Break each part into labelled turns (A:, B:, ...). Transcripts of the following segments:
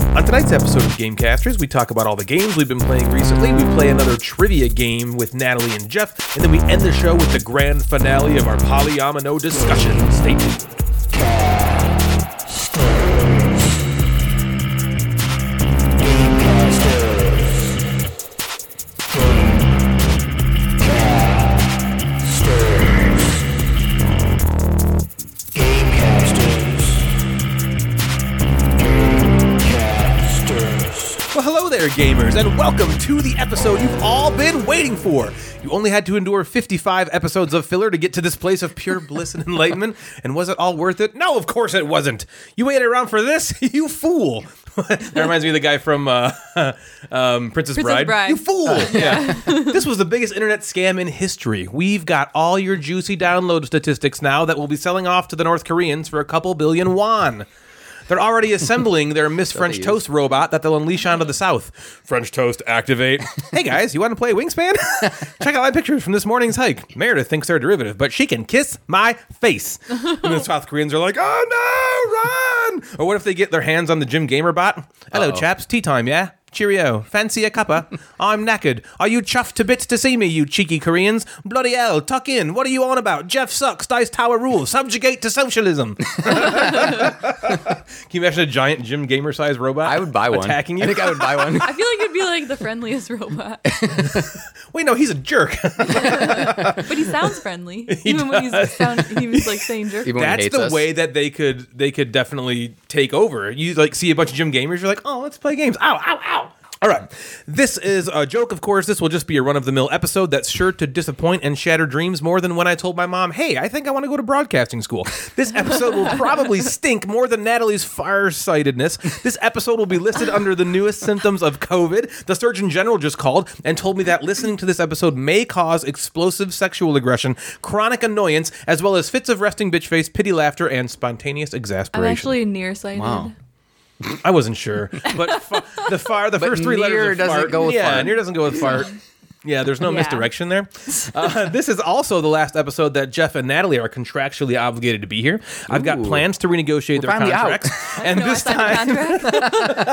A: On tonight's episode of Gamecasters, we talk about all the games we've been playing recently. We play another trivia game with Natalie and Jeff, and then we end the show with the grand finale of our polyomino discussion. Stay tuned. Well, hello there, gamers, and welcome to the episode you've all been waiting for. You only had to endure 55 episodes of filler to get to this place of pure bliss and enlightenment, and was it all worth it? No, of course it wasn't. You waited around for this, you fool. that reminds me of the guy from uh, um, Princess, Bride.
B: Bride.
A: You fool! yeah, this was the biggest internet scam in history. We've got all your juicy download statistics now that we'll be selling off to the North Koreans for a couple billion won. They're already assembling their Miss French Toast robot that they'll unleash onto the South. French Toast activate. hey guys, you want to play Wingspan? Check out my pictures from this morning's hike. Meredith thinks they're derivative, but she can kiss my face. and the South Koreans are like, oh no, run! Or what if they get their hands on the Jim Gamer bot? Hello, chaps, tea time, yeah? Cheerio. Fancy a cuppa? I'm knackered. Are you chuffed to bits to see me, you cheeky Koreans? Bloody hell, tuck in. What are you on about? Jeff sucks. Dice Tower rules. Subjugate to socialism. Can you imagine a giant Jim Gamer sized robot?
C: I would buy one.
A: Attacking you?
C: I think I would buy one.
B: I feel like it'd be like the friendliest robot,
A: Wait, no, he's a jerk.
B: but he sounds friendly. Even when he's sound, he was like saying jerk.
C: Even when he
A: That's
C: hates
A: the
C: us.
A: way that they could they could definitely take over. You like see a bunch of gym gamers, you're like, oh, let's play games. Ow, ow, ow. All right, this is a joke, of course. This will just be a run of the mill episode that's sure to disappoint and shatter dreams more than when I told my mom, hey, I think I want to go to broadcasting school. This episode will probably stink more than Natalie's firesightedness. This episode will be listed under the newest symptoms of COVID. The Surgeon General just called and told me that listening to this episode may cause explosive sexual aggression, chronic annoyance, as well as fits of resting bitch face, pity laughter, and spontaneous
B: I'm
A: exasperation.
B: actually nearsighted.
C: Wow.
A: I wasn't sure, but fa- the far the first three
C: near
A: letters of
C: doesn't
A: fart.
C: go with
A: yeah,
C: fart.
A: near doesn't go with fart. Yeah, there's no
B: Yeah.
A: misdirection there. Uh, this is also the last episode that Jeff and Natalie are contractually obligated to be here. I've got
C: Ooh.
A: plans to renegotiate their
C: finally out.
A: contracts, and
B: No,
A: this
B: I signed a
A: time,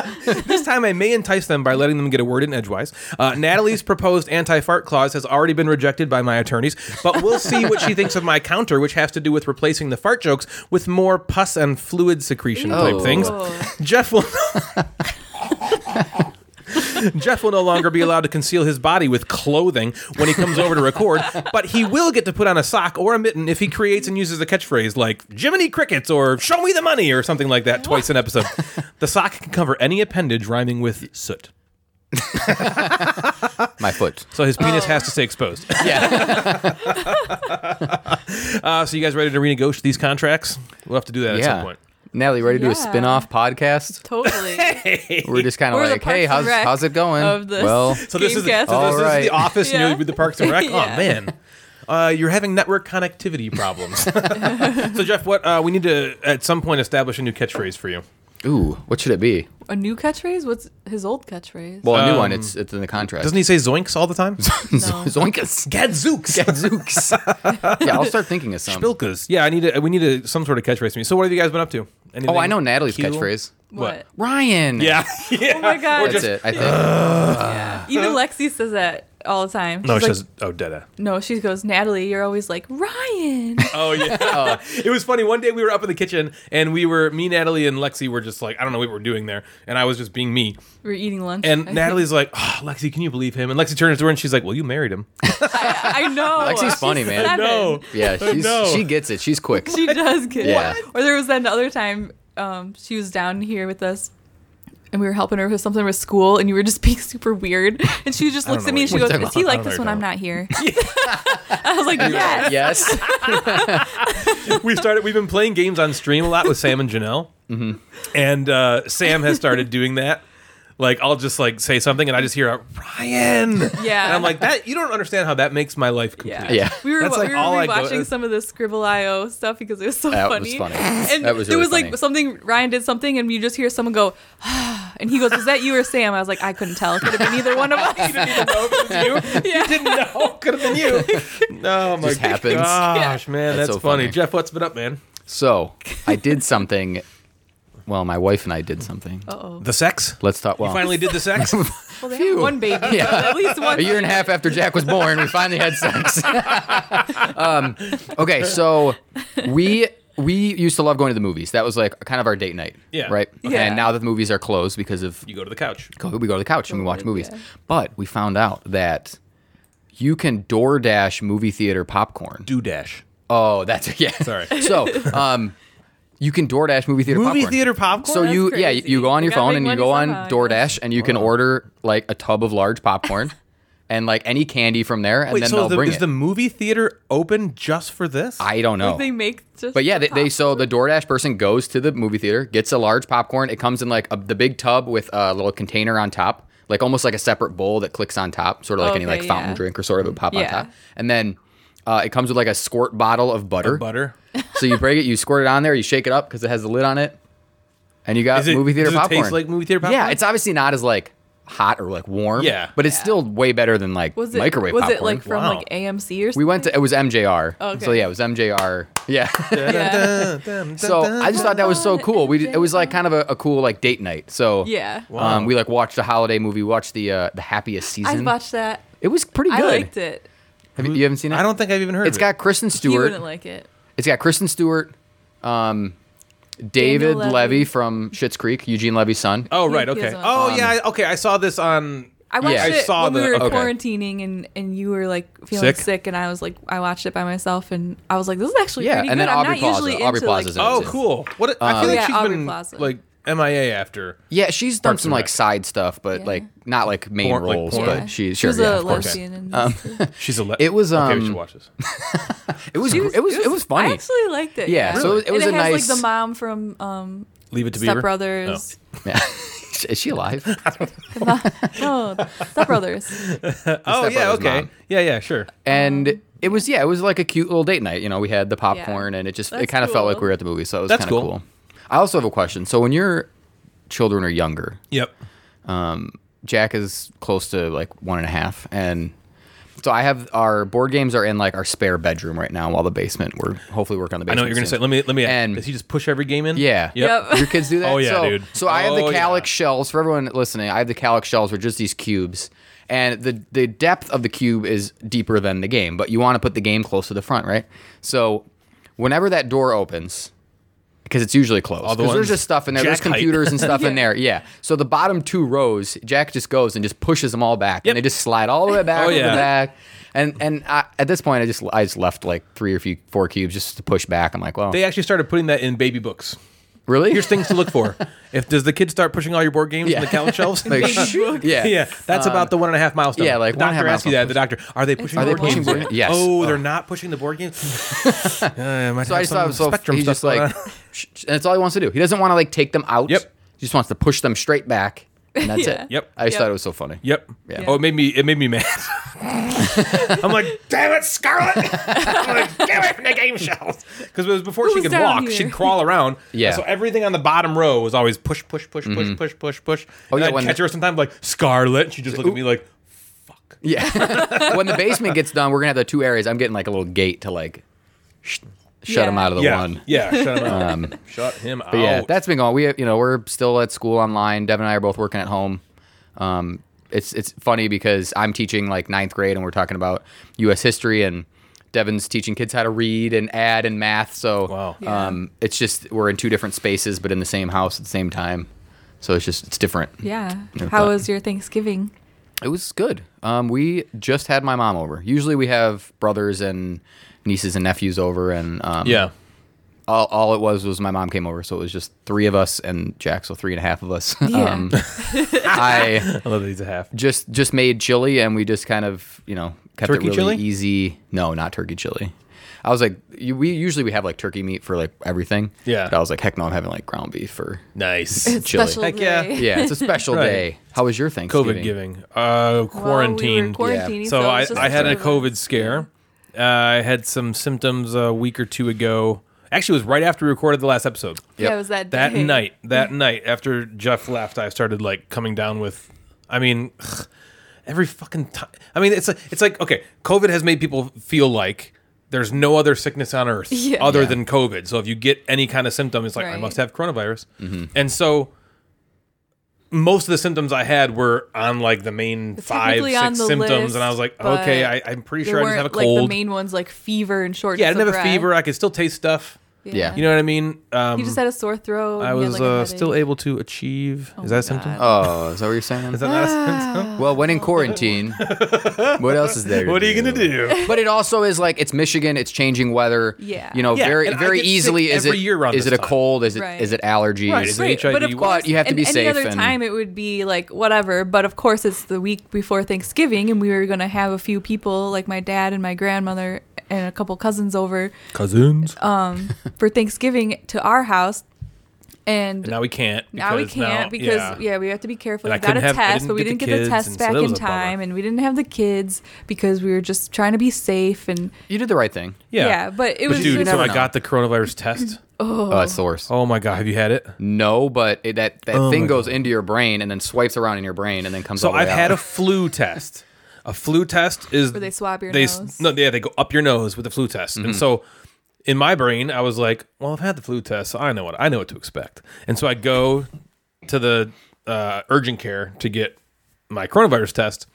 B: contract.
A: this time I may entice them by letting them get a word in edgewise. Uh, Natalie's proposed anti-fart clause has already been rejected by my attorneys, but we'll see what she thinks of my counter, which has to do with replacing the fart jokes with more pus and fluid secretion type
C: Ooh.
A: things.
B: Oh.
A: Jeff will. Jeff will no longer be allowed to conceal his body with clothing when he comes over to record, but he will get to put on a sock or a mitten if he creates and uses a catchphrase like Jiminy Crickets or Show Me the Money or something like that twice an episode. The sock can cover any appendage rhyming with soot.
C: My foot.
A: So his penis has to stay exposed.
C: Yeah.
A: Uh, so you guys ready to renegotiate these contracts? We'll have to do that at some
C: yeah.
A: point.
C: Natalie, ready to do a
B: Yeah.
C: spin-off podcast?
B: Totally.
C: We're just kind of
B: We're the
C: like, hey, how's
B: Parks and Rec
C: how's it going?
B: of this.
C: Well,
A: So this is, so this,
B: Gamecast.
A: this is the
C: Alright.
A: office, you
B: Yeah.
A: know, with the Parks and Rec. Oh
B: Yeah.
A: man, uh, you're having network connectivity problems. so Jeff, what uh, we need to at some point establish a new catchphrase for you.
C: ooh, what should it be?
B: a new catchphrase? What's his old catchphrase?
C: Well, a new one.
A: Um,
C: It's it's in the contract.
A: Doesn't he say zoinks all the time?
B: No.
C: Zoinkus.
A: Gadzooks.
C: Gadzooks. yeah, I'll start thinking of some.
A: Spilkas. Yeah, I need a, we need a, some sort of catchphrase. For me. So what have you guys been up to? Anything
C: oh, I know Natalie's
A: cool?
C: catchphrase.
A: What?
C: Ryan.
A: Yeah. yeah.
B: Oh my god.
C: That's it. I think.
B: Yeah. Even Lexi says that all the time.
A: No,
B: She's
A: she
B: like-
A: says, oh, Dada.
B: No, she goes, Natalie, you're always like Ryan.
A: Oh yeah, it was funny. One day we were up in the kitchen and we were me, Natalie, and Lexi were just like I don't know what we were doing there, and I was just being me.
B: We're eating lunch.
A: And
B: I
A: Natalie's like, oh, Lexi, can you believe him? And Lexi turns to her and she's like, Well, you married him.
B: think- I know.
C: Lexi's funny,
B: She's
C: man. I
B: seven.
A: No.
C: Yeah, she's
A: No.
C: she gets it. She's quick.
B: She does get
C: Yeah.
B: it. Or there was that another time um, she was down here with us. And we were helping her with something with school, and you were just being super weird. And she just looks
A: know
B: at me and
A: what-
B: she
A: what
B: goes,
A: you're
B: "Is he
A: talking
B: like
A: about.
B: this
A: I
B: when
A: don't
B: I'm
A: know
B: not here?" I was like, "Yes."
C: Yes.
A: we've started we've been playing games on stream a lot with Sam and Janelle. And uh, Sam has started doing that. Like I'll just like say something and I just hear a Ryan.
B: Yeah.
A: And I'm like, that you don't understand how that makes my life complete.
B: Yeah.
C: Yeah.
B: We were,
A: That's, like,
B: we
A: all
B: were
A: I go-
B: watching some of the Scribble IO stuff because it was so
C: That was
B: funny.
C: funny.
B: And
C: That was
B: there
C: really
B: was like
C: funny.
B: something Ryan did something, and you just hear someone go, and he goes, "Is that you or Sam?" I was like, "I couldn't tell. It could have been either one of us."
A: No, if it was you.
B: Yeah.
A: You didn't know. Could have been you. No, my
C: Just happens.
A: gosh, man, that's,
C: That's so
A: funny.
C: funny.
A: Jeff, what's been up, man?
C: So I did something Well, my wife and I did something.
B: Uh oh.
A: The sex?
C: Let's talk. Well,
A: You finally did the sex?
B: Well, they
C: Phew.
B: have one baby.
C: Yeah.
B: At least one.
C: a year and a half after Jack was born, we finally had sex. um, okay, so we we used to love going to the movies. That was like kind of our date night.
A: Yeah.
C: Right.
B: Yeah.
C: And now that the movies are closed because of
A: you go to the couch.
C: go- we go to the couch and we watch
B: yeah.
C: movies. But we found out that you can DoorDash movie theater popcorn.
A: Do dash.
C: Oh, that's yeah.
A: Sorry.
C: So, um, you can DoorDash movie theater
A: Movie
C: popcorn.
A: theater popcorn?
C: So
B: Oh, That's
C: you yeah
B: crazy.
C: you go on
B: They
C: your
B: gotta
C: phone
B: make
C: and you
B: money
C: go on
B: somehow, I
C: DoorDash and you can order like a tub of large popcorn and like any candy from there and
A: Wait,
C: then
A: so
C: they'll
A: the,
C: bring
A: is
C: it.
A: the movie theater open just for this?
C: I don't know.
B: Like they make just.
C: But yeah, they,
B: the
C: they so the DoorDash person goes to the movie theater, gets a large popcorn. It comes in like a, the big tub with a little container on top, like almost like a separate bowl that clicks on top, sort of like any
B: Okay,
C: like fountain
B: yeah.
C: drink or sort of a pop on
B: Yeah.
C: top. And then uh, it comes with like a squirt bottle of butter.
A: Butter.
C: so you break it, you squirt it on there, you shake it up because it has the lid on it, and you got
A: Is it-
C: movie theater
A: does it
C: popcorn.
A: taste like movie theater popcorn?
C: Yeah, it's obviously not as like hot or like warm.
A: Yeah.
C: but it's still way better than like
B: was it
C: microwave
B: was
C: popcorn.
B: it like from
A: Wow.
B: like AMC or something?
C: we went to it was MJR.
B: Okay.
C: So yeah, it was MJR. yeah.
B: Yeah.
C: So I just thought that was so
B: Dun,
C: cool. We it was like
B: dun.
C: kind of a, a cool like date night. So
B: Yeah.
A: Wow.
C: um, we like watched a holiday movie. Watched the uh, the Happiest
B: I
C: Season.
B: watched that.
C: it was pretty good.
B: I liked it.
C: Have you, you haven't seen it?
A: I don't think I've even heard
C: It's
A: of it.
C: got Kristen
B: You
C: Stewart.
B: wouldn't like it.
C: It's got Kristen Stewart, um, David
B: Levy.
C: Levy. from Schitt's Creek, Eugene Levy's son.
A: Oh, right.
B: He has
A: Okay.
B: one.
A: Oh, yeah. I- Okay. I saw this on.
B: I watched
C: Yeah. I
B: it
A: saw
B: when
A: the-
B: we were
A: okay.
B: quarantining and, and you were like feeling
A: Sick?
B: sick? and I was like I watched it by myself and I was like this is actually
C: Yeah,
B: pretty
C: and
B: good.
C: then
B: I'm
C: Aubrey
B: not
C: Plaza.
B: usually into
C: Aubrey
B: like,
C: Plaza's in it.
A: Oh,
C: It's-
A: cool. What I
C: Um,
A: feel like
B: Yeah,
A: she's
B: Aubrey
A: been
B: Plaza.
A: like MIA after.
C: Yeah, she's done
A: Parks
C: some
A: and
C: like
A: Rec.
C: side stuff, but like not like main
A: Porn- like
C: roles.
A: porn.
C: but
B: Yeah.
C: she,
B: she
C: sure,
B: was
C: yeah,
B: a
C: of course. Um,
B: lesbian. And
A: She's a. Le-
C: It was,
A: Okay, we
C: um,
A: should watch this.
C: It was, gr- it was it was funny.
B: I actually liked it.
C: Yeah, so it was- it was
B: and
C: a
B: it has,
C: nice- Oh.
B: like the mom from um,
A: Leave it to Beaver.
B: Step Brothers.
C: Yeah. Is she alive?
B: Oh, Step
A: Oh,
B: Brothers.
C: Step
A: yeah.
C: Brothers
A: Okay.
C: mom.
A: Yeah. Yeah. Sure.
B: Um,
C: and it was yeah, it was like a cute little date night. You know, we had the popcorn, and it just it
B: That's
C: kind of felt like
B: cool.
C: we were at the movie, so it was
A: That's
C: kind of
A: cool.
C: cool. I also have a question. So when your children are younger,
A: Yep.
C: Jack is close to like one and a half, and so I have our board games are in like our spare bedroom right now, while the basement we're hopefully work on the
A: I
C: basement.
A: know what you're gonna say.
C: soon.
A: Let me. Let me.
C: And-
A: does he just push every game in?
C: Yeah.
A: Yep.
B: Yep.
C: Your kids do that?
A: Oh, yeah,
C: so,
A: dude.
C: So I have
A: Oh,
C: the
A: yeah.
C: calic shells. For everyone listening, I have the calic shells, which are just these cubes. And the, the depth of the cube is deeper than the game, but you want to put the game close to the front, right? So whenever that door opens, because it's usually closed.
A: the
C: Because
A: ones
C: there's just stuff in there. There's
A: Jack height.
C: computers and stuff in
B: Yeah.
C: there. Yeah. So the bottom two rows, Jack just goes and just pushes them all back,
A: Yep.
C: and they just slide all the way back,
A: Oh,
C: to the
A: yeah.
C: back. And and I, at this point, I just I just left like three or few, four cubes just to push back. I'm like, well,
A: They actually started putting that in baby books.
C: really?
A: Here's things to look for. If does the kid start pushing all your board games
C: Yeah.
A: on the couch shelves?
C: Like, yeah. Um,
A: yeah, that's about the one and a half milestone.
C: yeah, like
A: the
C: one and a
A: doctor
C: half
A: asked you that. The doctor, are they pushing?
C: Are they
A: board
C: pushing
A: games?
C: board- Yes.
A: Oh,
C: Oh.
A: they're not pushing the board games.
C: So I just thought it was so
A: spectrum
C: he's
A: stuff
C: just like,
A: going on.
C: sh- sh- and that's all he wants to do. He doesn't want to like take them out.
A: Yep.
C: He just wants to push them straight back, and that's
B: Yeah.
C: it.
A: Yep.
C: I just
B: Yep.
C: thought it was so funny.
A: Yep.
C: Yeah.
A: Oh, it made me. It made me mad. I'm like, damn it, Scarlet! I'm like, get away from the game shelves. Because it was before she
B: Who's
A: could
B: down
A: walk,
B: here?
A: she'd crawl around.
C: Yeah. Mm-hmm.
A: So everything on the bottom row was always push, push, push, push, push, push, push. Oh
C: yeah,
A: yeah. I'd
C: when
A: catch
C: the-
A: her sometimes like Scarlet. She just looked at me like, fuck.
C: Yeah. when the basement gets done, we're gonna have the two areas. I'm getting like a little gate to like sh- shut him
B: Yeah.
C: out of the
A: Yeah.
C: one. Um,
A: Yeah. Shut him out. shut him out.
C: But yeah, that's been going. We you know we're still at school online. Devin and I are both working at home. Um, it's it's funny because I'm teaching like ninth grade and we're talking about U.S. history and Devin's teaching kids how to read and add and math. So
A: Wow.
B: Yeah.
C: um, it's just we're in two different spaces but in the same house at the same time. So it's just it's different.
B: Yeah.
C: Yeah,
B: How
C: but-
B: was your Thanksgiving?
C: It was good. Um, we just had my mom over. Usually we have brothers and nieces and nephews over and um,
A: yeah.
C: all, all it was was my mom came over, so it was just three of us and Jack, so three and a half of us. Um,
B: Yeah.
C: I
A: I love that he's a half.
C: just just made chili, and we just kind of you know kept
A: Turkey
C: it really
A: chili?
C: easy. No, not turkey chili. I was like, you, we usually we have like turkey meat for like everything.
A: Yeah.
C: but I was like, heck no, I'm having like ground beef for.
A: Nice.
B: It's
C: Chili.
B: special
A: Heck yeah.
B: day.
C: Yeah, it's a special
A: Right.
C: day. How was your Thanksgiving?
A: COVID giving. Uh, quarantine.
B: Well, we were quarantining,
A: So
B: it
A: I,
B: was just
A: I had a
B: sort of
A: COVID scare. Uh, I had some symptoms a week or two ago. Actually, it was right after we recorded the last episode.
B: Yeah,
C: Yep.
B: it was that
A: That
B: day.
A: night, that night after Jeff left, I started like coming down with. I mean, every fucking time. I mean, it's like it's like okay, COVID has made people feel like there's no other sickness on earth
B: Yeah.
A: other
C: Yeah.
A: than COVID. So if you get any kind of symptom, it's like I
B: Right.
A: must have coronavirus. And so most of the symptoms I had were on like the main five,
B: technically
A: six
B: on the
A: symptoms,
B: list,
A: and I was like,
B: but
A: okay, I, I'm pretty
B: They
A: sure I just
B: weren't,
A: have a
B: Like the
A: cold.
B: main ones, like fever and shortness.
A: yeah, I didn't
B: of
A: have a
B: breath.
A: fever. I could still taste stuff.
C: Yeah.
A: You know what I mean? Um,
B: he just had a sore throat.
A: I
B: and he had,
A: was
B: like, a
A: uh,
B: headache.
A: still able to achieve. is that
B: my
A: a symptom? Ah.
B: God.
C: Oh, is that what you're saying?
A: Is that not a symptom?
C: well, when in quarantine, what else is there?
A: What are you gonna do?
C: But it also is like it's Michigan. It's changing weather.
B: Yeah.
C: You know,
A: Yeah,
C: very
A: and I
C: very
A: get sick
C: easily is
A: every
C: it
A: year around
C: is
A: this
C: it a
A: time.
C: cold? Is it is
B: Right.
C: it allergies?
A: Right, is it
B: Right, but
A: HIV?
B: of course,
C: But you have to
B: and
C: be
B: any
C: safe
B: other
C: and-
B: time, it would be like whatever. But of course, it's the week before Thanksgiving, and we were going to have a few people, like my dad and my grandmother and a couple cousins over
A: Cousins.
B: um, for Thanksgiving to our house. And
A: And now we can't.
B: now we
A: because now-
B: can't because yeah. we have to be careful.
A: And I
B: We got a
A: couldn't have- I
B: test,
A: didn't
B: but we
A: get the
B: didn't get the
A: kids,
B: test
A: and so
B: back
A: that was
B: in
A: a bummer.
B: time, and we didn't have the kids because we were just trying to be safe. And
C: You did the right thing.
B: yeah,
A: Yeah.
B: but it
A: But
B: was
A: dude,
B: just-
A: so
C: never
A: I
C: know.
A: got the coronavirus test.
C: Oh, it's the worst.
A: Oh my god, have you had it?
C: No, but it, that that thing
A: my
C: goes into your brain and then swipes around in your brain and then comes.
A: So
C: all the way
A: I've had a
C: out.
A: flu test. A flu test is
B: Where they swab your
A: they s-
B: nose.
A: No, yeah, they go up your nose with the flu test.
C: Mhm.
A: And so in my brain, I was like, "Well, I've had the flu test, so I know what I know what to expect." And so I go to the uh, urgent care to get my coronavirus test,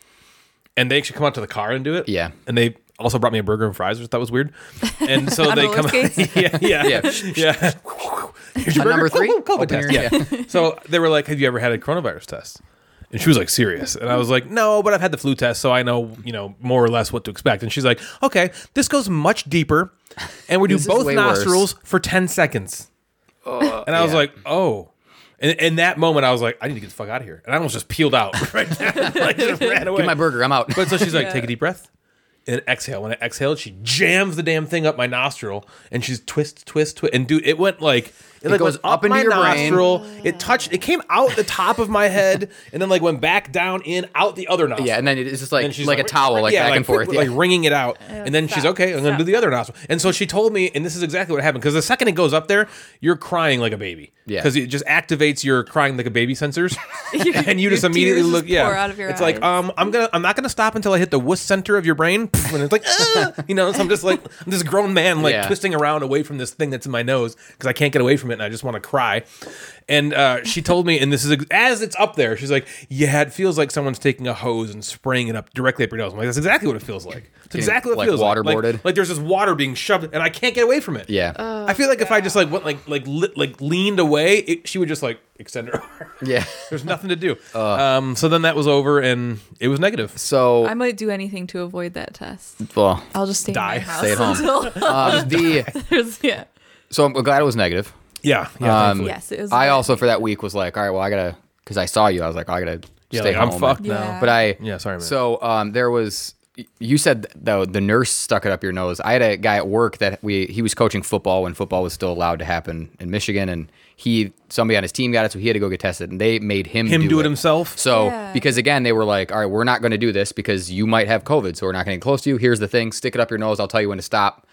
A: and they actually come out to the car and do it.
C: Yeah.
A: and they also brought me a burger and fries, which I thought was weird. And so
B: On
A: they
B: roller
A: come,
B: skates?
A: yeah, yeah,
C: Yeah.
A: yeah. Here's your
C: On number three?
A: Woo, woo, COVID
C: Open
A: test.
C: your-
A: Yeah. so they were like, "Have you ever had a coronavirus test?" And she was like, "Serious?" And I was like, "No, but I've had the flu test, so I know, you know, more or less what to expect." And she's like, "Okay, this goes much deeper, and we do
C: This is
A: both
C: way worse. Uh,
A: nostrils for ten seconds." and I was
C: yeah.
A: like, "Oh." And in that moment, I was like, "I need to get the fuck out of here," and I almost just peeled out right there, like just ran away.
C: Get my burger. I'm out.
A: But so she's like,
B: Yeah.
A: take a deep breath and exhale. When I exhaled, she jams the damn thing up my nostril and she's twist, twist, twist. And dude, it went like it, like
C: goes
A: went
C: up into
A: my
C: your brain.
A: nostril. It touched. It came out the top of my head and then like went back down in out the other nostril.
C: yeah, and then it's just like
A: And
C: like,
A: she's
C: a towel, like
A: yeah,
C: back and forth.
A: like
C: yeah.
A: wringing it out, and then she's
B: Oh, stop,
A: okay. I'm gonna do
B: stop.
A: the other nostril, and so she told me, and this is exactly what happened because the second it goes up there, you're crying like a baby,
C: Yeah.
A: because it just activates your crying like a baby sensors, and you
B: Your
A: just immediately
B: tears
A: look,
B: just
A: yeah,
B: pour out of your
A: it's
B: eyes.
A: like um, I'm gonna, I'm not gonna stop until I hit the wuss center of your brain, and it's like, "Ah," you know, so I'm just like I'm this grown man like
C: Yeah.
A: twisting around away from this thing that's in my nose because I can't get away from it, and I just want to cry. And uh, she told me, and this is ex- as it's up there, she's like, yeah, it feels like someone's taking a hose and spraying it up directly up your nose. I'm like, that's exactly what it feels like. It's exactly what
C: like,
A: it feels like.
C: waterboarded?
A: Like, like there's this water being shoved, and I can't get away from it.
C: Yeah.
B: Uh.
A: I feel like if I just like went like like li- like leaned away, it, she would just like extend her. arm.
C: yeah.
A: There's nothing to do. um, so then that was over, and it was negative.
C: So
B: I might do anything to avoid that test.
C: well,
B: I'll just stay
A: Die.
B: in my house
C: Stay at home.
B: until
C: um, the
B: there's- yeah.
C: so I'm glad it was negative.
A: Yeah, yeah.
C: Um,
A: thankfully.
B: Yes, it was.
C: I
B: bad.
C: also for that week was like, all right, well, I gotta because I saw you. I was like, "Oh, I gotta
A: yeah,
C: stay
A: like, I'm
C: home.
A: fucked
B: Yeah.
A: now.
C: But I
A: Yeah, sorry, man.
C: So um, there was y- you said th- though the nurse stuck it up your nose. I had a guy at work that we he was coaching football when football was still allowed to happen in Michigan, and he somebody on his team got it, so he had to go get tested, and they made him
A: Him
C: do,
A: do it himself?
C: So
B: Yeah.
C: because again they were like, all right, we're not going to do this because you might have COVID, so we're not going to get close to you. Here's the thing: stick it up your nose. I'll tell you when to stop.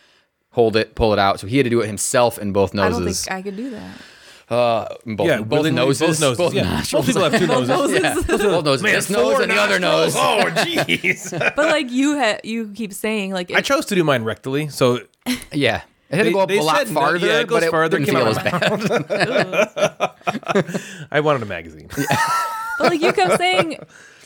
C: Hold it, pull it out. So he had to do it himself in both
B: I
C: noses. Uh,
B: don't think I could do that.
C: In both,
A: yeah,
C: both,
A: willingly-
C: noses,
A: Both noses.
C: both
A: yeah.
C: nostrils.
A: Most people have two noses.
C: Yeah, both noses. This nose
A: four
C: and the other nose.
A: nostrils. Oh, jeez.
B: But like you, ha- you keep saying like
A: I
B: it,
A: chose to do mine rectally, so
C: Yeah. It had to
A: They-
C: go up
A: they
C: a lot
A: said no-
C: farther,
A: yeah, it goes
C: but it
A: farther,
C: didn't
A: came
C: feel
A: out
C: as
A: of
C: bad.
A: I wanted a magazine.
B: but like you kept saying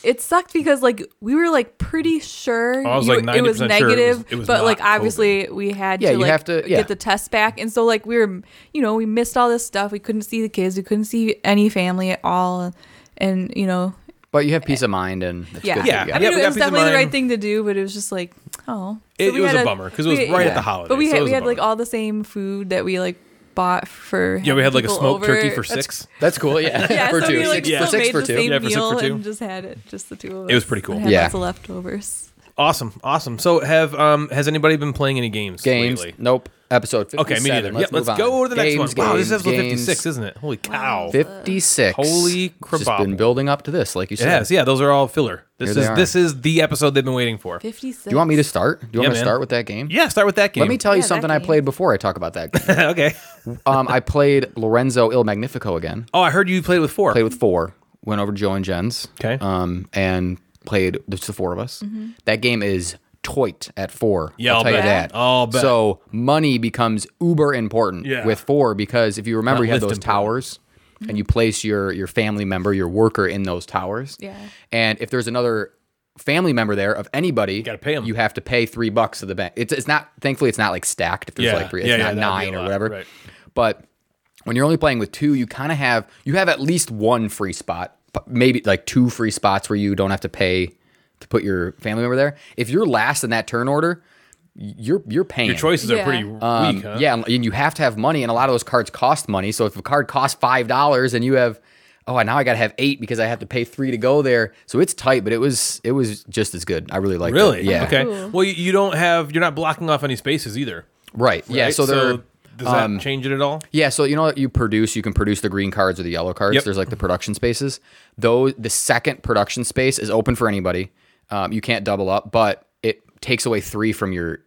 B: it sucked because like we were like pretty sure
A: I was,
B: you-
A: like,
B: it was
A: 90% sure it was-
B: negative,
A: it was
B: but
A: not
B: like obviously we had
C: Yeah,
B: to
C: you
B: like
C: have to- yeah.
B: get the test back, and so like we were, you know, we missed all this stuff. We couldn't see the kids, we couldn't see any family at all, and you know,
C: But you have peace of mind and it's
B: yeah,
C: good
A: Yeah.
C: that you
B: I
C: got-
B: mean,
A: we got
B: it was
A: peace of
B: definitely the
A: mind.
B: right thing to do, but it was just like, oh,
A: It- it
B: we
A: was
B: had
A: a bummer, 'cause it was right at the holidays,
B: But we
A: so
B: had
A: it was
B: we
A: a
B: had like
A: bummer.
B: all the same food that we like bought for
A: Yeah, we had like a
B: people
A: smoked
B: over.
A: turkey for
B: That's-
A: six.
C: That's cool. Yeah.
B: Yeah,
C: for
B: so
C: two.
B: we like
C: six for
B: still
C: six
B: made
C: for two.
B: the same
A: Yeah, for six
B: meal
A: for two.
B: and just had it, just the two of us.
A: It was pretty cool.
B: and had
C: Yeah.
B: lots of leftovers.
A: Awesome, awesome. So have um has anybody been playing any games
C: Games.
A: lately?
C: Nope. Episode 57.
A: Okay, me neither.
C: Let's,
A: Let's, yeah, let's
C: move
A: go
C: on.
A: to the next
C: Games,
A: one. wow, this is
C: games,
A: episode
C: games.
A: 56, isn't it? Holy cow.
C: 56.
A: Holy
C: It's just been
A: crap.
C: building up to this, like you
A: It
C: said.
A: has. Yeah, those are all filler. This
C: Here they
A: is
C: are.
A: this is the episode they've been waiting for.
B: Fifty six.
C: Do you want me to start? Do you want
A: Yeah,
C: me to
A: man.
C: start with that game?
A: Yeah, start with that game.
C: Let me tell you
B: Yeah, that
C: something I
B: game.
C: played before I talk about that game.
A: okay.
C: um, I played Lorenzo Il Magnifico again.
A: Oh, I heard you played with four.
C: Played with four. Went over to Joe and Jen's.
A: Okay.
C: Um, and played just the four of us. That game is toit at four.
A: Yeah,
C: I'll,
A: I'll
C: tell you
A: bet.
C: that.
A: I'll bet.
C: So money becomes uber important
A: Yeah.
C: with four because if you remember,
A: Not
C: you had
A: lift
C: those
A: important.
C: towers and you place your your family member, your worker in those towers.
B: Yeah.
C: And if there's another family member there of anybody, you
A: gotta pay 'em.
C: You have to pay three bucks to the bank. It's it's not thankfully it's not like stacked. If there's
A: Yeah.
C: like three, it's
A: Yeah, yeah,
C: not
A: that'd be
C: nine
A: a
C: or
A: lot,
C: whatever.
A: right.
C: But when you're only playing with two, you kind of have you have at least one free spot, p- maybe like two free spots where you don't have to pay to put your family member there. If you're last in that turn order, you're you're paying.
A: Your choices are
B: Yeah.
A: pretty
C: Um,
A: weak, huh?
C: Yeah, and you have to have money, and a lot of those cards cost money. So if a card costs five dollars, and you have, oh, now I got to have eight because I have to pay three to go there. So it's tight, but it was it was just as good. I really liked
A: Really?
C: it. Yeah.
A: Okay.
B: Cool.
A: Well, you- you don't have. You're not blocking off any spaces either.
C: Right. Yeah.
A: right?
C: So there.
A: does that change it at all?
C: Yeah, so you know what you produce, you can produce the green cards or the yellow cards.
A: Yep.
C: There's like the production spaces. Those the second production space is open for anybody. Um, you can't double up, but it takes away three from your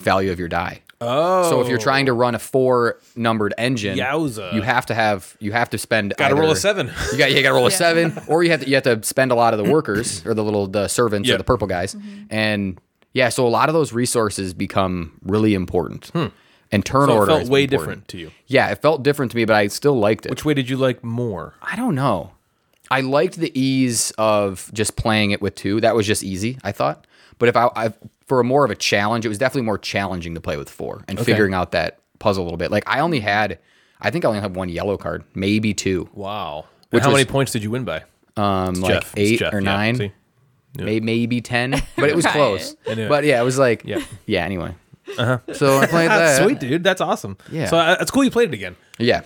C: value of your die.
A: Oh.
C: So if you're trying to run a four numbered engine,
A: Yowza.
C: you have to have you have to spend
A: Gotta roll
C: either-
A: a seven.
C: You got you got to roll a
B: Yeah.
C: seven, or you have to you have to spend a lot of the workers or the little the servants
A: Yeah.
C: or the purple guys, and yeah, so a lot of those resources become really important. And turn
A: Hmm. So it
C: order
A: felt
C: is
A: way
C: important.
A: different to you.
C: Yeah, it felt different to me, but I still liked it.
A: Which way did you like more?
C: I don't know. I liked the ease of just playing it with two. That was just easy, I thought. But if I, I for a more of a challenge, it was definitely more challenging to play with four and figuring out that puzzle a little bit. Like I only had, I think I only had one yellow card, maybe two,
A: Wow.
C: Which
A: how
C: was-
A: many points did you win by?
C: um, like
A: Jeff. It's
C: eight
A: Jeff.
C: or
A: Yeah,
C: nine,
A: see?
C: may- maybe ten, but it was
B: Right.
C: close.
A: I knew it.
C: But yeah, it was like,
A: Yeah.
C: yeah, Anyway, so I played
A: That's
C: that.
A: Ah, sweet, dude. That's awesome.
C: Yeah.
A: So uh, it's cool you played it again.
C: Yeah.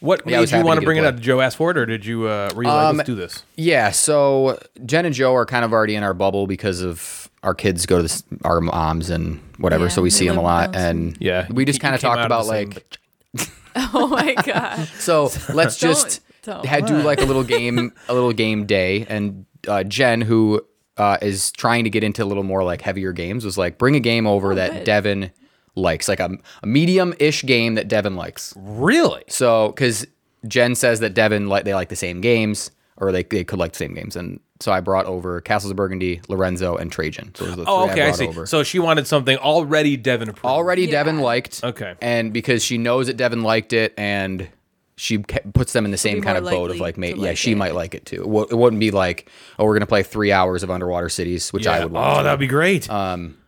A: What
C: Yeah, I was
A: made you
C: happy
A: want to
C: to get Um,
A: bring
C: to
A: it
C: play.
A: up? Did Joe ask for it, or did you? Uh, were you like, let's do this?
C: Yeah, so Jen and Joe are kind of already in our bubble because of our kids go to this, our moms and whatever,
B: Yeah,
C: so we
B: they
C: see them a
B: live
C: lot,
B: with us.
C: and
A: Yeah,
C: we just
A: you- you
C: kind of
A: came
C: talked
A: out
C: about
A: the same-
C: like,
B: Oh my god.
C: so let's just
B: don't.
C: had do like a little game, a little game day, and uh, Jen, who uh, is trying to get into a little more like heavier games, was like, bring a game over that
B: Oh, good.
C: Devin likes, like a, a medium-ish game that Devin likes.
A: really?
C: So, because Jen says that Devin like they like the same games, or they, they could like the same games, and so I brought over Castles of Burgundy, Lorenzo, and Trajan. So those are the
A: Oh,
C: three
A: okay, I
C: brought
A: see.
C: over.
A: So she wanted something already Devin approved.
C: Already,
B: Yeah.
C: Devin liked.
A: Okay.
C: and because she knows that Devin liked it, and she ke- puts them in the same
B: be
C: kind of
B: more
C: boat of
B: likely
C: like, mate,
B: to
C: yeah,
B: like
C: she
B: it.
C: might like it too. It, wo- it wouldn't be like, oh, we're gonna play three hours of Underwater Cities, which
A: Yeah.
C: I would. watch.
A: Oh, that'd be great. Um,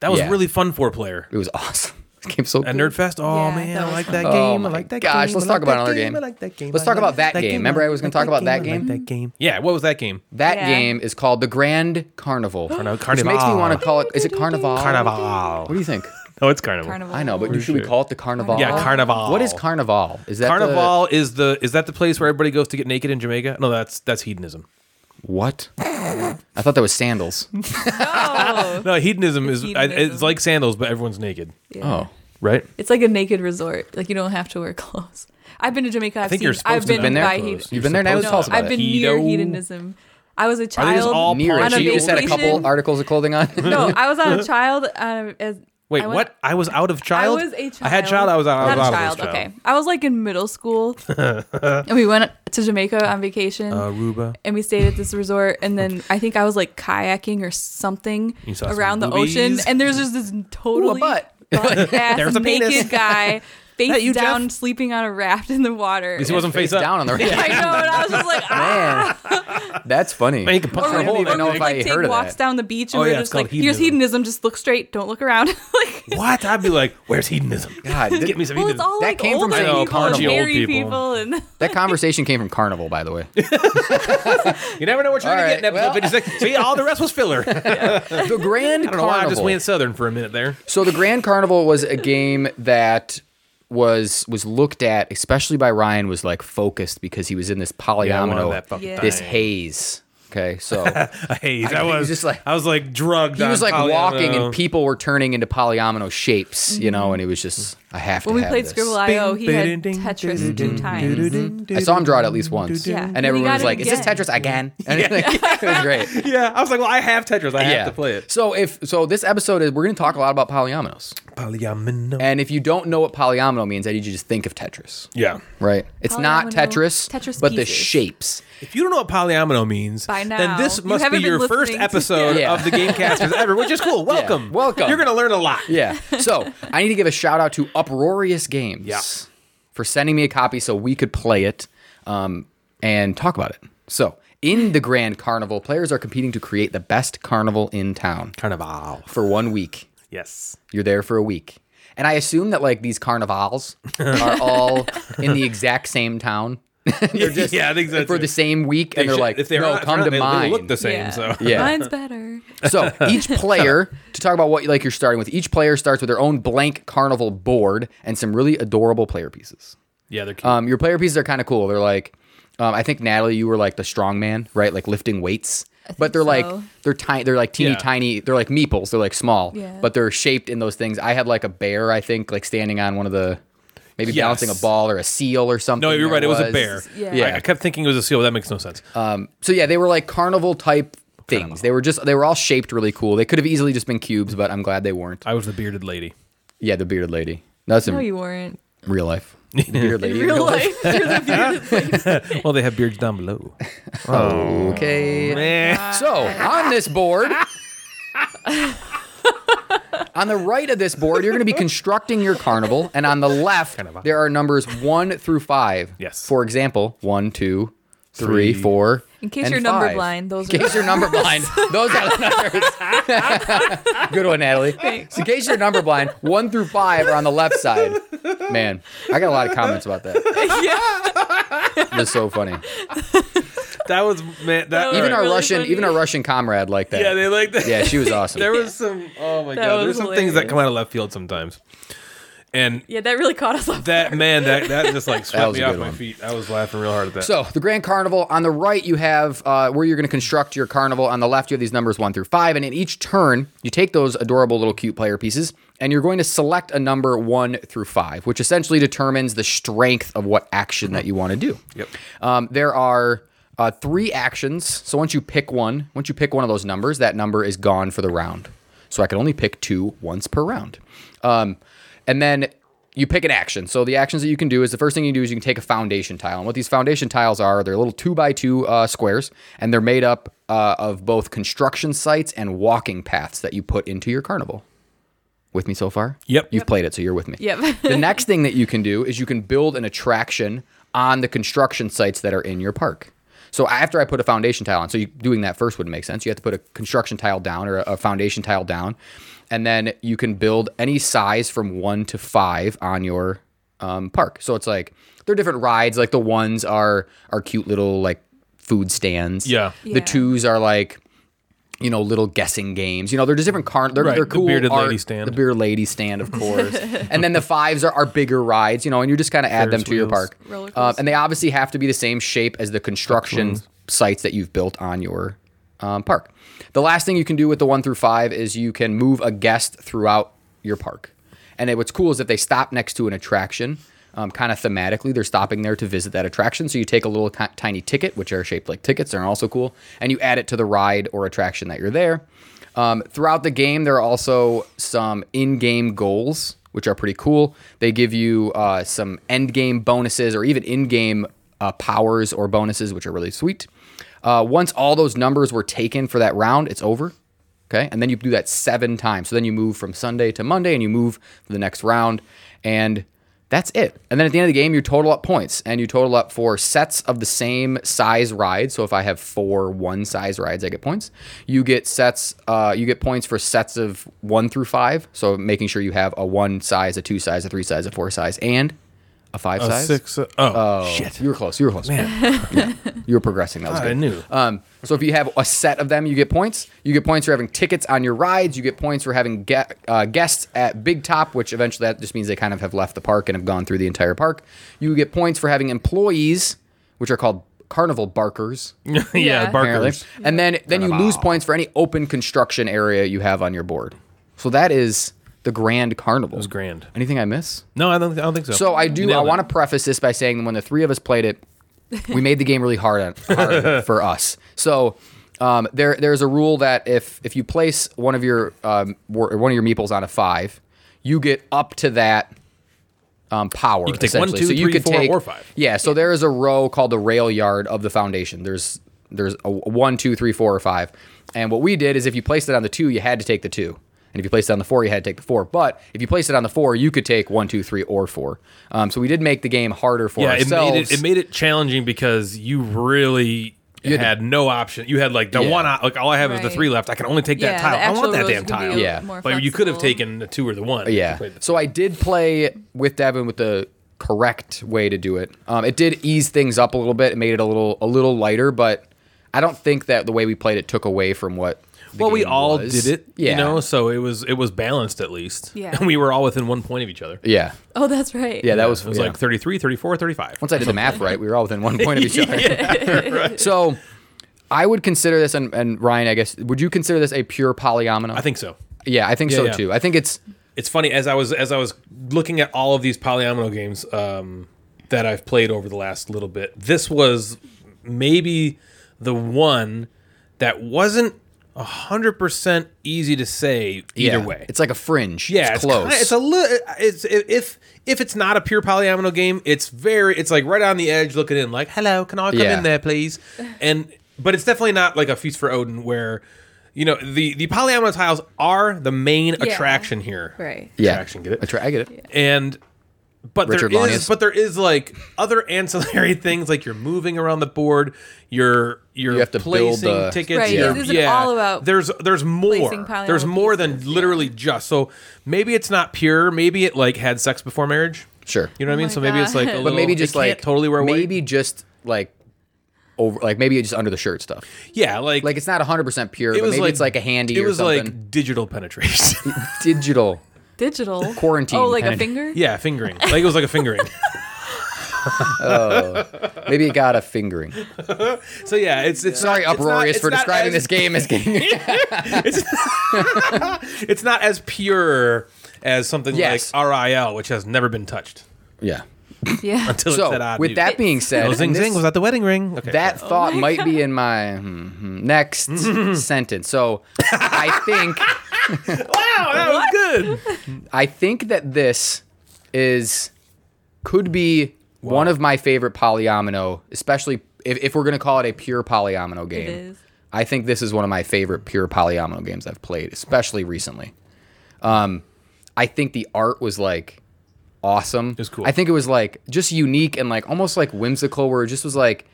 A: that was
C: yeah.
A: really fun for a player.
C: It was awesome. This game's so
A: At
C: cool.
A: Nerdfest. Oh
B: Yeah,
A: man,
B: that
A: I
B: was
A: like
B: fun.
A: that
C: Oh
A: game. I
C: my
A: like that
C: gosh,
A: game.
C: let's
A: I
C: talk
A: like
C: about
A: that
C: another game.
A: I like that game.
C: Let's
A: I
C: talk
A: like
C: about that game. Remember
A: I
C: I was gonna
A: like
C: talk about that
A: I like
C: game?
A: That game. Yeah. What was that game?
C: That
B: Yeah.
C: game is called the Grand Carnival.
A: Carnival.
C: Which makes me want to call it. Is it Carnival? What
A: Carnival.
C: do you think?
A: Oh, it's Carnival.
B: Carnival.
C: I know, but you should we
A: sure.
C: call it the Carnival?
A: Yeah, Carnival.
C: What is Carnival? Is that the-
A: Carnival is the is that the place where everybody goes to get naked in Jamaica? No, that's that's hedonism.
C: what? I thought that was sandals.
B: Oh.
A: No, hedonism is I,
B: Hedonism.
A: it's like sandals, but everyone's naked,
B: Yeah.
C: Oh,
A: right?
B: It's like a naked resort. Like you don't have to wear clothes. I've been to Jamaica. I've
A: think
B: seen,
A: you're supposed
B: I've
A: to
B: been,
A: not
C: been there.
B: by
A: clothes.
B: hedonism.
A: You're
C: You've been there. Now
A: supposed
C: tell us
A: to.
C: about
B: I've
C: it.
B: been near
A: Keto.
B: hedonism. I was a
A: Are they just
B: child.
A: all
C: near
A: On
C: it.
B: a
C: She just had a couple
B: vacation?
C: articles of clothing on.
B: no, I was on a child. Um, as,
A: Wait,
B: I was-
A: what? I was out of child.
B: I was a child.
A: I had child. I was out. I was
B: Not a
A: out of
B: child.
A: this Uh,
B: Okay, I was like in middle school, and we went to Jamaica on vacation.
A: Aruba.
B: and we stayed at this resort and then i think i was like kayaking or something
A: You saw some
B: around the
A: boobies?
B: ocean and there's just this totally
C: butt.
B: ass
A: There's a
B: naked
A: penis.
B: guy face
A: That you,
B: down
A: Jeff?
B: sleeping on a raft in the water
A: He wasn't face,
C: Face
A: up.
C: down on the
B: i know and i was just like "Oh, ah
C: Man, that's funny.
A: Man, you can punch
B: Or
A: a
B: we-
A: hole
B: or
A: in that
B: we
C: know
B: would,
A: thing.
C: if I
B: like
C: heard
B: take
C: of
B: walks
C: that.
B: down the beach and
A: Oh,
B: we
A: yeah,
B: we're
A: it's
B: just
A: called
B: like, here's
A: hedonism.
B: hedonism, just look straight, don't look around. like,
A: What? I'd be like, where's hedonism?
C: God,
A: get me some
B: well,
A: hedonism.
B: it's all
C: That
B: like
C: came from
B: older
C: saying
B: people and
C: carnival
B: married
A: people.
B: people, and
C: that conversation came from Carnival, by the way.
A: You never know what you're
C: All
A: gonna get
C: right,
A: in episode
C: well-
A: 56. See, all the rest was filler. I don't
C: the Grand
A: know
C: Carnival.
A: why I just went southern for a minute there.
C: So the Grand Carnival was a game that was was looked at, especially by Ryan, was like focused because he was in this
A: I wanted
C: polydomino,
A: that fucking
B: Yeah.
C: this
A: thing.
C: haze. Okay, so
A: A haze. I,
C: I-
A: was
C: just like-
A: I was like drugged.
C: he was
A: on uh,
C: like walking,
A: polyamino.
C: and people were turning into polyomino shapes, you know, and it was just I have to.
B: when we
C: have
B: played
C: this.
B: Scribble.io,
A: Bing,
B: he had
A: ding, ding,
B: Tetris
A: ding,
B: two
A: ding,
B: times.
A: Mm-hmm.
C: I saw him draw it at least once,
B: Yeah. And
C: and
B: he
C: everyone
B: got
C: was
B: it
C: like, "Is this
B: again.
C: Tetris again?" And it was great.
A: Yeah, I was like, well, I have Tetris. I have to play it.
C: So if so, this episode is we're going to talk a lot about polyominoes.
A: Polyomino.
C: And if you don't know what polyomino means, I need you to just think of Tetris.
A: yeah.
C: Right? It's not
B: Polyomino-
C: Tetris,
B: Tetris
C: but the
B: pieces.
C: shapes.
A: If you don't know what polyomino means,
B: By
A: then
B: now,
A: this
B: you
A: must be
B: haven't been
A: your first
B: listening to-
A: episode
C: Yeah.
A: of the Gamecasters ever, which is cool. Welcome.
C: Welcome.
A: You're going to learn a lot.
C: Yeah. So I need to give a shout out to Uproarious Games
A: Yeah.
C: for sending me a copy so we could play it um, and talk about it. So in the Grand Carnival, players are competing to create the best carnival in town
A: Carnival.
C: for one week.
A: Yes.
C: You're there for a week. And I assume that like these carnivals are all in the exact same town. they're just
A: Yeah, I think so,
C: for
A: too.
C: the same week, and
A: They
C: they're
A: should-
C: like,
A: if they're
C: no,
A: not-
C: come
A: if
C: to
A: they're not, they
C: mine.
A: look the same. So
C: Yeah.
B: mine's better.
C: So each player, to talk about what like you're starting with, each player starts with their own blank carnival board and some really adorable player pieces.
A: yeah, they're cute.
C: Um, your player pieces are kind of cool. They're like, um, I think Natalie, you were like the strong man, right? Like lifting weights. But they're
B: so.
C: like they're tiny. They're like teeny
A: Yeah.
C: tiny. They're like meeples. They're like small.
B: Yeah.
C: But they're shaped in those things. I had like a bear, I think, like standing on one of the, maybe
A: Yes.
C: balancing a ball or a seal or something.
A: no, you're
C: there
A: right. It was, a bear.
B: Yeah.
A: I, I kept thinking it was a seal, but that makes no sense.
C: Um, So yeah, they were like carnival type things. They were just they were all shaped really cool. They could have easily just been cubes, but I'm glad they weren't.
A: I was the bearded lady.
C: Yeah, the bearded lady. That's in
B: No, you weren't.
C: real life. The bearded lady. in
B: Real life.
A: well, they have beards down below.
C: Okay.
A: Eh.
C: So on this board, on the right of this board, you're going to be constructing your carnival, and on the left,
A: Carnival.
C: there are numbers one through five.
A: Yes.
C: For example, one, two,
A: Three.
C: three, four.
B: In case
C: and
B: you're number
C: five.
B: blind, those
C: In
B: are
C: case
B: the
C: you're number blind, those are the numbers. Good one, Natalie. So in case you're number blind, one through five are on the left side. Man, I got a lot of comments about that. That's so funny.
A: that was man. That,
B: That
A: all
C: Even
A: right.
C: our
B: really
C: Russian,
B: funny.
C: even our Russian comrade liked that.
A: yeah, they like that.
C: Yeah, she was awesome.
A: There was some. Oh my
B: That
A: god, there's
B: was
A: some things that
B: hilarious.
A: come out of left field sometimes. And
B: Yeah, that really caught us off.
A: that man, that that just like swept
C: was
A: me
C: a
A: off
C: good
A: my
C: one.
A: feet. I was laughing real hard at that.
C: so the Grand Carnival on the right, you have uh, where you're going to construct your carnival. On the left, you have these numbers one through five, and in each turn, you take those adorable little cute player pieces, and you're going to select a number one through five, which essentially determines the strength of what action that you want to do.
A: Yep.
C: Um, there are uh, three actions. So once you pick one, once you pick one of those numbers, that number is gone for the round. So I can only pick two once per round. Um, and then you pick an action. So the actions that you can do is the first thing you do is you can take a foundation tile. And what these foundation tiles are, they're little two by two uh, squares, and they're made up uh, of both construction sites and walking paths that you put into your carnival. With me so far?
A: Yep.
C: You've played it, so you're with me.
B: Yep.
C: the next thing that you can do is you can build an attraction on the construction sites that are in your park. So after I put a foundation tile on, so you, doing that first wouldn't make sense. You have to put a construction tile down or a, a foundation tile down, and then you can build any size from one to five on your um, park. So it's like there are different rides. Like the ones are are cute little like food stands.
A: Yeah.
B: Yeah.
C: The twos are like you know little guessing games. You know they're just different. Car- they're,
A: Right,
C: they're
A: the
C: cool.
A: bearded
C: art-
A: lady stand.
C: the beer lady stand, of course. and then the fives are, are bigger rides, you know, and you just kind of add them
A: Ferris
C: to your
A: wheels.
C: park.
B: Roller
C: Um,
B: coaster.
C: and they obviously have to be the same shape as the construction sites that you've built on your um, park. The last thing you can do with the one through five is you can move a guest throughout your park. And it, what's cool is if they stop next to an attraction, um, kind of thematically, they're stopping there to visit that attraction. So you take a little ki- tiny ticket, which are shaped like tickets, they're also cool, and you add it to the ride or attraction that you're there. Um, throughout the game, there are also some in-game goals, which are pretty cool. They give you uh, some end-game bonuses or even in-game uh, powers or bonuses, which are really sweet. Uh, once all those numbers were taken for that round, it's over. Okay, and then you do that seven times. So then you move from Sunday to Monday, and you move to the next round, and that's it. And then at the end of the game, you total up points and you total up for sets of the same size rides. So if I have four one size rides, I get points. You get sets, uh, you get points for sets of one through five. So making sure you have a one size, a two size, a three size, a four size, and a five size.
A: six. uh, oh,
C: Oh,
A: shit!
C: You were close. You were close. Yeah. You were progressing. That was
A: God,
C: good.
A: I knew.
C: Um, so if you have a set of them, you get points. You get points for having tickets on your rides. You get points for having ge- uh, guests at Big Top, which eventually that just means they kind of have left the park and have gone through the entire park. You get points for having employees, which are called carnival barkers
A: yeah,
B: Yeah.
C: apparently.
A: barkers.
C: And then then you lose points for any open construction area you have on your board. So that is the Grand Carnival. It was
A: grand.
C: Anything I miss?
A: No, I don't. I don't think so.
C: So I
A: You
C: do. I
A: nailed it.
C: want to preface this by saying that when the three of us played it, we made the game really hard, on, hard for us. So um, there, there's a rule that if if you place one of your um, wor- or one of your meeples on a five, you get up to that um, power.
D: You could take one,
C: essentially.
D: two,
C: so you
D: three,
C: could
D: four,
C: take-
D: or five.
C: Yeah. So there is a row called the rail yard of the foundation. There's there's a one, two, three, four, or five. And what we did is if you placed it on the two, you had to take the two. And if you placed it on the four, you had to take the four. But if you placed it on the four, you could take one, two, three, or four. Um, so we did make the game harder for
A: Yeah, it
C: ourselves.
A: made it, it made it challenging because you really
C: had
A: had,
C: to-
A: no option. You had like the
C: Yeah.
A: one op- like all I have is
B: Right.
A: the three left. I can only take that
B: Yeah,
A: tile.
B: the
A: I want
B: actual
A: that
B: rules
A: damn
B: could be a
A: tile.
B: little
C: Yeah.
B: more
A: But you could have
B: flexible.
A: taken the two or the one. if you
C: Yeah.
A: played the-
C: So I did play with Devin with the correct way to do it. Um, it did ease things up a little bit. It made it a little a little lighter, but I don't think that the way we played it took away from what. the
A: well, we
C: game
A: all
C: was.
A: did it,
C: Yeah.
A: you know. So it was it was balanced at least.
B: Yeah.
A: and we were all within one point of each other.
C: Yeah.
B: Oh, that's right.
C: Yeah, that was,
A: it was
C: yeah.
A: like 33, 34, 35.
C: once I did the math right, we were all within one point of each other. So I would consider this, and, and Ryan, I guess, would you consider this a pure polyomino?
A: I think so.
C: Yeah, I think so
A: yeah.
C: too. I think it's
A: It's funny as I was as I was looking at all of these polyomino games um, that I've played over the last little bit. This was maybe the one that wasn't hundred percent easy to say either
C: yeah,
A: way.
C: It's like a fringe.
A: yeah,
C: it's close.
A: kinda- it's a little. It's if if it's not a pure polyomino game, it's very. It's like right on the edge, looking in, like, "Hello, can I come
C: Yeah.
A: in there, please?" And but it's definitely not like a feast for Odin, where you know the the polyomino tiles are the main
B: Yeah.
A: attraction here.
B: Right.
C: yeah.
A: Attraction, get it?
C: Attra- I get it.
A: and but
C: Richard
A: there is
C: Lanius.
A: but there is like other ancillary things like you're moving around the board you're you're
C: You have to build
A: placing
C: the-
A: tickets
B: Right,
A: you're-
B: this isn't
A: yeah
B: all about
A: there's there's more
B: placing piling
A: there's
B: on
A: more than
B: pieces,
A: literally just so maybe it's not pure maybe it like had sex before marriage
C: Sure.
A: you know what I mean
B: Oh my
A: so maybe it's like a
B: God.
A: little,
C: but maybe
A: it
C: just
A: can't
C: like
A: totally wear white.
C: maybe just like over like maybe just under the shirt stuff
A: yeah like
C: like it's not 100% pure but maybe it's like a handy
A: it
C: or
A: was
C: something
A: like digital penetration
C: digital
B: Digital
C: Quarantine
B: Oh, like a
C: penalty.
B: finger.
A: yeah fingering like it was like a fingering
C: maybe it got a fingering
A: so yeah it's it's
C: sorry
A: not, it's not-
C: uproarious
A: it's
C: for
A: not
C: describing
A: as-
C: this game as game
A: it's not as pure as something
C: Yes.
A: like RIL, which has never been touched
C: yeah
B: Yeah.
A: until it said
C: so
A: odd
C: with
A: news.
C: that being said
A: Oh, zing
C: and this-
A: zing was that the wedding ring? Okay,
C: that
A: sorry.
C: thought might be in my hmm, hmm, next sentence so i think
A: wow, Oh, that was good.
C: I think that this is could be one of my favorite polyomino, especially if, if we're going to call it a pure polyomino game.
B: is.
C: I think this is one of my favorite pure polyomino games I've played, especially recently. Um, I think the art was like awesome. It
A: was cool.
C: I think it was like just unique and like almost like whimsical, where it just was like,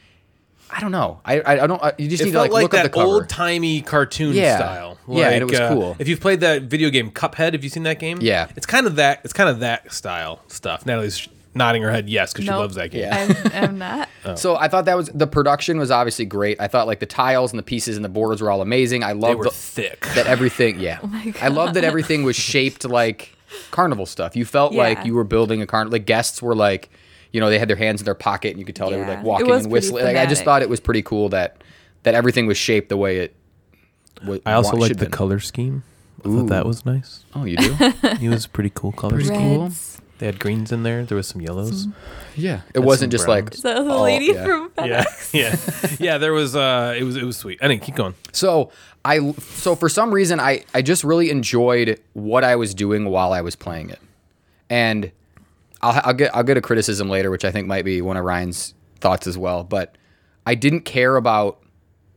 C: I don't know. I I, I don't. I, you just
A: It
C: need to like
A: felt
C: look
A: like,
C: at the
A: that
C: cover.
A: old timey cartoon
C: Yeah.
A: style.
C: Yeah, and it was
A: uh,
C: cool.
A: If you've played that video game Cuphead, have you seen that game?
C: Yeah.
A: it's kind of that. It's kind of that style stuff. Natalie's nodding her head yes because she
B: Nope.
A: loves that game.
C: Yeah.
B: I'm, I'm not.
C: So I thought that was the production was obviously great. I thought like the tiles and the pieces and the boards were all amazing. I
A: They
C: loved
A: were
C: the-
A: thick.
C: that everything. Yeah,
B: Oh
C: I love that everything was shaped like carnival stuff. You felt
B: Yeah.
C: like you were building a carnival. Like guests were like, you know, they had their hands in their pocket, and you could tell they were
B: Yeah.
C: like
B: It
C: walking
B: was
C: and
B: pretty
C: whistling. Like I just
B: thematic.
C: thought it was pretty cool that that everything was shaped the way it. Was,
D: I also
C: like
D: liked the color scheme. I thought that was nice.
C: Oh, you do?
D: It was a pretty cool color
C: Pretty
D: scheme.
C: cool. Mm-hmm.
B: Reds.
D: They had greens in there. There was some yellows.
C: yeah. It wasn't just like.
B: Is that the
C: Oh,
B: lady
C: yeah.
B: from FedEx?
A: Yeah, yeah, yeah. There was, uh, it was, it was sweet. Anyway, keep going.
C: So I so for some reason I I just really enjoyed what I was doing while I was playing it, and I'll, I'll get I'll get a criticism later, which I think might be one of Ryan's thoughts as well. But I didn't care about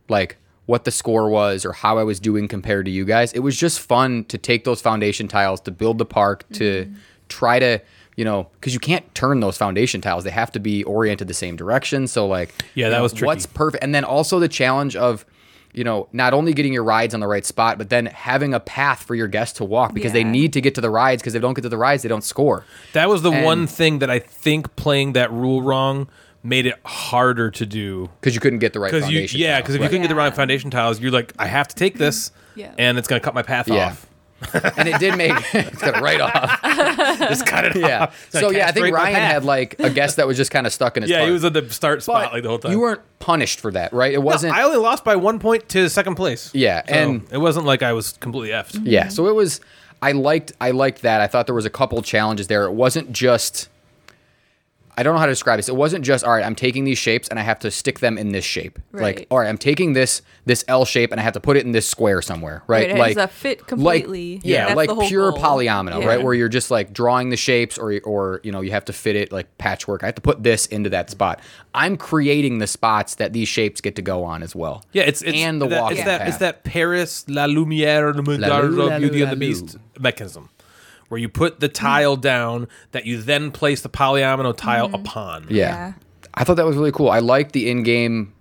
C: like what the score was or how I was doing compared to you guys. It was just fun to take those foundation tiles to build the park to try to you know because you can't turn those foundation tiles; they have to be oriented the same direction. So like
A: Yeah,
C: you
A: that
C: know,
A: was tricky.
C: What's perfect. And then also the challenge of, you know, not only getting your rides on the right spot, but then having a path for your guests to walk because they
B: Yeah.
C: need to get to the rides because if they don't get to the rides, they don't score.
A: That was the
C: And-
A: one thing that I think playing that rule wrong made it harder to do.
C: Because you couldn't get the right
A: Because you,
C: foundation.
A: yeah,
C: tile,
A: because if you
C: right.
A: couldn't get the right
B: Yeah.
A: foundation tiles, you're like, I have to take this,
B: Yeah.
A: and it's gonna cut my path
C: Yeah.
A: off.
C: and it did make it's got it right off.
A: Just cut it
C: Yeah.
A: off. It's
C: so
A: like,
C: yeah, I
A: castrate
C: think
A: my
C: Ryan
A: path.
C: had like a guest that was just kind of stuck in his.
A: yeah,
C: park.
A: he was at the start
C: But
A: spot like the whole time.
C: You weren't punished for that, right? It
A: No,
C: wasn't.
A: I only lost by one point to second place.
C: Yeah,
A: So
C: and-
A: it wasn't like I was completely effed.
C: Yeah,
B: Mm-hmm.
C: so it was. I liked. I liked that. I thought there was a couple challenges there. It wasn't just. I don't know how to describe this. It wasn't just all right. I'm taking these shapes and I have to stick them in this shape. Like
B: Right.
C: all right, I'm taking this this L shape and I have to put it in this square somewhere. Right.
B: Right, it has
C: like
B: to fit completely.
C: Like, yeah.
B: That's
C: like
B: the whole
C: pure
B: goal.
C: polyomino. Right.
B: Yeah.
C: Where you're just like drawing the shapes or or you know you have to fit it like patchwork. I have to put this into that spot. I'm creating the spots that these shapes get to go on as well.
A: Yeah, it's, it's
C: and the
A: that,
C: walking
A: it's that,
C: path.
A: it's that Paris La Lumière de Madame
C: la
A: Beauty
C: la
A: and the
C: la
A: Beast mechanism, where you put the tile down that you then place the polyomino tile
B: Mm-hmm.
A: upon.
C: Yeah.
B: Yeah.
C: I thought that was really cool. I liked the in-game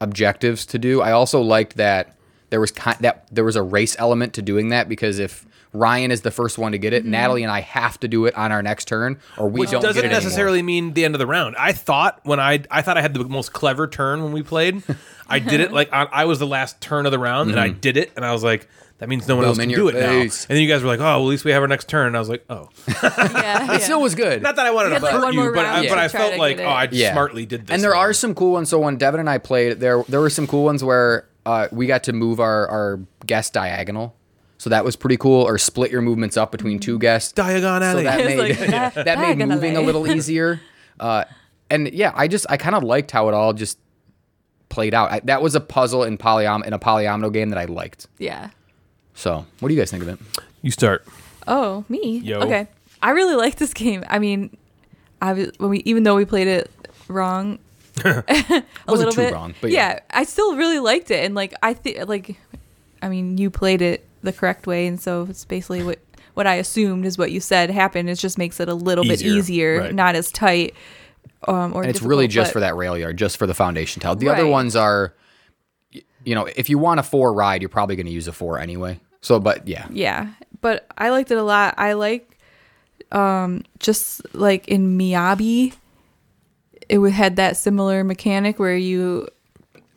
C: objectives to do. I also liked that there was kind that there was a race element to doing that because if Ryan is the first one to get it, Natalie and I have to do it on our next turn, or we
A: Which
C: don't
A: doesn't
C: get it
A: necessarily mean the end of the round. I thought when I I thought I had the most clever turn when we played. I did it like on, I was the last turn of the round and I did it and I was like that means no one else
C: Mm-hmm. in
A: can
C: your
A: do it now. And
C: face.
A: then you guys were like, "Oh, well, at least we have our next turn." And I was like, "Oh,
B: yeah.
C: It still was good.
A: not that I wanted to
B: You had, like,
A: hurt
B: one
A: you,
B: more
A: but I,
B: round
A: but
B: to
A: I
B: try
A: felt
B: to
A: like,
B: get
A: oh, I
B: it."
C: Yeah.
A: smartly did this."
C: And there
A: one.
C: are some cool ones. So when Devin and I played, there there were some cool ones where uh, we got to move our our guest diagonal. So that was pretty cool. Or split your movements up between
A: Mm-hmm.
C: two guests.
A: Diagon
C: So
A: Alley.
C: that
B: It's
C: made
B: like,
C: that, made
B: di- diagonally.
C: moving a little easier. Uh, and yeah, I just I kind of liked how it all just played out. I, that was a puzzle in polyom in a polyomino game that I liked.
B: yeah.
C: So what do you guys think of it?
A: you start.
B: Oh, me.
A: Yo.
B: Okay. I really like this game. I mean, I was, when we even though we played it wrong a
C: Wasn't
B: little
C: too
B: bit.
C: wrong, but
B: yeah.
C: yeah.
B: I still really liked it and like I think like I mean, you played it the correct way and so it's basically what what I assumed is what you said happened. It just makes it a little bit
A: Easier,
B: easier,
A: right.
B: not as tight. Um, or
C: And it's really
B: difficult,
C: just
B: but-
C: for that rail yard, just for the foundation tile. The other
B: Right.
C: ones are, y- you know, if you want a four ride, you're probably going to use a four anyway. So, but yeah,
B: yeah but i liked it a lot i like um just like in miyabi it would- had that similar mechanic where you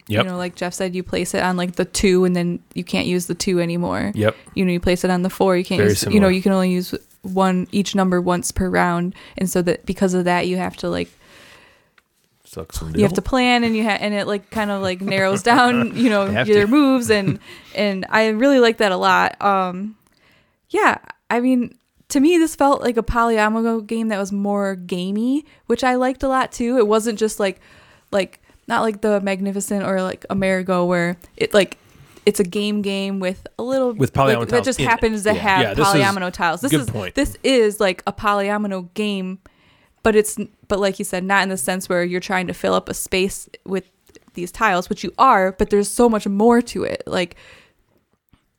A: Yep.
B: you know like jeff said you place it on like the two and then you can't use the two anymore
A: Yep.
B: you know you place it on the four you can't
A: Very
B: use you
A: similar.
B: know you can only use one each number once per round and so that because of that you have to like
A: Suck some
B: you have to plan and you ha- and it like kind of like narrows down you know
A: have
B: your
A: to.
B: moves and and i really like that a lot um yeah i mean to me this felt like a polyomino game that was more gamey which i liked a lot too it wasn't just like like not like the magnificent or like amerigo where it like it's a game game with a little
A: With polyomino tiles
B: like, that just
A: in it.
B: happens to
A: Yeah.
B: have
A: Yeah, this is-
B: polyomino tiles this
A: good
B: is
A: point.
B: this is like a polyomino game but it's but like you said not in the sense where you're trying to fill up a space with these tiles which you are but there's so much more to it like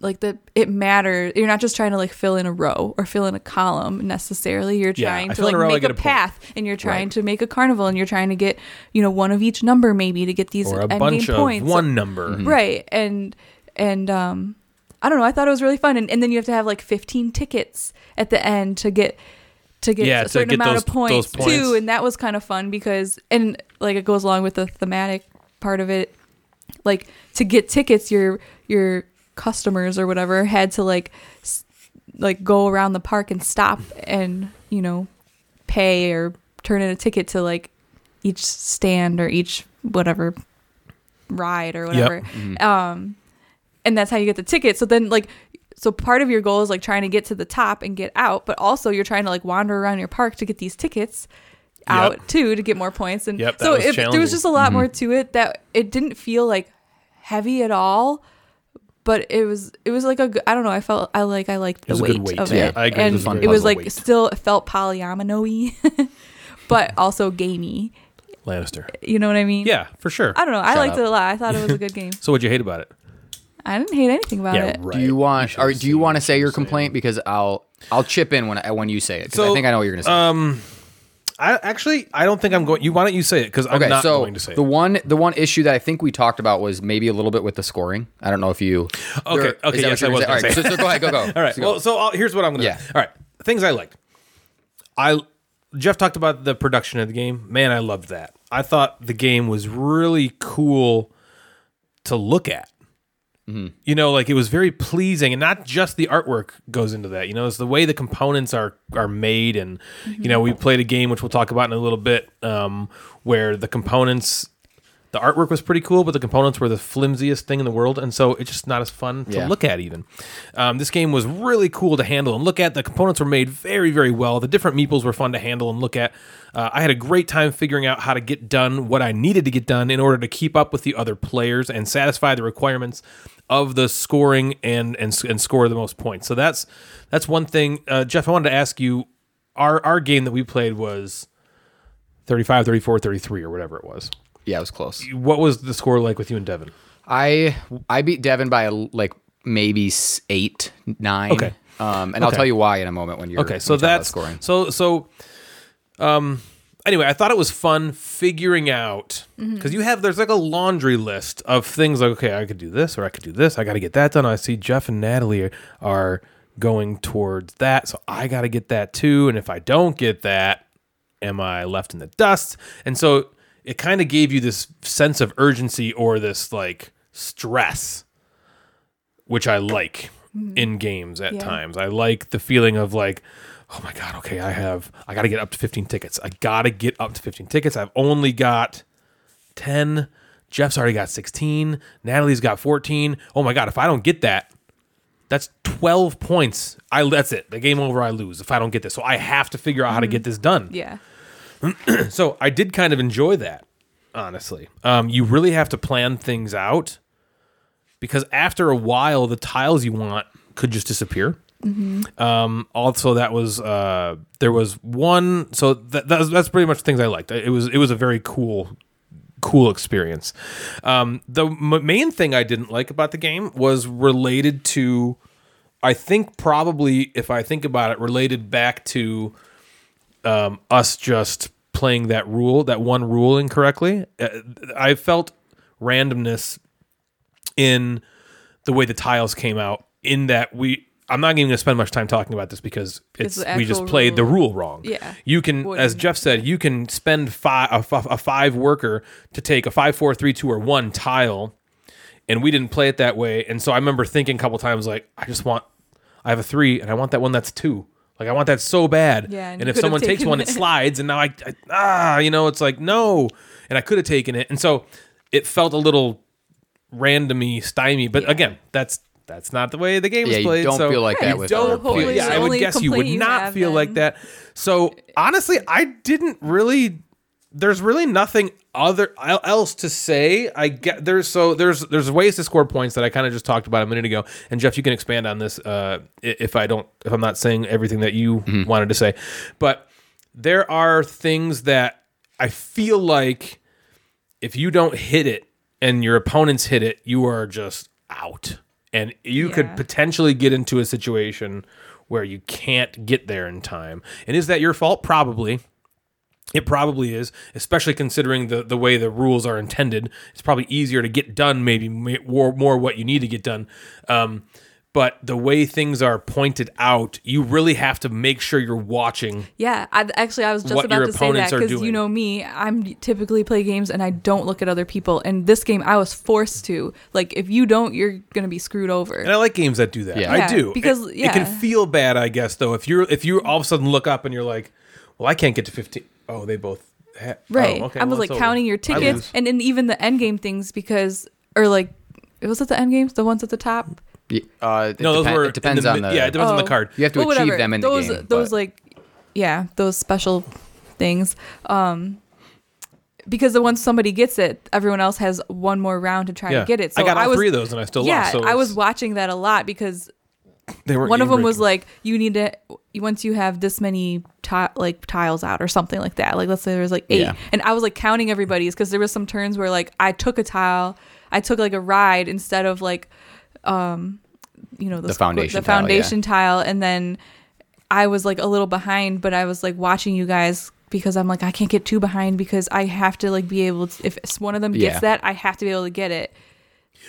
B: like the it matters you're not just trying to like fill in a row or fill in a column necessarily you're
A: Yeah,
B: trying
A: I
B: to
A: fill in
B: like
A: a row, I
B: make
A: get a
B: a,
A: point.
B: path and you're trying to make a carnival and you're trying to get you know one of each number maybe to get these
A: or a
B: end
A: bunch
B: game
A: of
B: points
A: one number.
B: right and and um i don't know i thought it was really fun and, and then you have to have like 15 tickets at the end to get to get
A: Yeah,
B: a
A: to
B: certain
A: get
B: amount
A: those-
B: of points,
A: those points.
B: too and that was kind of fun because and like it goes along with the thematic part of it like to get tickets your your customers or whatever had to like s- like go around the park and stop and you know pay or turn in a ticket to like each stand or each whatever ride or whatever
A: Mm-hmm.
B: um and that's how you get the ticket so then like so part of your goal is like trying to get to the top and get out but also you're trying to like wander around your park to get these tickets out too to get more points and
A: Yep, that
B: so
A: was
B: it, there
A: challenging. Mm-hmm.
B: was just a lot more to it that it didn't feel like heavy at all but it was it was like a good- I don't know I felt I like I liked the
A: was a
B: weight,
A: good weight.
B: of
A: Yeah,
B: it
A: I agree. It
B: and
A: was a
C: fun
B: it was
C: puzzle
B: like
A: weight.
B: still it felt polyomino-y but also gamey
A: Lannister.
B: you know what I mean
A: Yeah, for sure.
B: I don't know I
C: Shut
B: liked
C: up.
B: it a lot I thought it was a good game
A: So what'd you hate about it?
B: I didn't hate anything about it
C: Do you want or do you want to say your complaint? Because I'll I'll chip in when I, when you say it. 'cause I
A: So,
C: think I know what you're going to say.
A: I actually I don't think I'm going. You why don't you say it? Because I'm not
C: so
A: going to say
C: the
A: it.
C: one the one issue that I think we talked about was maybe a little bit with the scoring. I don't know if you.
A: Okay,
C: there-
A: okay,
C: is that
A: yes,
C: what you were
A: I was
C: gonna say?
A: gonna
C: All right, so, so go ahead, go go.
A: All right.
C: So go.
A: Well, so I'll, here's what I'm gonna.
C: Yeah.
A: do. All right. Things I liked. I Jeff talked about the production of the game. Man, I loved that. I thought the game was really cool to look at.
C: Mm-hmm.
A: You know, like it was very pleasing, and not just the artwork goes into that. You know, it's the way the components are are made, and
C: Mm-hmm.
A: you know, we played a game which we'll talk about in a little bit, um, where the components The artwork was pretty cool, but the components were the flimsiest thing in the world, and so it's just not as fun to
C: Yeah.
A: look at. Even um, this game was really cool to handle and look at. The components were made very, very well. The different meeples were fun to handle and look at. Uh, I had a great time figuring out how to get done what I needed to get done in order to keep up with the other players and satisfy the requirements of the scoring and and s- and score the most points. So that's that's one thing, uh, Jeff. I wanted to ask you. Our, our game that we played was 35, 34, 33, or whatever it was.
C: Yeah, it was close.
A: What was the score like with you and Devin?
C: I I beat Devin by like maybe s- eight, nine.
A: Okay.
C: Um, and I'll
A: Okay.
C: tell you why in a moment when you're
A: Okay, so
C: when we talk about
A: that's
C: scoring.
A: so so. Um. Anyway, I thought it was fun figuring out because you have there's like a laundry list of things like okay, I could do this or I could do this. I got to get that done. I see Jeff and Natalie are, are going towards that, so I got to get that too. And if I don't get that, am I left in the dust? And so it kind of gave you this sense of urgency or this like stress, which I like in games at
B: Yeah.
A: times. I like the feeling of like, oh my God, okay, I have, I got to get up to 15 tickets. I got to get up to 15 tickets. I've only got 10. Jeff's already got 16. Natalie's got 14. Oh my God, if I don't get that, that's 12 points. I that's it. The game over I lose if I don't get this. So I have to figure out how to get this done.
B: Yeah.
A: So I did kind of enjoy that, honestly. Um, you really have to plan things out because after a while, the tiles you want could just disappear. Um, also, that was uh, there was one. So that, that was, that's pretty much things I liked. It was it was a very cool cool experience. Um, the m- main thing I didn't like about the game was related to. I think probably, if I think about it, related back to um, us just playing that rule, that one rule incorrectly. Uh, I felt randomness in the way the tiles came out. In that we, I'm not even going to spend much time talking about this because
B: It's
A: it's,
B: the
A: we just
B: actual
A: played the
B: rule.
A: rule wrong.
B: Yeah.
A: you can,
B: What
A: as
B: you-
A: Jeff said, you can spend five a, fi- a five worker to take a five, four, three, two, or one tile and we didn't play it that way. And so I remember thinking a couple times, like, I just want, I have a three, and I want that one that's two. Like, I want that so bad.
B: Yeah, and
A: and
B: you
A: if
B: could have
A: someone takes
B: taken
A: one, it
B: it.
A: slides, and now I, I, ah, you know, it's like, no. And I could have taken it. And so it felt a little randomy, stymie. But again, that's that's not the way the game
C: Yeah,
A: is
C: you
A: played.
C: don't
A: so
C: feel like that
A: you
C: with
A: don't
C: other
A: feel-
C: players.
A: Yeah, I would
B: Only
A: guess you would
B: complaint you
A: not
B: have
A: feel like
B: then.
A: that. So honestly, I didn't really. There's really nothing other el- else to say. I get there's so there's there's ways to score points that I kind of just talked about a minute ago. And Jeff, you can expand on this uh, i- if I don't if I'm not saying everything that you
C: Mm-hmm.
A: wanted to say, but there are things that I feel like if you don't hit it and your opponents hit it, you are just out. And you could
B: Yeah.
A: potentially get into a situation where you can't get there in time. And is that your fault? Probably. It probably is, especially considering the, the way the rules are intended. It's probably easier to get done, maybe m- more, more what you need to get done. Um, but the way things are pointed out, you really have to make sure you're watching.
B: Yeah, I, actually, I was just
A: What
B: about
A: your
B: to say that
A: opponents are
B: because you
A: doing.
B: know me, I'm typically play games and I don't look at other people. And this game, I was forced to. Like, if you don't, you're gonna be screwed over.
A: And I like games that do that.
C: Yeah.
A: I
B: Yeah,
A: do
B: because-
A: it, it
B: yeah.
A: can feel bad, I guess, though. If you're if you all of a sudden look up and you're like, "Well, I can't get to 15. Oh, they both. Ha-
B: Right.
A: oh, okay,
B: I was
A: well,
B: like
A: it's over.
B: counting your
A: I
B: tickets
A: lose.
B: and then even the end game things because or like was it the end games? The ones at the top?
C: Yeah, uh, it
A: No, those
C: depen-
A: were
C: it depends
A: in the,
C: on
A: mi-
C: the
A: yeah, it depends on the
B: Oh.
A: card.
C: You have to
B: Well,
C: achieve
B: whatever.
C: them in the
B: those,
C: game,
B: Those
C: but-
B: like yeah, those special things. Um because the once somebody gets it, everyone else has one more round to try
A: yeah.
B: to get it. So
A: I got all
B: was
A: three of those and I still
B: yeah,
A: lost. So
B: I was
A: it's-
B: watching that a lot because
A: they weren't
B: one of
A: game
B: them was
A: breaking.
B: like you need to once you have this many ti- like tiles out or something like that like let's say there was like eight
C: Yeah.
B: and i was like counting everybody's because there was some turns where like i took a tile i took like a ride instead of like um you know the, squ-
C: foundation
B: the
C: tile, yeah.
B: foundation tile and then i was like a little behind but i was like watching you guys because i'm like i can't get too behind because i have to like be able to if one of them gets
C: Yeah.
B: that i have to be able to get it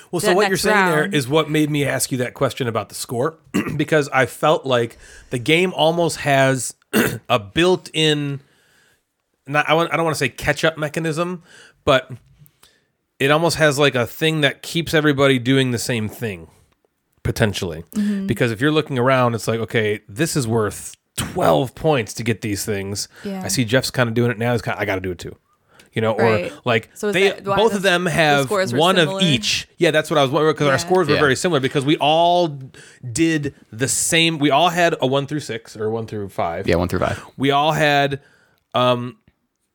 A: Well, so
B: that
A: what you're
B: next
A: saying
B: round.
A: there is what made me ask you that question about the score because I felt like the game almost has a built-in not I, want, I don't want to say catch-up mechanism, but it almost has like a thing that keeps everybody doing the same thing potentially.
B: Mm-hmm.
A: Because if you're looking around, it's like, okay, this is worth 12 points to get these things.
B: Yeah.
A: I see Jeff's kind of doing it now. He's kind of, I got to do it too. you know,
B: Right.
A: or like
B: So is
A: they
B: that why
A: both
B: the-
A: of them
B: the
A: have
B: scores were
A: one
B: similar?
A: of each. Yeah, that's what I was wondering because
B: Yeah.
A: our scores were
C: Yeah.
A: very similar because we all did the same. We all had a one through six or one through five.
C: Yeah, one through five.
A: We all had um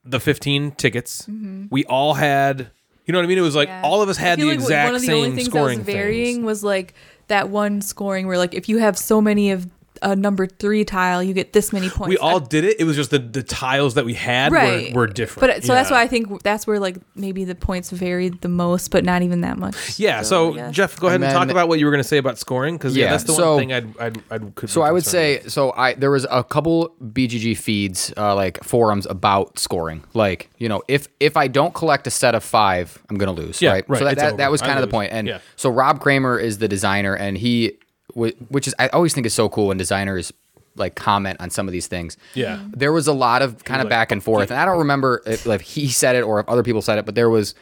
A: the 15 tickets. We all had you know what I mean? It was like
B: Mm-hmm. Yeah.
A: all of us
B: I
A: had
B: feel
A: the
B: like
A: exact
B: one of the
A: same
B: only things
A: scoring
B: that
A: things.
B: was varying was like that one scoring where like if you have so many of a number three tile, you get this many points.
A: We all
B: I-
A: did it. It was just the, the tiles that we had
B: right
A: were, were different.
B: But so that's
A: Yeah.
B: why I think that's where like maybe the points varied the most, but not even that much.
A: Yeah, so,
B: I guess.
A: Jeff, go ahead and,
C: And
A: talk
C: then-
A: about what you were going to say about scoring because yeah,
C: Yeah,
A: that's the
C: so-
A: one thing I'd I'd, I'd could be
C: So I would
A: concerned
C: say so I there was a couple BGG feeds uh, like forums about scoring. Like you know if if I don't collect a set of five, I'm gonna lose.
A: Yeah,
C: right.
A: right,
C: So that,
A: it's
C: that,
A: over.
C: that was
A: I
C: kind of the
A: lose.
C: point. And
A: Yeah.
C: so Rob Kramer is the designer, and he wh- which is I always think is so cool when designers like comment on some of these things.
A: Yeah.
C: there was a lot of kind of
A: like,
C: back and forth, and I don't remember if like he said it or if other people said it, but there was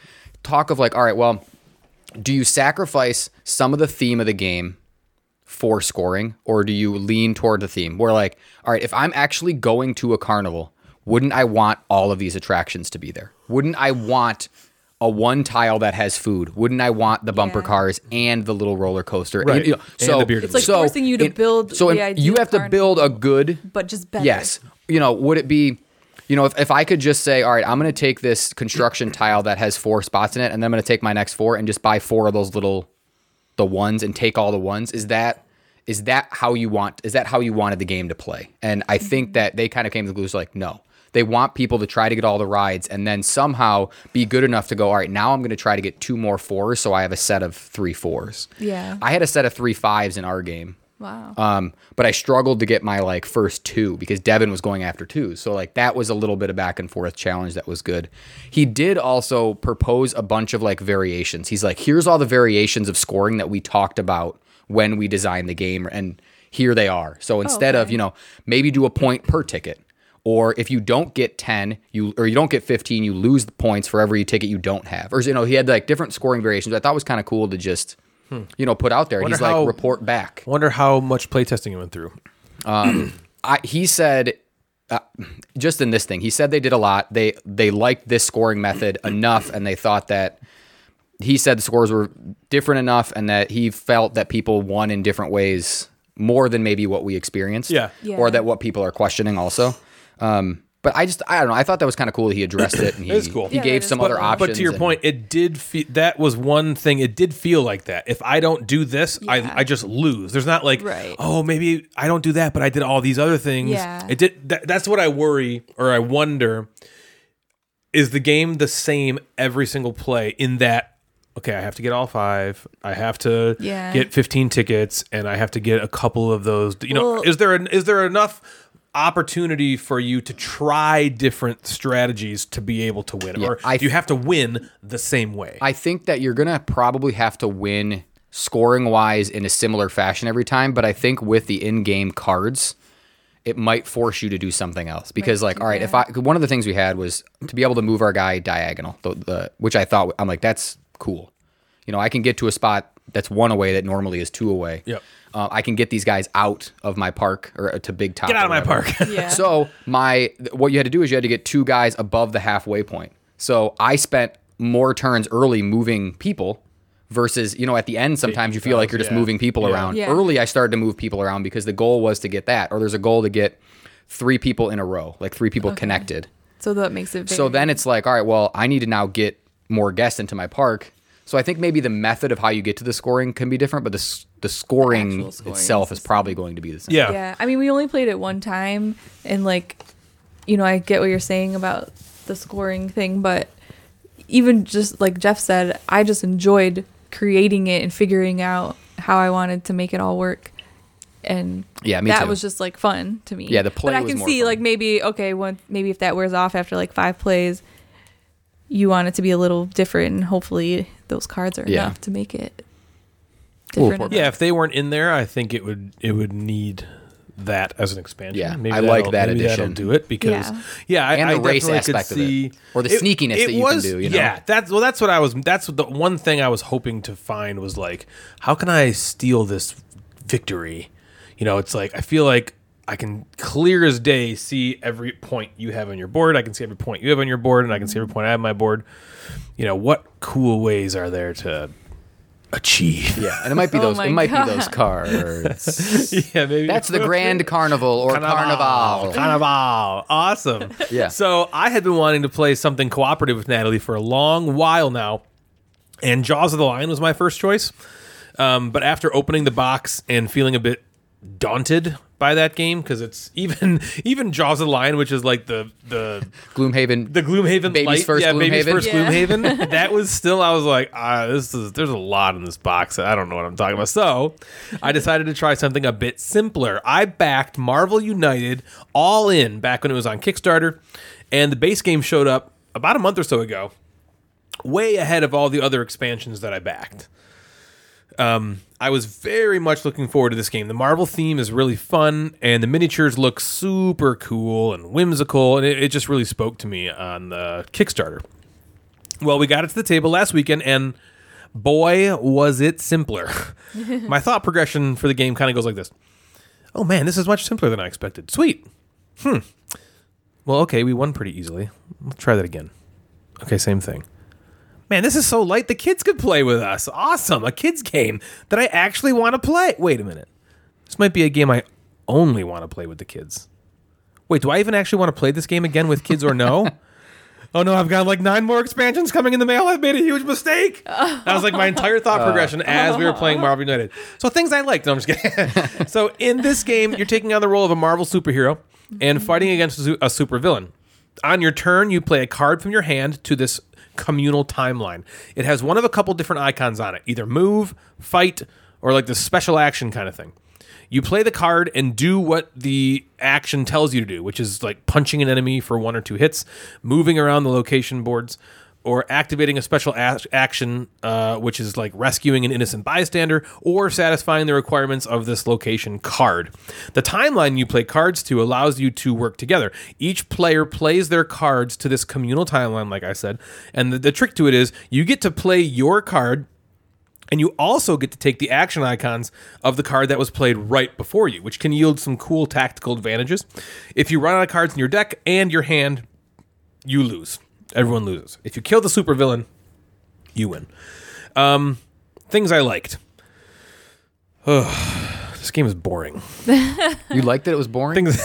C: talk of like all right, well. Do you sacrifice some of the theme of the game for scoring or do you lean toward the theme where like all right if i'm actually going to a carnival wouldn't i want all of these attractions to be there wouldn't i want a one tile that has food woun't i want the bumper
B: Yeah.
C: cars and the little roller coaster
A: Right.
C: And, you know,
A: And
C: so
A: the bearded It's
B: like
C: so
B: forcing you to
C: in-
B: build
C: so
B: the
C: in-
B: ideal
C: you have to build a good
B: But just better.
C: Yes. You know, would it be, you know, if, if I could just say, all right, I'm going to take this construction tile that has four spots in it, and then I'm going to take my next four and just buy four of those little, the ones and take all the ones. Is that, is that how you want, is that how you wanted the game to play? And I
B: Mm-hmm.
C: think that they kind of came to the conclusion like, no, they want people to try to get all the rides and then somehow be good enough to go, all right, now I'm going to try to get two more fours. So I have a set of three fours.
B: Yeah.
C: I had a set of three fives in our game.
B: Wow.
C: Um, but I struggled to get my like first two because Devin was going after two. So like that was a little bit of back and forth challenge that was good. He did also propose a bunch of like variations. He's like, here's all the variations of scoring that we talked about when we designed the game, and here they are. So instead of,
B: Oh, okay.
C: you know, maybe do a point per ticket. Or if you don't get 10, you or you don't get 15, you lose the points for every ticket you don't have. Or you know, he had like different scoring variations that I thought was kind of cool to just you know put out there. And
A: Hmm. Wonder
C: He's like
A: how-
C: report back.
A: with. Wonder how much playtesting you went through.
C: I, he said uh, just in this thing he said they did a lot they they liked this scoring method enough and they thought that he said the scores were different enough and that he felt that people won in different ways more than maybe what we experienced
A: Yeah.
B: Yeah.
C: or that what people are questioning also um but I just I don't know I thought that was kind of cool he addressed it and he,
A: is cool.
C: he
A: Yeah,
C: gave
B: that is
C: some
B: cool.
C: other options
A: But to your
C: and-
A: point, it did feel that was one thing. It did feel like that. If I don't do this,
B: Yeah.
A: I, I just lose. There's not like,
B: Right.
A: oh, maybe I don't do that, but I did all these other things.
B: Yeah.
A: It did. That, that's what I worry or I wonder. Is the game the same every single play? In that, okay, I have to get all five. I have to
B: Yeah.
A: get 15 tickets, and I have to get a couple of those. You know,
B: Well-
A: is there an, is there enough? opportunity for you to try different strategies to be able to win
C: Yeah,
A: or
C: I
A: do you have to win the same way.
C: I think that you're gonna probably have to win scoring wise in a similar fashion every time, but I think with the in-game cards, it might force you to do something else because, like, all right, if I 'cause one of the things we had was to be able to move our guy diagonal, the, the which I thought I'm like that's cool, you know, I can get to a spot that's one away that normally is two away.
A: Yep.
C: Uh, I can get these guys out of my park or uh, to big top.
A: Get out of
C: or
A: my
C: whatever.
A: park.
B: Yeah.
C: So my th- what you had to do is you had to get two guys above the halfway point. So I spent more turns early moving people versus you know at the end sometimes you feel like you're just
A: yeah.
C: moving people around.
B: Yeah.
C: Early I started to move people around because the goal was to get that or there's a goal to get three people in a row, like three people connected.
B: so that makes it. Very,
C: So then it's like, all right, well, I need to now get more guests into my park. So I think maybe the method of how you get to the scoring can be different, but the s- the scoring,
B: actual scoring
C: itself is probably going to be the same.
A: yeah.
B: yeah. I mean, we only played it one time, and like, you know, I get what you're saying about the scoring thing, but even just like Jeff said, I just enjoyed creating it and figuring out how I wanted to make it all work. And
C: Yeah, me
B: that
C: too.
B: was just like fun to me.
C: Yeah, the play
B: But I
C: was
B: can
C: more
B: see
C: fun.
B: like maybe okay, one maybe if that wears off after like five plays, you want it to be a little different, and hopefully those cards are
C: Yeah.
B: enough to make it
C: We'll
B: different.
C: report
B: enough.
A: Yeah, if they weren't in there, I think it would it would need that as an expansion.
C: Yeah, I like
A: that'll-
C: that
A: maybe That'll
C: addition.
A: do it because
B: Yeah.
A: yeah, I,
C: And the
A: I
C: race
A: definitely could
C: aspect of it.
A: see,
C: Or the sneakiness that you can do, you know?
A: yeah, that's well, that's what I was. That's the one thing I was hoping to find was like, how can I steal this victory? You know, it's like I feel like I can clear as day see every point you have on your board. I can see every point you have on your board, and I can see every point I have on my board. You know what cool ways are there to achieve?
C: Yeah, and it might be
B: Oh
C: those.
B: my
C: It might
B: God.
C: be those cards.
A: yeah, maybe
C: That's the Grand Carnival or Carnival.
A: Carnival. Awesome.
C: Yeah.
A: So I had been wanting to play something cooperative with Natalie for a long while now, and Jaws of the Lion was my first choice. Um, but after opening the box and feeling a bit daunted by that game because it's even even Jaws of the Lion, which is like the the
C: Gloomhaven.
A: the Gloomhaven
C: Baby's
A: light,
C: first
A: yeah, baby's
C: Gloomhaven.
A: first
B: Yeah.
A: Gloomhaven. that was still. I was like, ah, this is. There's a lot in this box. I don't know what I'm talking about. So, I decided to try something a bit simpler. I backed Marvel United all in back when it was on Kickstarter, and the base game showed up about a month or so ago, way ahead of all the other expansions that I backed. Um, I was very much looking forward to this game. The Marvel theme is really fun, and the miniatures look super cool and whimsical, and it, it just really spoke to me on the Kickstarter. Well, we got it to the table last weekend, and boy, was it simpler. My thought progression for the game kind of goes like this Oh man, this is much simpler than I expected. Sweet. Hmm. Well, okay, we won pretty easily. Let's try that again. Okay, same thing. Man, this is so light. The kids could play with us. Awesome. A kids game that I actually want to play. Wait a minute. This might be a game I only want to play with the kids. Wait, do I even actually want to play this game again with kids or no? oh no, I've got like nine more expansions coming in the mail. I've made a huge mistake. That was like my entire thought progression as we were playing Marvel United. So things I liked. No, I'm just kidding. so in this game, you're taking on the role of a Marvel superhero and fighting against a su- a supervillain. On your turn, you play a card from your hand to this communal timeline. It has one of a couple different icons on it either move, fight, or like this special action kind of thing. You play the card and do what the action tells you to do, which is like punching an enemy for one or two hits, moving around the location boards, or activating a special a- action, uh, which is like rescuing an innocent bystander or satisfying the requirements of this location card. The timeline you play cards to allows you to work together. Each player plays their cards to this communal timeline, like I said. And the, the trick to it is you get to play your card and you also get to take the action icons of the card that was played right before you, which can yield some cool tactical advantages. If you run out of cards in your deck and your hand, you lose. Everyone loses. If you kill the supervillain, you win. Um, things I liked. Ugh, this game is boring.
C: You liked that it was boring.
A: Things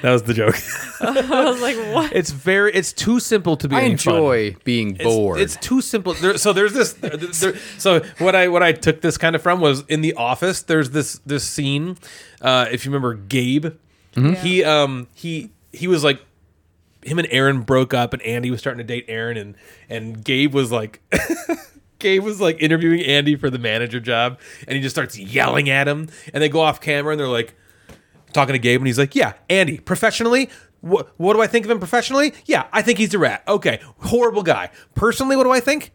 A: that was the joke.
B: I was like, what?
A: It's very. It's too simple to be.
C: I
A: any fun.
C: enjoy being
A: It's-
C: bored.
A: It's, too simple. There, so there's this. there- there- so what I what I took this kind of from was in the office. There's this this scene. Uh, if you remember Gabe, he um he he was like him and Aaron broke up, and Andy was starting to date Aaron, and and Gabe was like. Gabe was like interviewing Andy for the manager job, and he just starts yelling at him. And they go off camera, and they're like, talking to Gabe, and he's like, "Yeah, Andy, professionally, wh- what do I think of him professionally? Yeah, I think he's a rat. Okay, horrible guy. Personally, what do I think?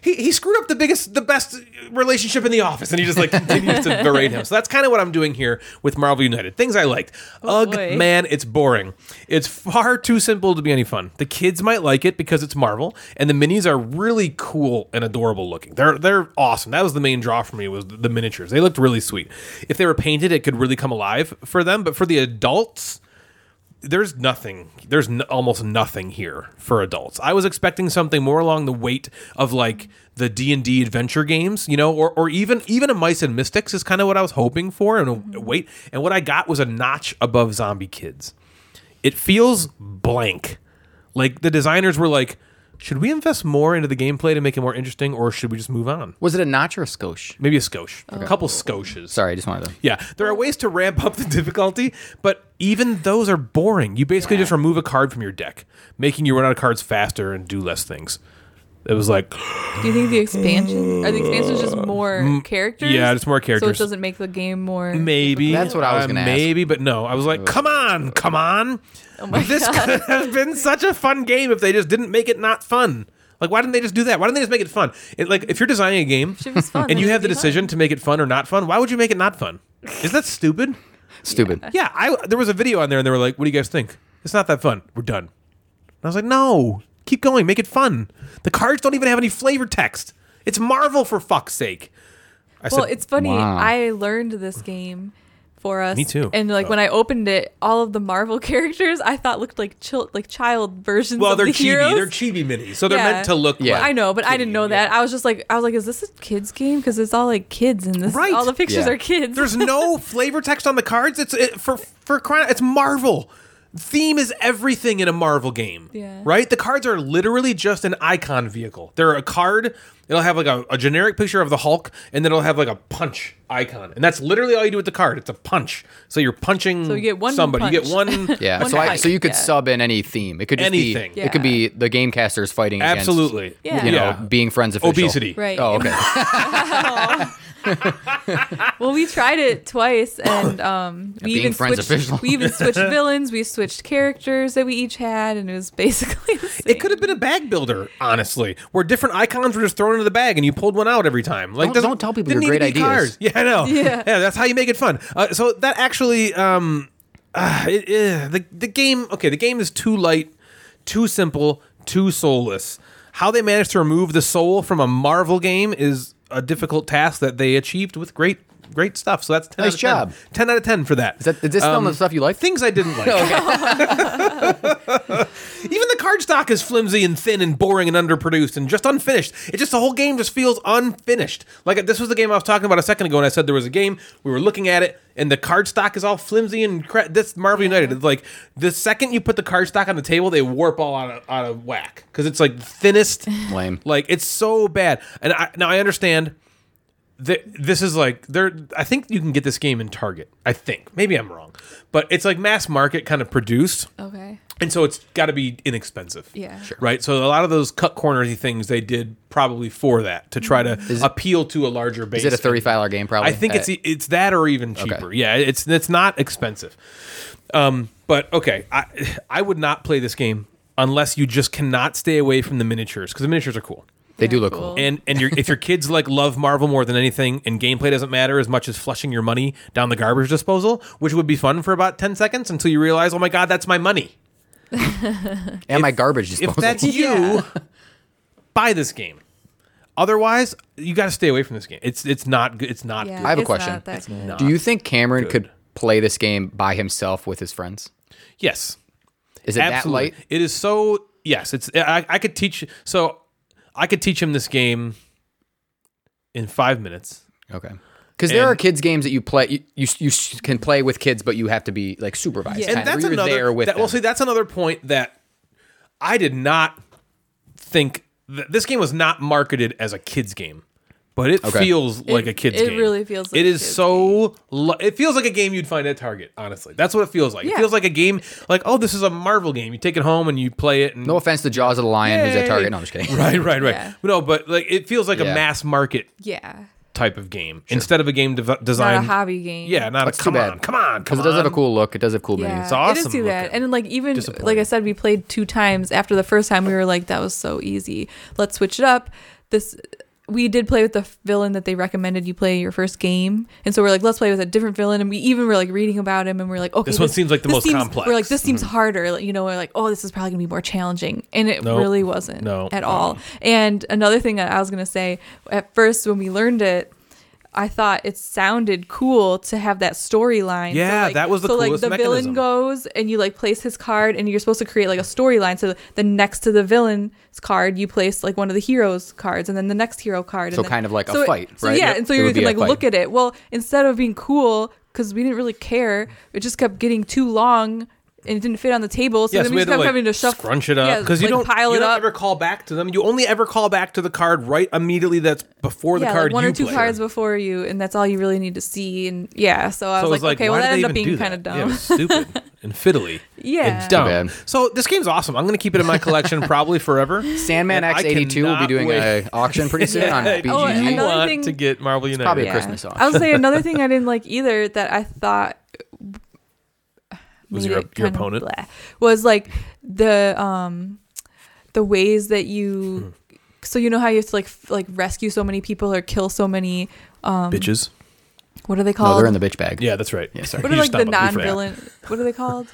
A: He, he screwed up the biggest, the best relationship in the office, and he just like continues to berate him. So that's kind of what I'm doing here with Marvel United. Things I liked. Ugh,
B: boy.
A: man, it's boring. It's far too simple to be any fun. The kids might like it because it's Marvel, and the minis are really cool and adorable looking. They're they're awesome. That was the main draw for me was the miniatures. They looked really sweet. If they were painted, it could really come alive for them. But for the adults, there's nothing there's n- almost nothing here for adults i was expecting something more along the weight of like the d&d adventure games you know or, or even even a mice and mystics is kind of what i was hoping for and a weight and what i got was a notch above zombie kids it feels blank like the designers were like should we invest more into the gameplay to make it more interesting or should we just move on
C: was it a notch or a skosh?
A: maybe a skosh a couple skoshes
C: Sorry, I just wanted to.
A: yeah, there are ways to ramp up the difficulty, but even those are boring. You basically just remove a card from your deck, making you run out of cards faster and do less things. It was like,
B: Do you think the expansion are the expansions just more characters?
A: Mm. yeah, just more
B: So it
A: characters.
B: doesn't make the game more.
A: maybe
C: That's what I was
A: uh,
C: gonna ask. Oh
A: Maybe, but no. I was like, come on, come on. this could have been such a fun game if they just didn't make it not fun. Like, why didn't they just do that? Why didn't they just make it fun? It, like, if you're designing a game
B: Shit was fun.
A: and you
B: It'd
A: have the
B: be
A: decision to make it fun or not fun, why would you make it not fun? Is that stupid?
C: Stupid.
A: Yeah, I there was a video on there, and they were like, "What do you guys think? It's not that fun. We're done." And I was like, "No, keep going. Make it fun. The cards don't even have any flavor text. It's Marvel for fuck's sake." I
B: Well,
A: said,
B: it's funny.
C: Wow.
B: I learned this game for us.
A: Me too.
B: And like
A: Oh.
B: when I opened it, all of the Marvel characters I thought looked like chill, like child versions.
A: Well,
B: of
A: they're
B: the
A: chibi.
B: heroes.
A: They're chibi minis, so they're
B: Yeah.
A: meant to look.
C: Yeah.
A: like
B: I know, but I didn't
A: chibi,
B: know that.
A: yeah.
B: I was just like, I was like, is this a kids game? Because it's all like kids, and this
A: Right.
B: all the pictures
C: Yeah.
B: are kids.
A: There's no flavor text on the cards. It's it, for for crying. It's Marvel. Theme is everything in a Marvel game.
B: Yeah.
A: Right. The cards are literally just an icon vehicle. They're a card. It'll have like a, a generic picture of the Hulk, and then it'll have like a punch icon, and that's literally all you do with the card. It's a punch. So you're punching.
B: So you get one
A: somebody. You get
B: punch.
A: one.
C: Yeah,
B: One
C: so I,
B: hike,
C: so you could
B: yeah.
C: sub in any theme. It could just
A: Anything.
C: be it could be the gamecasters fighting against,
A: Absolutely.
B: Yeah.
C: you know,
A: Yeah.
C: being friends official.
A: Obesity.
B: Right.
C: Oh, okay.
B: well, we tried it twice, and um, we
C: being
B: even
C: friends
B: switched.
C: official.
B: We even switched villains. We switched characters that we each had, and it was basically the same.
A: It could have been a bag builder, honestly, where different icons were just thrown into the bag and you pulled one out every time. Like,
C: Don't-
A: doesn't-
C: don't tell people
A: didn't
C: your
A: need to
C: great
A: be
C: ideas.
A: cards. Yeah, I know.
B: Yeah.
A: that's how you make it fun. Uh, so that actually, um, uh, it, eh, the the game. Okay, the game is too light, too simple, too soulless. How they managed to remove the soul from a Marvel game is a difficult task that they achieved with great great stuff. So that's 10
C: Nice
A: out of 10.
C: job.
A: Ten out of ten for that.
C: Is, that, is this
A: Um,
C: some of the stuff you like?
A: Things I didn't like. Even the card stock is flimsy and thin and boring and underproduced and just unfinished. It just the whole game just feels unfinished. Like this was the game I was talking about a second ago, and I said there was a game we were looking at it, and the card stock is all flimsy and cra- this Marvel United. It's like the second you put the card stock on the table, they warp all out of, out of whack because it's like thinnest.
C: Lame.
A: Like it's so bad. And I, now I understand. Th- this is like there. I think you can get this game in Target. I think maybe I'm wrong, but it's like mass market kind of produced.
B: Okay.
A: And so it's got to be inexpensive.
B: Yeah. Sure.
A: Right. So a lot of those cut cornery things they did probably for that to try to appeal to a larger base.
C: Mm. Is it a thirty-five dollar game? Probably.
A: I think it's e,
C: Uh,
A: it's that or even cheaper. Yeah, it's it's not expensive. Um, but okay, I I would not play this game unless you just cannot stay away from the miniatures because the miniatures are cool.
C: they do
B: Yeah,
C: look
B: cool.
C: cool.
A: And and your, if your kids like love Marvel more than anything, and gameplay doesn't matter as much as flushing your money down the garbage disposal, which would be fun for about ten seconds until you realize, oh my god, that's my money.
C: And my garbage
A: If
C: disposal.
A: that's you, buy this game. Otherwise, you got to stay away from this game. It's it's not good. It's not
B: Yeah.
C: I have a
B: it's
C: question.
B: not that
A: good.
B: good.
A: Not
C: do you think Cameron could
A: good.
C: play this game by himself with his friends?
A: yes,
C: Is it
A: absolutely.
C: that light?
A: It is so yes. It's I, I could teach so I could teach him this game in five minutes.
C: Okay. Because there are
A: And-
C: kids games that you play, you, you you s- can play with kids, but you have to be like supervised.
B: Yeah.
C: kind
A: and
C: of,
A: that's
C: where you're
A: another
C: there with
A: that, well
C: them.
A: see that's another point that i did not think th- this game was not marketed as a kids game but it
C: Okay.
A: feels like a kids
B: it
A: game
B: really feels like
A: it
B: a
A: is
B: kids
A: so lo- it feels like a game you'd find at target honestly that's what it feels like it
B: Yeah.
A: feels like a game like oh this is a marvel game you take it home and you play it and
C: no offense to Jaws of the Lion, who's at
A: Yay.
C: Target. No, I'm just kidding.
A: right right right
B: Yeah.
A: no but like it feels like a
C: Yeah.
A: mass market
B: Yeah.
A: type of game instead of a game dev-
B: Not
A: designed
B: a hobby game.
A: yeah not
C: That's
A: a
C: too
A: come
C: bad.
A: on come on come
C: Because it does have a
A: on.
C: cool look. It does have cool
B: Yeah,
C: minis.
A: awesome
B: It is too bad.
A: looking.
B: And like even like I
A: Disappointing.
B: said, we played two times. After the first time, we were like, "That was so easy. Let's switch it up." This we did play with the villain that they recommended you play your first game, and so we're like, "Let's play with a different villain." And we even were like reading about him, and we're like, "Okay,
A: This one seems like the
B: this
A: most
B: seems-
A: complex. Mm-hmm.
B: We're like, "This seems harder." Like, you know, we're like, "Oh, this is probably gonna be more challenging," and it
A: Nope.
B: really wasn't
A: No.
B: at all. And another thing that I was gonna say at first when we learned it. I thought it sounded cool to have that storyline. So,
A: Yeah,
B: like-
A: that was the
B: so like
A: coolest
B: the
A: mechanism.
B: villain goes and you like place his card and you're supposed to create like a storyline. So then next to the villain's card, you place like one of the hero's cards and then the next hero card. and
C: So
B: then-
C: kind of like a
B: so it-
C: fight,
B: so
C: right?
B: yeah,
C: Yep.
B: and so
C: It
B: you
C: would
B: can
C: be a
B: like
C: fight.
B: look at it. Well, instead of being cool because we didn't really care, it just kept getting too long. And it didn't fit on the table, so
A: Yes,
B: then we, just kept having to shuffle,
A: scrunch it up because
B: yeah,
A: you
B: like,
A: don't
B: pile
A: you
B: it
A: don't
B: up.
A: ever call back to them. You only ever call back to the card right immediately that's before the
B: yeah,
A: card.
B: like one
A: you
B: or two
A: play.
B: cards before you, and that's all you really need to see. And yeah, so I
A: So
B: was,
A: it
B: like, okay,
A: why
B: well,
A: did
B: that
A: they
B: ended up
A: even
B: being
A: do that?
B: kind
A: Yeah,
B: of
A: it
B: dumb.
A: was stupid and fiddly.
B: Yeah.
A: and dumb.
C: Too bad.
A: So this game's awesome. I'm going to keep it in my collection probably forever.
C: Sandman
A: And I
C: X82 will be
A: cannot
C: doing
A: wait.
C: an auction pretty soon on
A: Yeah,
C: BGG.
B: Oh,
A: if you
B: another
A: want
B: thing-
A: to get Marvel United?
C: probably a Christmas song.
B: I'll say another thing I didn't like either that I thought
A: Was
B: made
A: your-
B: it
A: your
B: kind of
A: opponent?
B: bleh, was like the um the ways that you
A: Hmm.
B: so you know how you have to like f- like rescue so many people or kill so many um
A: bitches.
B: what are they
C: no,
B: called
C: they're in the bitch bag.
A: Yeah, that's right.
C: Yeah, sorry.
B: what
A: You
B: are like
A: just
B: the
A: stumbled. You forgot.
B: non-villain what are they called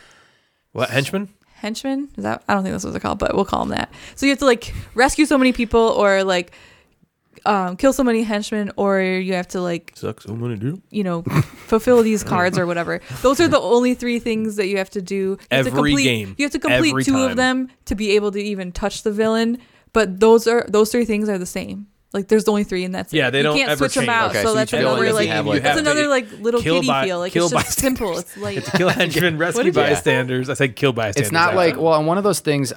A: What henchman?
B: henchmen is that i don't think that's what they're called but we'll call them that so you have to like rescue so many people or like um, kill so many henchmen or you have to like
A: Sucks so many do.
B: you know fulfill these cards or whatever. Those are the only three things that you have to do. You have
A: Every
B: to complete,
A: game.
B: you have to complete
A: Every
B: two
A: time.
B: of them to be able to even touch the villain. But those are those three things are the same. Like there's only three, and that's it.
A: Yeah, they don't
B: you can't
A: ever
B: switch
A: change.
B: them out.
C: Okay,
B: so,
C: so
B: that's
C: each villain
B: another
C: doesn't
B: like
C: have, like, You
B: that's
A: have to
B: another like little
A: kill
B: giddy
A: by-
B: feel. Like
A: kill
B: it's just
A: bystanders.
B: simple. It's like
A: Kill henchmen, rescue
B: did you-
A: bystanders. I said kill bystanders.
C: It's not
A: I
C: like
A: thought.
C: well, and one of those things.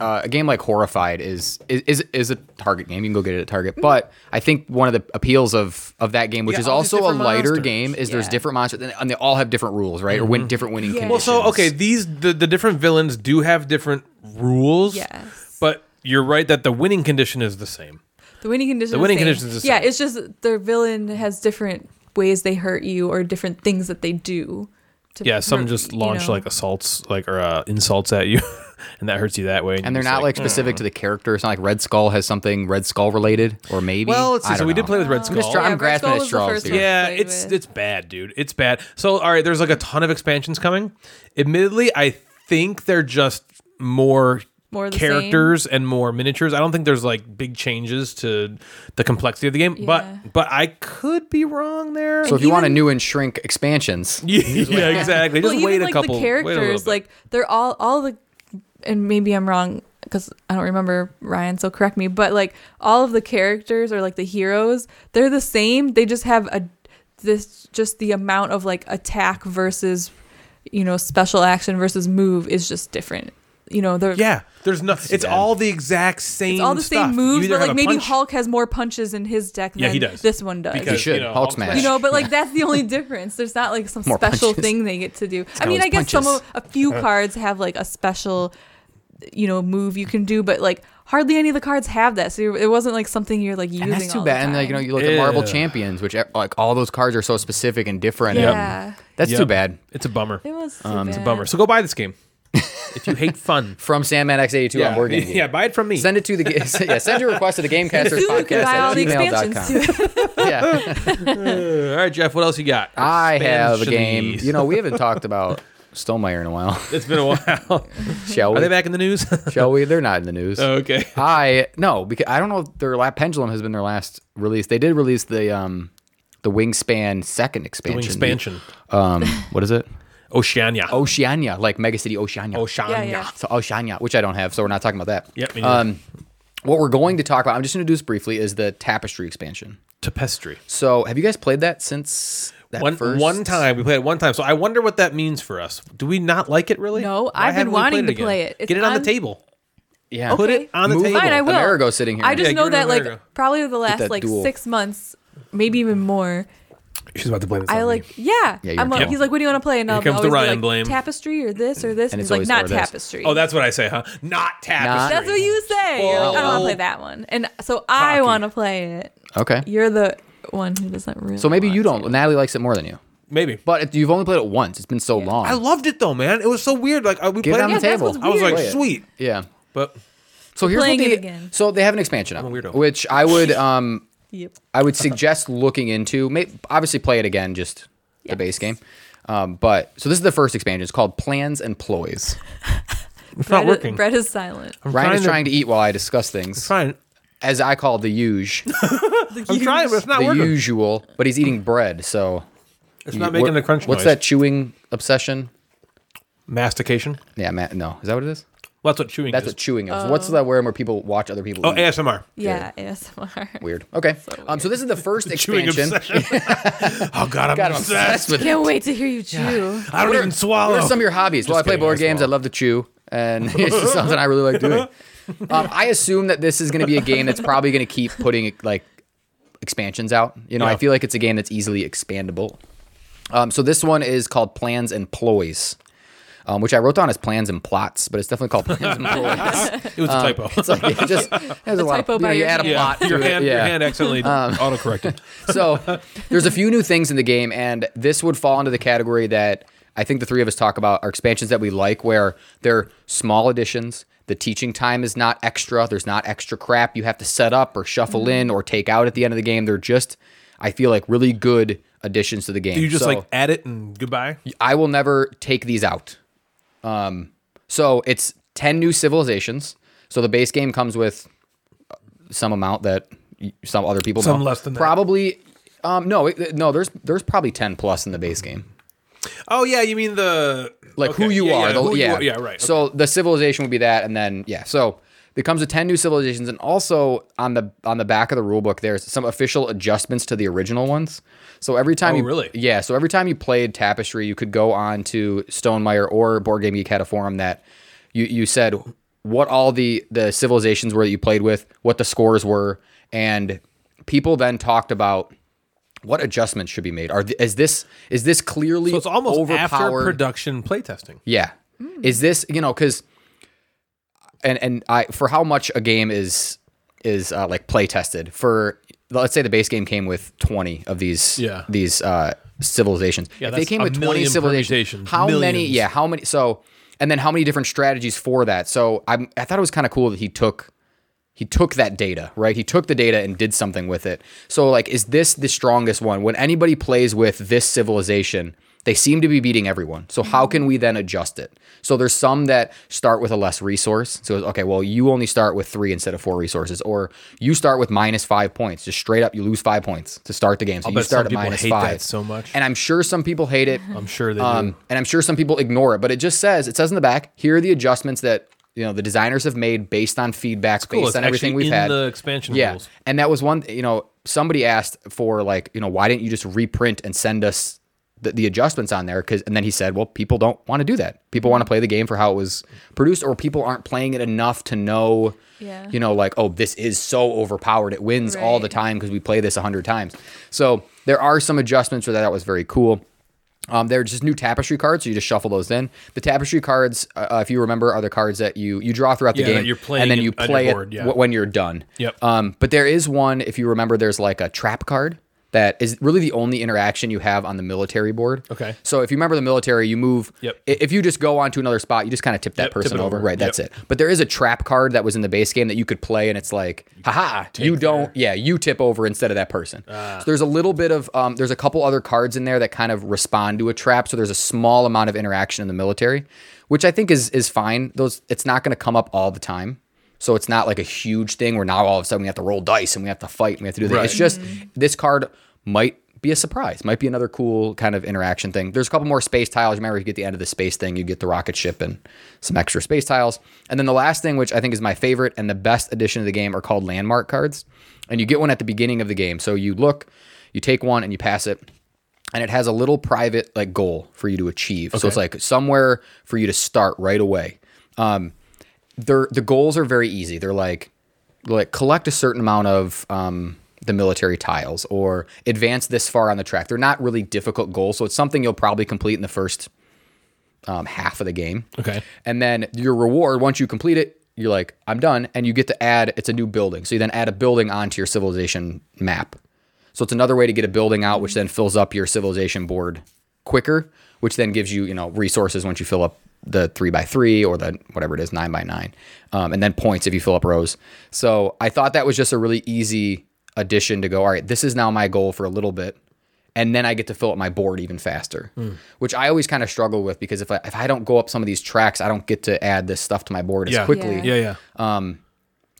C: Uh, a game like Horrified is, is is is a Target game. You can go get it at Target, but I think one of the appeals of of that game, which
A: got
C: is
A: Hmm. all these
C: also a
A: different
C: lighter
A: monsters. Mm-hmm.
C: game, is there's
B: Yeah.
C: different monsters and- and they all have different rules, right? Or win different winning
B: Yeah.
A: Well,
C: conditions.
A: so okay, these the, the different villains do have different rules.
B: Yes.
A: But you're right that the winning condition is the same.
B: the winning conditions.
A: The winning
B: same.
A: conditions is the
B: Yeah,
A: same.
B: it's just their villain has different ways they hurt you or different things that they do. To
A: Yeah, some
B: hurt-
A: just
B: you
A: launch
B: know.
A: like assaults, like or uh, insults at you, and that hurts you that way.
C: and they're
A: you're just
C: not like, specific
A: hmm.
C: to the character. It's not like Red Skull has something Red Skull related, or maybe.
A: Well, let's
C: I
A: see. So
C: don't
A: we did
C: know.
A: play with Red Skull.
C: just trying- I'm
B: Ah. Red
C: grasping
B: Skull
C: at
B: was the
C: straws
B: first
C: here.
B: one I
A: yeah,
B: played
A: it's
B: with.
A: it's bad, dude. It's bad. So all right, there's like a ton of expansions coming. Admittedly, I think they're just more
B: More of the
A: characters and more miniatures. I don't think there's like big changes to the complexity of the game,
B: Yeah.
A: but but I could be wrong there.
C: So if you want a
B: even-
C: new and shrink expansions,
A: yeah, yeah, exactly. Just
B: well,
A: wait
B: even
A: a
B: like
A: couple.
B: the
A: wait a little
B: characters,
A: bit.
B: like they're all all the, and maybe I'm wrong because I don't remember Ryan, so correct me. But like all of the characters or like the heroes, they're the same. They just have a this just the amount of like attack versus, you know, special action versus move is just different. You know, they're
A: yeah, there's nothing. It's
C: bad.
A: all the exact same.
B: It's all the
A: stuff.
B: same
A: You
B: moves,
A: either
B: but
A: have
B: like
A: a
B: maybe
A: punch-
B: Hulk has more punches in his deck
A: Yeah,
B: than
A: he does.
B: this one does.
A: Because,
C: should.
A: you know,
C: Hulk
A: Hulk
C: smash.
A: smash.
B: you know but like that's the only difference there's not like some
C: More
B: special
C: punches.
B: thing they get to do i
C: got
B: mean
C: those
B: i guess some
C: punches.
B: of a few
A: Uh-huh.
B: cards have like a special you know move you can do but like hardly any of the cards have that so it wasn't like something you're like using
C: and that's too
B: all the
C: bad. And like you know,
B: time.
C: you look at Marvel
A: Yeah.
C: Champions, which e, like all those cards are so specific and different.
B: yeah
C: That's too
A: Yep.
C: bad.
A: It's a bummer.
B: it was too
A: Um, It's a
B: bad.
A: bummer. So go buy this game if you hate fun.
C: From Sandman X82 on board game. Geek.
A: yeah, buy it from me.
C: Send it to the ga- yeah. Send your request to the Gamecasters
B: Soon you
C: podcast
B: can buy all
C: at
B: the expansions
C: gmail.com.
B: to it.
C: Yeah,
A: Uh, All right, Jeff. What else you got?
C: I have a game.
A: Expansions.
C: You know, we haven't talked about Stonemeyer in a while.
A: it's been a while.
C: Shall
A: Are
C: we?
A: they back Oh. in the news?
C: Shall we? They're not in the news.
A: okay.
C: I no because I don't know if their last Pendulum has been their last release. They did release the um the Wingspan second expansion.
A: Expansion.
C: Um, what is it?
A: Oceania.
C: Oh, Oceania, like Mega City Oceania.
A: Oceania.
B: Yeah, yeah.
C: So Oceania, which I don't have, so we're not talking about that.
A: Yep, me neither.
C: Um, what we're going to talk about, I'm just going to do this briefly, is the Tapestry expansion.
A: Tapestry.
C: So, have you guys played that since that
A: One
C: first?
A: one time we played it one time. So I wonder what that means for us. Do we not like it really?
B: No,
A: Why
B: I've been
A: haven't we
B: wanting
A: played
B: to
A: again?
B: play it. It's
A: Get it on the
B: on-
A: table.
C: Yeah.
A: Put it on Oh, the
C: Move
A: table.
C: it.
B: Fine, I will.
C: Amerigo sitting here.
B: I just
A: Yeah,
B: know
A: give him
B: that like
A: Amerigo.
B: probably the last
C: that
B: like
C: duel.
B: six months, maybe even more.
A: She's about to play this.
B: I like yeah.
C: Yeah, you're
B: I'm like,
C: drunk.
B: he's like, what do you want to play? And I'll
A: comes the
B: always be
A: Ryan
B: like,
A: blame.
B: tapestry or this or this.
C: And
B: And
C: it's
B: he's like,
C: always
B: not
C: or this.
B: tapestry.
A: Oh, that's what I say, huh? Not tapestry.
B: That's what you say. You're like, I don't want
A: Oh.
B: to play that one. And so
A: Cocky.
B: I want to play it.
C: Okay.
B: You're the one who doesn't really.
C: So maybe you
B: want
C: don't. Natalie likes it more than you.
A: Maybe.
C: But it, you've only played it once. It's been so long.
A: I loved it though, man. It was so weird. Like uh, we
C: Get
A: played
C: it on
A: it.
C: the
B: that's
C: table.
B: what's
A: I was
B: weird.
A: like,
C: Play it.
A: sweet.
C: Yeah.
A: But
C: So here's what
B: playing
C: they,
B: it again.
C: So they have an expansion up,
A: weirdo.
C: which I would um
B: to. Yep.
C: I would suggest looking into. May, obviously, play it again, just the base game. Um, but so this is the first expansion. It's called Plans and Ploys.
A: it's
B: Brett
A: not
B: is-
A: working.
B: Brett is silent.
C: Ryan is
A: trying to-
C: trying to eat while I discuss things,
A: Trying.
C: as I call the huge,
A: I'm trying, but it's not
C: the
A: working.
C: usual. But he's eating bread, so
A: It's not making the crunch
C: What's
A: noise.
C: that chewing obsession?
A: Mastication.
C: Yeah, Matt. No, is that what it is?
A: Well, that's what chewing
C: That's
A: is.
C: what chewing is. What's that word where people watch other people?
A: Oh,
C: eat?
A: ASMR.
B: Yeah, ASMR.
C: Weird. Okay. Um, so this is the first
A: Chewing
C: expansion.
A: obsession. oh God, I'm
C: God, I'm
A: obsessed.
C: obsessed with
B: Can't wait to hear you chew.
A: I don't even swallow.
C: What are some of your hobbies? well, I play
A: Oh. kidding,
C: board
A: I
C: games. I
A: swallow.
C: love to chew, and it's just something I really like doing. Um, I assume that this is going to be a game that's probably going to keep putting like expansions out. You know, I
A: Yeah.
C: feel like it's a game that's easily expandable. Um, so this one is called Plans and Ploys, um, which I wrote down as Plans and Plots, but it's definitely called Plans and Ploys.
A: it was a typo.
C: um, It's like it just there's a lot.
B: typo
C: Of, you, know,
B: by
C: you
B: your
C: add a
B: hand.
C: plot.
A: your
C: to it.
A: hand,
C: yeah Um,
A: your hand accidentally autocorrected.
C: so there's a few new things in the game, and this would fall into the category that I think the three of us talk about are expansions that we like, where they're small additions. The teaching time is not extra. There's not extra crap you have to set up or shuffle
A: Mm-hmm.
C: in or take out at the end of the game. They're just, I feel like, really good additions to the game.
A: You just
C: So-
A: like add it and goodbye.
C: I will never take these out. Um, so it's 10 new civilizations. So the base game comes with some amount that some other people
E: Some
C: know.
E: less than that.
C: probably. Um, no, it, no. There's there's probably ten plus in the base game.
A: Oh yeah, you mean the
C: like who
A: Okay,
C: you
A: yeah,
C: are.
A: yeah,
C: the-
A: who you
C: yeah.
A: are, yeah, right,
C: So the civilization would be that, and then yeah. So it comes with ten new civilizations, and also on the on the back of the rule book, there's some official adjustments to the original ones. So every time
A: Oh,
C: you
A: really?
C: yeah, so every time you played Tapestry, you could go on to Stonemeyer or Board Game Geek had a forum that you you said what all the the civilizations were that you played with, what the scores were, and people then talked about what adjustments should be made. Are th- is this is this clearly
E: So it's almost after
C: overpowered?
E: production playtesting.
C: Yeah. Is this you know because and and I for how much a game is is uh, like play tested for let's say the base game came with twenty of these
E: Yeah.
C: these uh, civilizations. Yeah, if they
E: that's
C: came
E: a
C: with twenty
E: million
C: civilizations.
E: permutations,
C: How many?
E: millions.
C: Yeah, how many? So and then how many different strategies for that? So I I thought it was kind of cool that he took he took that data, right? He took the data and did something with it. So like is this the strongest one? When anybody plays with this civilization, they seem to be beating everyone. So how can we then adjust it? So there's some that start with a less resource. So it's, okay, well you only start with 3 instead of 4 resources or you start with minus 5 points. Just straight up you lose 5 points to start the game. So you
E: bet some
C: start at
E: people
C: minus
E: hate
C: 5.
E: that so much.
C: And I'm sure some people hate it.
E: I'm sure they do.
C: Um, and I'm sure some people ignore it, but it just says it says in the back. Here are the adjustments that you know the designers have made based on feedback,
E: Cool,
C: based
E: it's
C: on everything
E: actually
C: we've
E: in
C: had.
E: the expansion
C: yeah,
E: rules.
C: and that was one. You know, somebody asked for like you know why didn't you just reprint and send us the, the adjustments on there? Because and then he said, well, people don't want to do that. People want to play the game for how it was produced, or people aren't playing it enough to know.
B: Yeah.
C: You know, like oh, this is so overpowered. It wins all the
B: Right.
C: time because we play this a hundred times. So there are some adjustments for that. That was very cool. Um, they're just new tapestry cards, so you just shuffle those in. The tapestry cards, uh, if you remember, are the cards that you you draw throughout the
E: Yeah, that
C: game,
E: you're playing
C: and then
E: in-
C: you
E: on your
C: play it
E: board, yeah.
C: wh- when you're done.
E: Yep.
C: Um, but there is one, if you remember, there's like a trap card that is really the only interaction you have on the military board.
E: Okay.
C: So if you remember the military, you move.
E: Yep.
C: i- If you just go on to another spot, you just kind of tip that
E: Yep, tip
C: person
E: it
C: over.
E: over.
C: Right. That's
E: Yep.
C: it. But there is a trap card that was in the base game that you could play, and it's like, haha, you don't. Yeah, you tip over instead of that person. So there's a little bit of um, there's a couple other cards in there that kind of respond to a trap. So there's a small amount of interaction in the military, which I think is is fine. Those it's not going to come up all the time. So it's not like a huge thing where now all of a sudden we have to roll dice and we have to fight and we have to do that. It's just this card might be a surprise, might be another cool kind of interaction thing. There's a couple more space tiles. Remember, if you get the end of the space thing, you get the rocket ship and some extra space tiles. And then the last thing, which I think is my favorite and the best addition to the game, are called landmark cards. And you get one at the beginning of the game. So you look, you take one and you pass it and it has a little private like goal for you to achieve. So it's like somewhere for you to start right away. Um, they're, the goals are very easy. They're like like collect a certain amount of um, the military tiles or advance this far on the track. They're not really difficult goals, so it's something you'll probably complete in the first um, half of the game.
E: Okay.
C: And then your reward, once you complete it, you're like, I'm done. And you get to add, it's a new building. So you then add a building onto your civilization map. So it's another way to get a building out, which then fills up your civilization board quicker, which then gives you, you know, resources once you fill up the three by three or the whatever it is, nine by nine. Um, and then points if you fill up rows. So I thought that was just a really easy addition to go, all right, this is now my goal for a little bit and then I get to fill up my board even faster, which I always kind of struggle with because if I, if I don't go up some of these tracks, I don't get to add this stuff to my board as
E: Yeah.
C: quickly.
B: Yeah.
E: Yeah, yeah.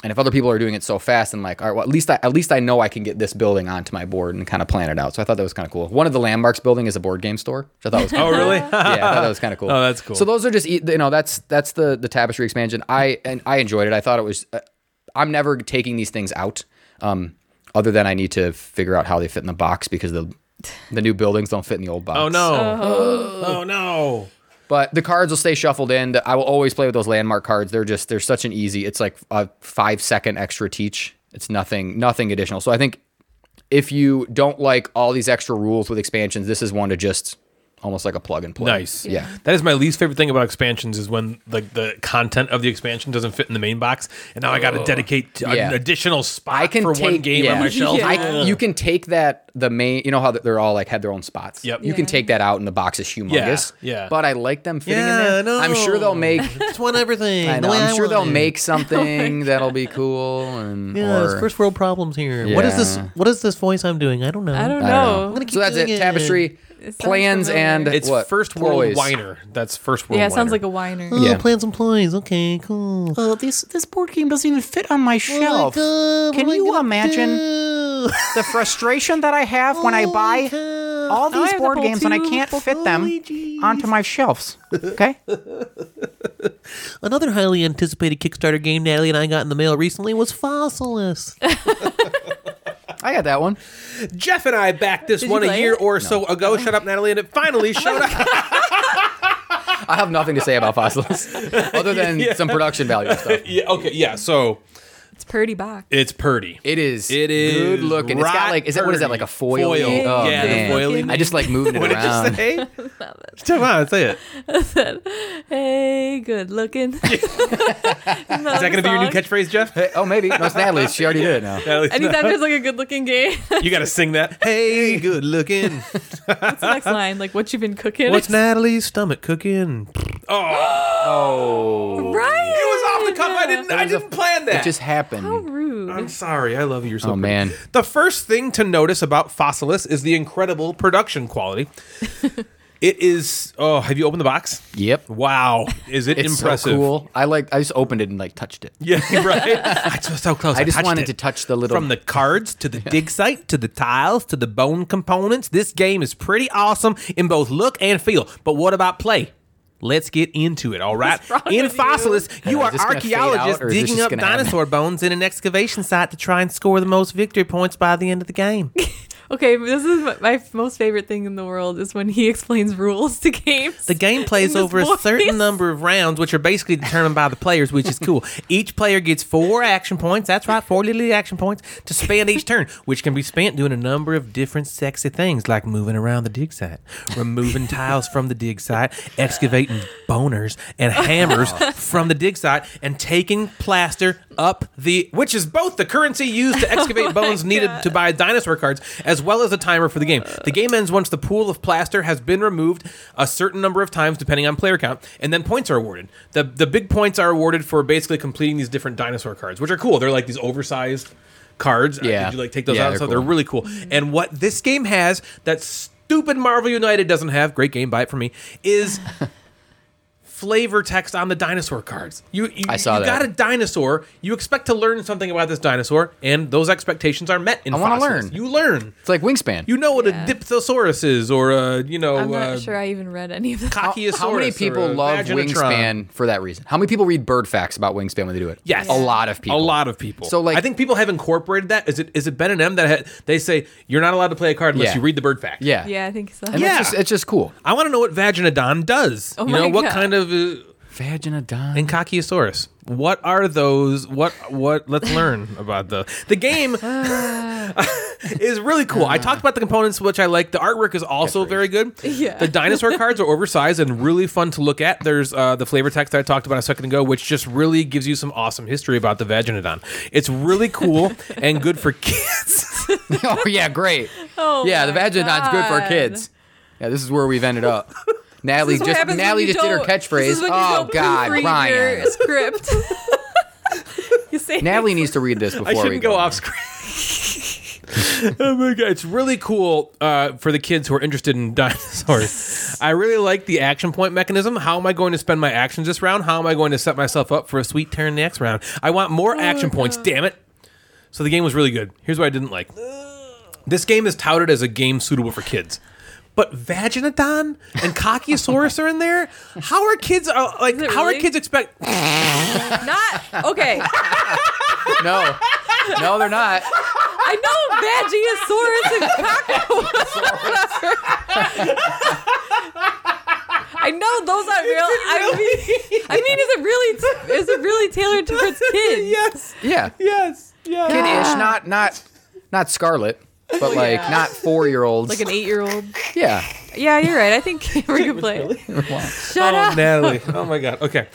C: And if other people are doing it so fast, I'm like, all right, well, at least I, at least I know I can get this building onto my board and kind of plan it out. So I thought that was kind of cool. One of the landmarks building is a board game store, which I thought was kind
E: Oh, really?
C: yeah, I thought that was kind of cool.
E: Oh, that's cool.
C: So those are just e- you know that's that's the the tapestry expansion. I and I enjoyed it. I thought it was. Uh, I'm never taking these things out, um, other than I need to figure out how they fit in the box because the the new buildings don't fit in the old box.
E: Oh no. oh no.
C: But the cards will stay shuffled in. The- I will always play with those landmark cards. They're just they're such an easy. It's like a five second extra teach. It's nothing nothing additional. So I think if you don't like all these extra rules with expansions, this is one to just almost like a plug and play.
E: Nice.
C: Yeah.
E: That is my least favorite thing about expansions is when like the content of the expansion doesn't fit in the main box, and now I got to dedicate to
C: Yeah.
E: an additional spot
C: I can
E: for
C: take
E: one game
C: yeah.
E: on my shelf.
C: I- you can take that the main, you know how they're all like had their own spots.
A: Yep.
C: You can
B: Yeah.
C: take that out, and the box is humongous.
A: Yeah, yeah.
C: But I like them fitting in there. I'm sure they'll make.
E: It's one everything.
C: I
E: the
C: know,
E: way
C: I'm sure
E: want
C: they'll
E: it.
C: make something that'll be cool. And
E: Yeah, it's
C: or-
E: first world problems here. What is this?
C: Yeah.
E: What is this voice I'm doing? I don't know.
B: I don't
C: I
B: know.
C: don't
E: gonna keep
C: So that's it.
E: doing it.
C: Tapestry
B: sounds
C: plans
B: familiar.
C: and
A: It's
C: what?
A: first world
C: Ploys.
A: whiner. That's first world.
B: Yeah, it sounds like
A: whiner.
B: a whiner.
E: Oh,
C: Yeah.
E: plans and ploys. Okay, cool.
C: Oh, this this board game doesn't even fit on my shelf.
E: Oh my God,
C: Can
E: what am I
C: you
E: gonna
C: imagine
E: do?
C: the frustration that I have when I
E: Oh
C: buy
E: God.
C: all
B: Now I
C: these
B: have to
C: board
B: pull
C: games and I
B: two
C: can't
B: full-
C: fit them
E: Holy jeez.
C: onto my shelves. Okay?
E: Another highly anticipated Kickstarter game Natalie and I got in the mail recently was Fossilis.
C: I got that one.
A: Jeff and I backed this
B: Did you
A: one a
B: play
A: year
B: it? Oh.
A: or so ago. Shut up, Natalie, and it finally showed up.
C: I have nothing to say about Fossilis other than some production value stuff.
A: yeah, okay, yeah. So
B: It's Purdy box.
A: it's Purdy.
C: It is.
A: It is
C: good looking. It's got
A: rotten
C: like is that what is that
A: dirty.
C: like a foil?
A: Foil.
C: Oh,
A: Yeah, the
C: man.
A: foily
C: I just like moving it
A: What did you
C: around.
A: say? Come on, say it. Is
B: Hey, good looking. Is that
A: that going to be your new catchphrase, Jeff?
C: Oh, maybe. No, it's Natalie's. She already did it now.
B: Anytime there's like a good looking game, that's
A: you got to sing that. Hey, good looking.
B: the next line. Like, what you been cooking?
E: What's Natalie's stomach cooking?
A: Oh,
C: Oh.
B: Ryan?
A: it was off the cuff. I didn't. I
C: was a-
A: didn't plan that.
C: It just
B: How
C: happened.
A: I'm
B: rude.
A: sorry. I love you. You're so
C: Oh,
A: pretty.
C: man.
A: The first thing to notice about Fossilis is the incredible production quality. it is. Oh, have you opened the box?
C: Yep.
A: Wow, is it
C: It's
A: impressive?
C: so cool. I like I just opened it and like touched it.
A: Yeah, right. I was so close.
C: I just
A: touched
C: wanted
A: it.
C: to touch the little
A: From the cards to the dig site to the tiles to the bone components, this game is pretty awesome in both look and feel. But what about play? Let's get into it, all right?
B: wrong
A: In
B: with you?
A: Fossilis, you,
C: know,
A: are
C: is this gonna fade out,
E: archaeologists
C: or is this
E: digging
C: just
E: up
C: gonna happen?
E: dinosaur bones in an excavation site to try and score the most victory points by the end of the game.
B: Okay, this is my, my most favorite thing in the world is when he explains rules to games.
E: The game plays
B: In this
E: over a
B: voice.
E: certain number of rounds, which are basically determined by the players, which is cool. Each player gets four action points. That's right, four little action points to spend each turn, which can be spent doing a number of different sexy things, like moving around the dig site, removing tiles from the dig site, excavating boners and hammers from the dig site, and taking plaster up the, which is both the currency used
C: Oh
E: to excavate bones needed to buy dinosaur cards, as well as a timer for the game. The game ends once the pool of plaster has been removed a certain number of times, depending on player count, and then points are awarded. The the big points are awarded for basically completing these different dinosaur cards, which are cool. They're like these oversized cards. Uh,
C: Yeah.
A: did you like take those
C: Yeah,
A: out?
C: they're
A: so they're
C: cool.
A: really cool.
C: Mm-hmm.
A: And what this game has that stupid Marvel United doesn't have, great game, buy it from me, is flavor text on the dinosaur cards. You, you
C: I saw
A: you
C: that.
A: got a dinosaur. You expect to learn something about this dinosaur, and those expectations are met. In
C: I wanna
A: Fossils.
C: learn.
A: You learn.
C: It's like wingspan.
A: You know what
B: Yeah.
A: a dipthosaurus is, or a you
C: Oh,
A: know,
B: I'm
A: uh,
B: not sure I even read any of that.
A: cock-
C: how, how many
A: Brachiosaurus or uh,
C: people
A: a
C: love
A: Vaginatron.
C: wingspan for that reason? How many people read bird facts about wingspan when they do it?
A: Yes.
C: a lot of people.
A: A lot of people.
C: So, like-
A: I think people have incorporated that. Is it is it Ben and M that ha- they say you're not allowed to play a card unless
C: Yeah.
A: you read the bird fact?
C: Yeah,
B: yeah, I think so.
C: And
A: Yeah.
C: it's just, it's just cool.
A: I want to know what Vaginodon does.
B: Oh
A: you
B: my
A: know what
B: God.
A: kind of uh,
C: Vagina
A: and Kakiosaurus. What are those? What what? Let's learn about the the game. is really cool. I talked about the components, which I like. The artwork is also very good.
B: Yeah.
A: The dinosaur cards are oversized and really fun to look at. There's uh, the flavor text that I talked about a second ago, which just really gives you some awesome history about the Vaginodon. It's really cool and good for kids.
C: oh yeah, great.
B: Oh
C: yeah, the
B: my
C: vaginat's good for
B: God.
C: kids. Yeah, this is where we've ended up. Natalie
B: This is what
C: just
B: happens when
C: Natalie
B: you
C: just did her
B: don't- this
C: catchphrase.
B: is when you
C: Oh
B: don't
C: God,
B: proofread
C: Ryan.
B: Your script. you say
C: Natalie needs to read this before
A: I
C: we
A: shouldn't go
C: on.
A: off screen. oh my god, it's really cool uh, for the kids who are interested in dinosaurs. I really like the action point mechanism. How am I going to spend my actions this round? How am I going to set myself up for a sweet turn next round? I want more action points. Damn it! So the game was really good. Here's what I didn't like. This game is touted as a game suitable for kids. But Vaginodon and Kakiosaurus are in there. How are kids uh, like?
B: Is it
A: How are
B: really?
A: kids expect?
B: not okay.
C: No, no, they're not.
B: I know Vagiosaurus and Cockroach. I know those aren't real. I mean, I mean, is it really is it really tailored towards kids?
A: Yes,
C: Yeah,
A: yes, yes.
C: kid-ish, not not not Scarlet, but like
B: Oh, yeah.
C: not four year olds.
B: Like an eight year old.
C: yeah,
B: Yeah, you're right. I think Cameron can play. Shut
A: Oh,
B: up.
A: Natalie. Oh my god. Okay.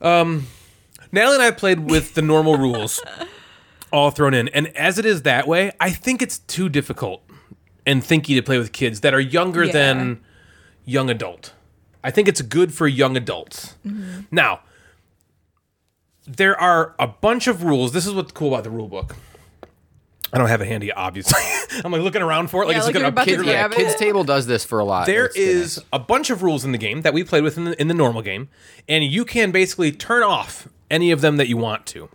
A: Um, Natalie and I played with the normal rules, all thrown in, and as it is that way, I think it's too difficult. and thinky to play with kids that are younger
B: Yeah.
A: than young adult. I think it's good for young adults.
B: Mm-hmm.
A: Now, there are a bunch of rules. This is what's cool about the rule book. I don't have it handy, obviously. I'm like looking around for it, like,
B: Yeah,
A: it's
B: like
A: gonna
B: you're about to
A: appear.
C: Kids, yeah,
B: grab it.
C: kids table does this for a lot.
A: There
C: It's kidding.
A: is a bunch of rules in the game that we played with in the, in the normal game, and you can basically turn off any of them that you want to.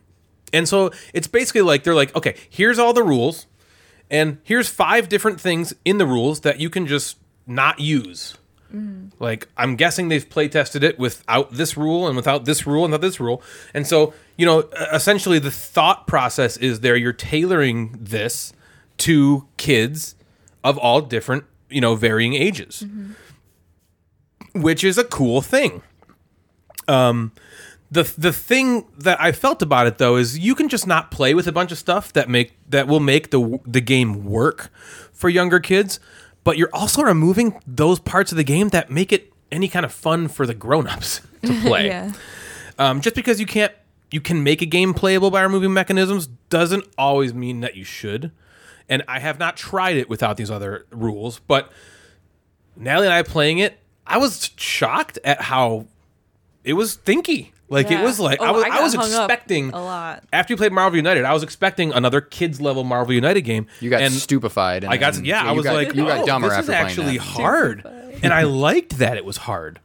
A: And so it's basically like they're like, okay, here's all the rules, and here's five different things in the rules that you can just not use. Like I'm guessing they've play tested it without this rule and without this rule and without this rule. And so, you know, e, essentially the thought process is there you're tailoring this to kids of all different, you know, varying ages. Which is a cool thing. Um the the thing that I felt about it though is you can just not play with a bunch of stuff that make that will make the the game work for younger kids, but you're also removing those parts of the game that make it any kind of fun for the grown-ups to play.
B: Yeah.
A: Um, just because you can't you can make a game playable by removing mechanisms doesn't always mean that you should. And I have not tried it without these other rules, but Natalie and I playing it, I was shocked at how it was thinky. Like
B: Yeah.
A: it was like I
B: Oh,
A: was
B: I
A: I,
B: got
A: was
B: hung up
A: expecting
B: a lot.
A: After you played Marvel United, I was expecting another kids level Marvel United game.
C: You got
A: and
C: stupefied. And
A: I got
C: then-
A: yeah, I
C: you
A: was
C: got-
A: like
C: you
A: oh,
C: got dumber
A: this
C: after
A: is
C: playing
A: actually
C: that.
A: hard. and I liked that it was hard.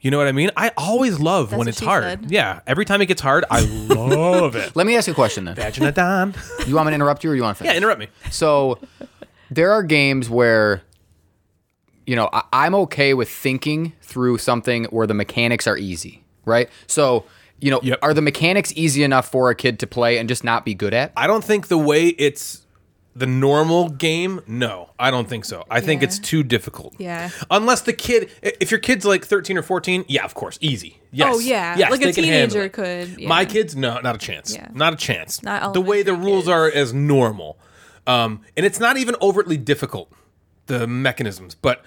A: You know what I mean? I always love
B: That's
A: when
B: what
A: it's
B: she
A: hard.
B: said.
A: Yeah, every time it gets hard, I love it.
C: Let me ask you a question then.
A: Imagine a Don.
C: You want me to interrupt you or you want to finish?
A: Yeah, interrupt me.
C: So there are games where you know I, I'm okay with thinking through something where the mechanics are easy, right? So you know,
A: Yep.
C: are the mechanics easy enough for a kid to play and just not be good at?
A: I don't think the way it's the normal game. No, I don't think so. I think
B: Yeah.
A: it's too difficult.
B: Yeah.
A: Unless the kid, i- if your kid's like thirteen or fourteen, yeah, of course, easy. Yes.
B: Oh, yeah.
A: Yes,
B: Like a
A: they can handle
B: teenager
A: it.
B: could,
A: My
B: yeah.
A: kids, no, not a chance.
B: Yeah.
A: Not a chance.
B: Not
A: the way the
B: elementary
A: rules
B: kids.
A: are as normal, um, and it's not even overtly difficult. The mechanisms, but.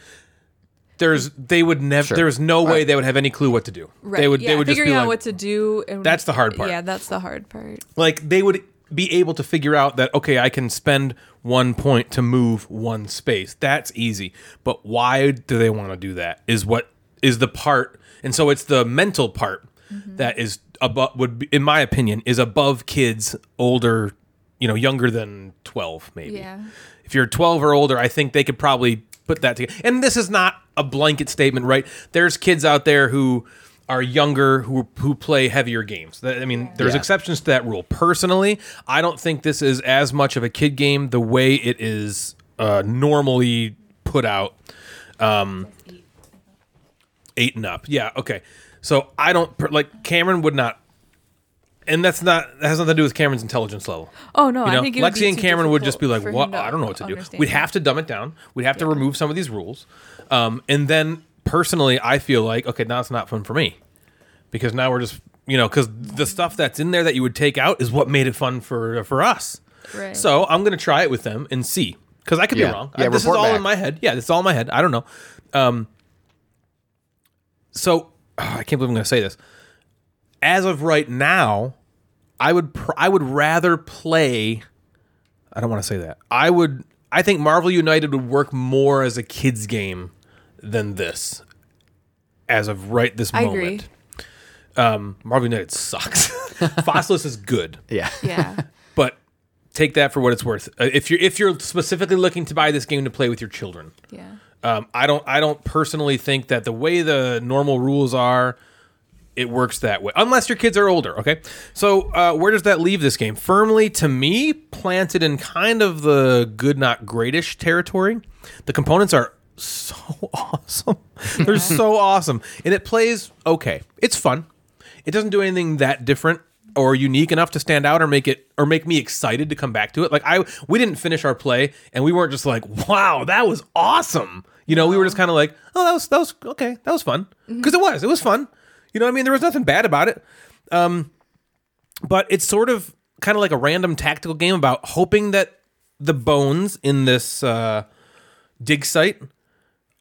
A: There's, they would never. There's no way they would have any clue what to do. They would,
B: Yeah,
A: they would just
B: figuring
A: be
B: out
A: like,
B: what to do. And
A: That's the hard part.
B: Yeah, that's the hard part.
A: like they would be able to figure out that okay i can spend one point to move one space that's easy but why do they want to do that is what is the part and so it's the mental part that is above would be, in my opinion is above kids older you know younger than 12 maybe
B: Yeah.
A: if you're 12 or older i think they could probably put that together and this is not a blanket statement right there's kids out there who are younger who who play heavier games That- i mean there's
C: Yeah.
A: exceptions to that rule personally i don't think this is as much of a kid game the way it is uh, normally put out Um, eight and up. Yeah, okay. So I don't per- like Cameron would not, and that's not that has nothing to do with Cameron's intelligence level.
B: Oh, no,
A: you
B: I
A: know,
B: think it would
A: Lexi
B: be
A: and
B: too
A: Cameron would just be
B: difficult
A: like,
B: for him
A: "What?
B: to
A: I don't know what to do."
B: understand
A: We'd
B: that.
A: have to dumb it down. We'd have to remove some of these rules, um, and then personally, I feel like okay, now it's not fun for me because now we're just you know because the stuff that's in there that you would take out is what made it fun for for us.
B: Right.
A: So I'm gonna try it with them and see because I could
C: Yeah.
A: be wrong.
C: Yeah,
A: this is
C: report
A: all in
C: back.
A: my head. Yeah, this is all in my head. I don't know. Um, so ah, I can't believe I'm gonna say this. As of right now, I would pr- I would rather play. I don't want to say that. I would. I think Marvel United would work more as a kids game than this. As of right this
B: I
A: moment,
B: agree.
A: Um, Marvel United sucks. Fossilis is good,
C: Yeah.
B: Yeah.
A: but take that for what it's worth. Uh, If you're if you're specifically looking to buy this game to play with your children,
B: yeah.
A: um, I don't I don't personally think that the way the normal rules are, it works that way. Unless your kids are older, okay. So uh, where does that leave this game? Firmly to me, planted in kind of the good not greatish territory. The components are so awesome. They're so awesome, and it plays okay. It's fun. It doesn't do anything that different or unique enough to stand out or make it or make me excited to come back to it. Like I we didn't finish our play and we weren't just like, "Wow, that was awesome." You know, we were just kind of like, "Oh, that was that was okay. That was fun." Cuz it was. It was fun. You know what I mean? There was nothing bad about it. Um but it's sort of kind of like a random tactical game about hoping that the bones in this uh dig site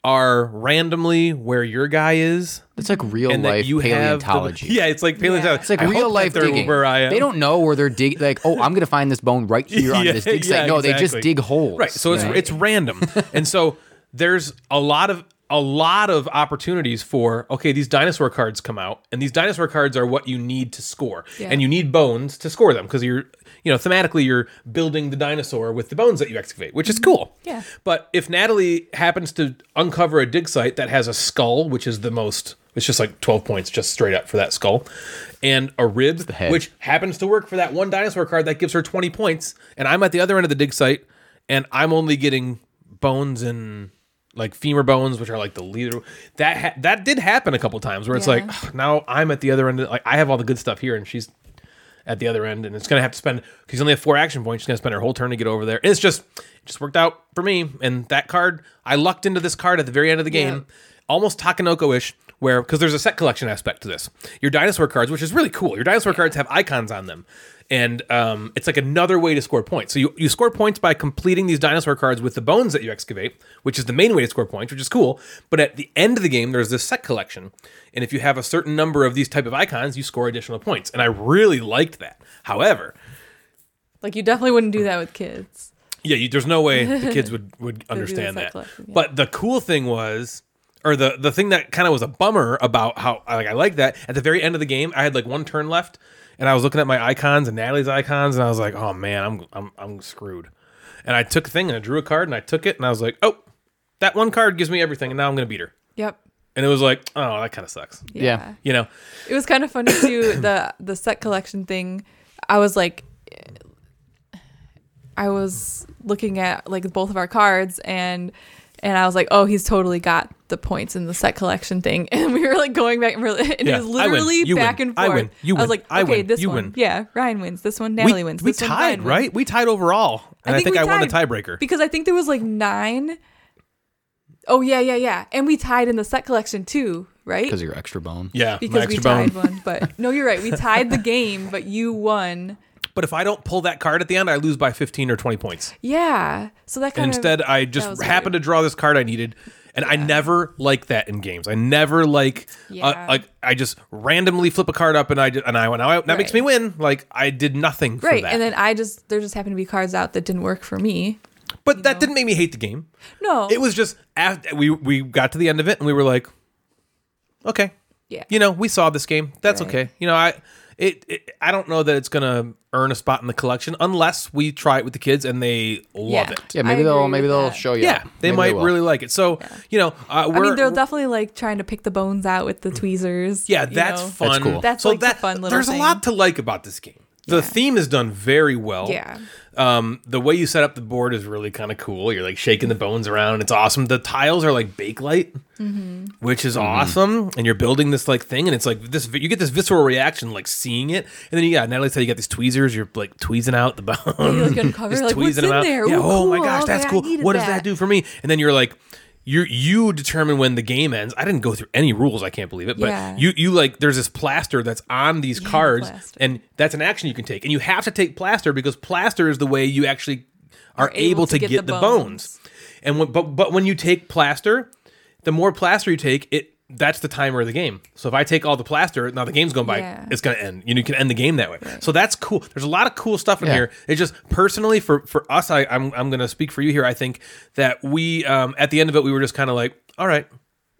A: are randomly where your guy is,
C: It's like real
A: and
C: life
A: that you
C: paleontology.
A: have the, yeah, it's like paleontology.
C: It's like real life digging.
A: Where I am.
C: They don't know where they're digging. Like, oh, I'm gonna find this bone right here on
A: Yeah,
C: this dig site.
A: yeah,
C: No, they just
A: exactly.
C: dig holes.
A: Right. So it's it's random. and so there's a lot of a lot of opportunities for okay, these dinosaur cards come out, and these dinosaur cards are what you need to score,
B: Yeah.
A: and you need bones to score them because you're you know thematically you're building the dinosaur with the bones that you excavate, which is cool.
B: Mm-hmm. Yeah.
A: But if Natalie happens to uncover a dig site that has a skull, which is the most, it's just like 12 points just straight up for that skull, and a rib,
C: head.
A: which happens to work for that one dinosaur card that gives her 20 points, and I'm at the other end of the dig site, and I'm only getting bones and like femur bones, which are like the leader. That ha- that did happen a couple times where it's
B: Yeah.
A: like "Ugh, now I'm at the other end. Of, like I have all the good stuff here, and she's at the other end, and it's gonna have to spend because you only have four action points. She's gonna spend her whole turn to get over there. It's just it just worked out for me. And that card, I lucked into this card at the very end of the game, almost Takanoko-ish, where because there's a set collection aspect to this. Your dinosaur cards, which is really cool. Your dinosaur cards have icons on them. And um, it's like another way to score points. So you, you score points by completing these dinosaur cards with the bones that you excavate, which is the main way to score points, which is cool. But at the end of the game, there's this set collection, and if you have a certain number of these type of icons, you score additional points. And I really liked that. However,
B: Like you definitely wouldn't do that with kids.
A: yeah, you, there's no way the kids would would understand
B: set
A: that.
B: collection, yeah.
A: But the cool thing was, or the the thing that kind of was a bummer about how like I like that at the very end of the game, I had like one turn left, and I was looking at my icons and Natalie's icons, and I was like, oh man, I'm I'm I'm screwed. And I took a thing and I drew a card and I took it and I was like, oh, that one card gives me everything, and now I'm gonna beat her.
B: Yep.
A: And it was like, oh, that kind of sucks,
B: Yeah.
A: you know.
B: It was kind of funny too the the set collection thing. I was like I was looking at like both of our cards and and I was like, "Oh, he's totally got the points in the set collection thing." And we were like going back and, really, and
A: Yeah,
B: it was
A: I win,
B: literally
A: you
B: back
A: win,
B: and
A: I
B: forth.
A: win, you
B: I
A: win,
B: was like,
A: I
B: "Okay,
A: win,
B: this
A: you
B: one,
A: win."
B: yeah, Ryan wins. This one, Natalie wins.
A: we
B: This one, Ryan
A: tied,
B: wins."
A: right? We tied overall, and I think, I,
B: we
A: won the
B: tied,
A: tiebreaker.
B: because I think there was like nine Oh yeah, yeah, yeah, and we tied in the set collection too, right?
C: because your extra bone.
A: yeah, my
B: because we
A: extra
B: tied
A: bone.
B: one. But no, you're right. We tied the game, but you won.
A: But if I don't pull that card at the end, I lose by 15 or 20 points.
B: Yeah. So that kind
A: And instead,
B: of
A: I
B: that was
A: just
B: weird.
A: happened to draw this card I needed. And I never like that in games. I never like,
B: Yeah.
A: uh, like I just randomly flip a card up and I ju- and I now I, that makes me
B: Right.
A: win. Like I did nothing for
B: right,
A: that.
B: and then I just there just happened to be cards out that didn't work for me.
A: but that didn't make me hate the game.
B: No,
A: It was just after we we got to the end of it and we were like, okay,
B: yeah,
A: you know, we saw this game. That's
B: Right.
A: okay. You know, I it, it I don't know that it's gonna earn a spot in the collection unless we try it with the kids and they love
B: Yeah.
A: it.
C: Yeah,
B: I
C: maybe
B: agree
C: they'll
B: with
C: maybe they'll
B: that.
C: show you.
A: Yeah, they
C: Maybe
A: might
C: will.
A: really like it. So you know, uh,
B: I
A: we're,
B: mean they're
A: we're-
B: definitely like trying to pick the bones out with the tweezers.
A: yeah,
B: you
A: that's
B: know?
A: fun.
C: That's cool.
B: That's,
A: so
B: like, the
A: that
B: fun little
A: there's
B: thing.
A: a lot to like about this game. The theme is done very well.
B: Yeah.
A: Um, the way you set up the board is really kind of cool. You're like shaking the bones around. It's awesome. The tiles are like bakelite,
B: Mm-hmm.
A: which
C: Mm-hmm.
A: is awesome. And you're building this like thing, and it's like this. You get this visceral reaction like seeing it, and then you got Natalie said you got these tweezers. You're like tweezing out the bones.
B: You like uncover
A: Just
B: like what's
A: tweezing
B: in
A: them out.
B: there.
A: Yeah,
B: Ooh,
A: oh my
B: cool.
A: gosh,
B: Okay,
A: that's
B: I
A: cool.
B: needed
A: What does
B: that.
A: that do for me? And then you're like, you you determine when the game ends. I didn't go through any rules. I can't believe it. But
B: Yeah.
A: you you like there's this plaster that's on these cards,
B: plaster.
A: and that's an action you can take, and you have to take plaster because plaster is the way you actually are able, to, get, the bones. And when, but but when you take plaster, the more plaster you take, it that's the timer of the game. So if I take all the plaster, now the game's going by.
B: Yeah.
A: It's going to end. You, know, you can end the game that way. So that's cool. There's a lot of cool stuff in
C: Yeah.
A: here. It's just personally for for us, I, I'm I'm going to speak for you here. I think that we um, at the end of it, we were just kind of like, all right,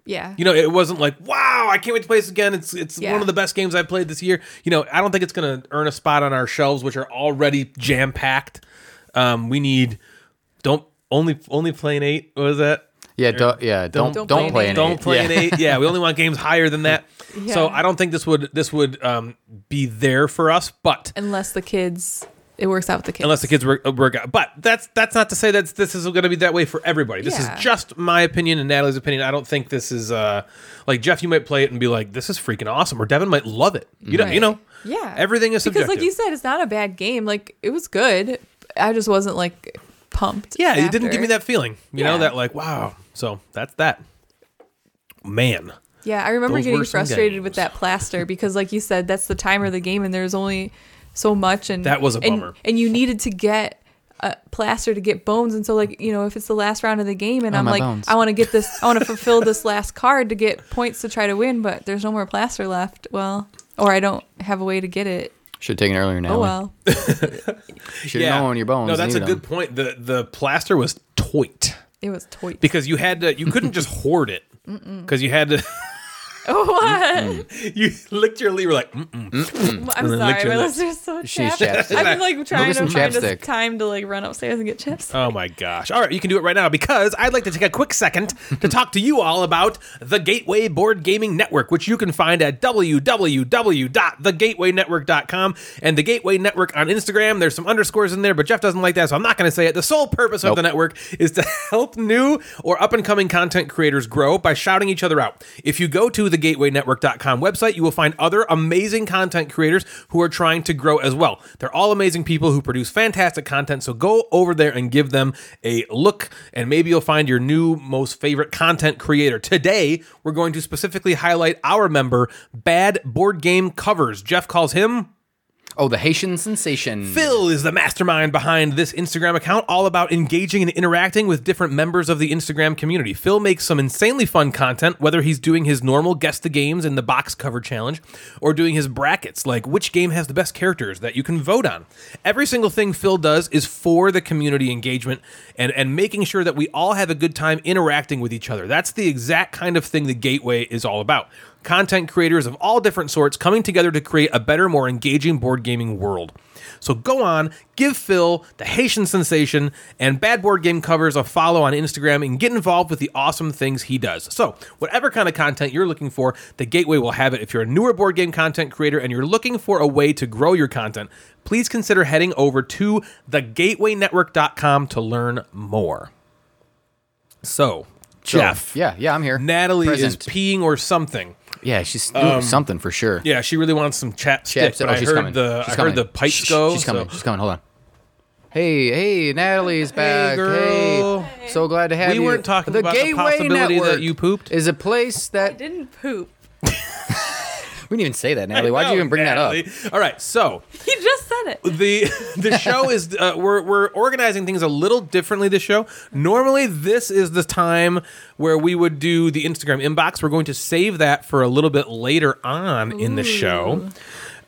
B: Yeah,
A: you know, it wasn't like, wow, I can't wait to play this again. It's it's
B: Yeah.
A: one of the best games I've played this year. You know, I don't think it's going to earn a spot on our shelves, which are already jam packed. Um, we need don't only only play an eight. What was that?
C: Yeah, don't, yeah. Don't
B: don't
C: don't,
B: play
C: play
B: an
C: an
A: don't
C: eight.
A: play
C: yeah.
A: an eight. Yeah, we only want games higher than that. So
B: Yeah.
A: I don't think this would this would um, be there for us. But
B: unless the kids, it works out with the kids.
A: unless the kids work, work out. But that's that's not to say that this is going to be that way for everybody. This
B: Yeah.
A: is just my opinion and Natalie's opinion. I don't think this is uh like Jeff. You might play it and be like, "This is freaking awesome," or Devin might love it. You know, you know,
B: Yeah.
A: Everything is
B: because,
A: subjective.
B: like you said, it's not a bad game. Like it was good. I just wasn't like pumped.
A: yeah, you didn't give
B: after.
A: me that feeling. You
B: Yeah.
A: know that like wow. So that's that. Man,
B: Yeah, I remember
A: Those
B: getting
A: were some
B: frustrated
A: games.
B: with that plaster because, like you said, that's the timer of the game, and there's only so much, and
A: That was a
B: and-
A: bummer.
B: And you needed to get uh, plaster to get bones. And so, like, you know, if it's the last round of the game and
C: Oh,
B: I'm
C: my
B: like,
C: bones.
B: I want to get this, I want to fulfill this last card to get points to try to win, but there's no more plaster left. Well, or I don't have a way to get it.
C: Should have taken it earlier now.
B: Oh, well.
C: Should have known your bones.
A: No, that's a
C: needed
A: good
C: them.
A: point. The the plaster was toit
B: It was toy.
A: because you had to. You couldn't just hoard it because you had to.
B: Oh,
C: Mm,
B: what?
A: You licked your lip. You're like, Mm-mm.
B: I'm
A: then licked
B: sorry.
A: your
B: My
A: lips.
B: lips are so
C: She's
B: chapped. I've
C: chapstick.
B: been like trying
C: some
B: to find a
C: chapstick.
B: time to like run upstairs and get chips.
A: oh my gosh! All right, you can do it right now because I'd like to take a quick second to talk to you all about the Gateway Board Gaming Network, which you can find at www.thegatewaynetwork.com and the Gateway Network on Instagram. There's some underscores in there, but Jeff doesn't like that, so I'm not going to say it. The sole purpose of
C: Nope.
A: the network is to help new or up and coming content creators grow by shouting each other out. If you go to the gatewaynetwork.com website, you will find other amazing content creators who are trying to grow as well. They're all amazing people who produce fantastic content, so go over there and give them a look and maybe you'll find your new most favorite content creator. Today, we're going to specifically highlight our member Bad Board Game Covers. Jeff calls him
C: Oh, the Haitian sensation.
A: Phil is the mastermind behind this Instagram account, all about engaging and interacting with different members of the Instagram community. Phil makes some insanely fun content, whether he's doing his normal guess the games and the box cover challenge, or doing his brackets, like which game has the best characters that you can vote on. Every single thing Phil does is for the community engagement and, and making sure that we all have a good time interacting with each other. That's the exact kind of thing the Gateway is all about content creators of all different sorts coming together to create a better, more engaging board gaming world. So go on, give Phil, the Haitian sensation, and Bad Board Game Covers a follow on Instagram and get involved with the awesome things he does. So, whatever kind of content you're looking for, the Gateway will have it. If you're a newer board game content creator and you're looking for a way to grow your content, please consider heading over to thegatewaynetwork.com to learn more. So,
C: So,
A: Jeff,
C: Yeah, yeah, I'm here.
A: Natalie is
C: Present.
A: peeing or something.
C: Yeah, she's doing something for sure.
A: Yeah, she really wants some chapstick.
C: Chaps-
A: but
C: oh,
A: I
C: she's
A: heard
C: coming.
A: the
C: she's
A: I
C: coming.
A: heard the pipes
C: Shh,
A: go.
C: She's
A: so-
C: coming. She's coming. Hold on. Hey, hey, Natalie's back. Hey,
A: girl.
C: so glad to have
A: We
C: you.
A: weren't talking about the
C: Gateway
F: possibility that
C: Network
F: you pooped.
C: Is a place
B: I
C: that
B: didn't poop.
C: we didn't even say that, Natalie. Why'd
A: No,
C: you even bring that up?
A: Natalie. All right, so
B: You just said it.
A: the the show is uh, we're we're organizing things a little differently this show. Normally this is the time where we would do the Instagram inbox. We're going to save that for a little bit later on in the show.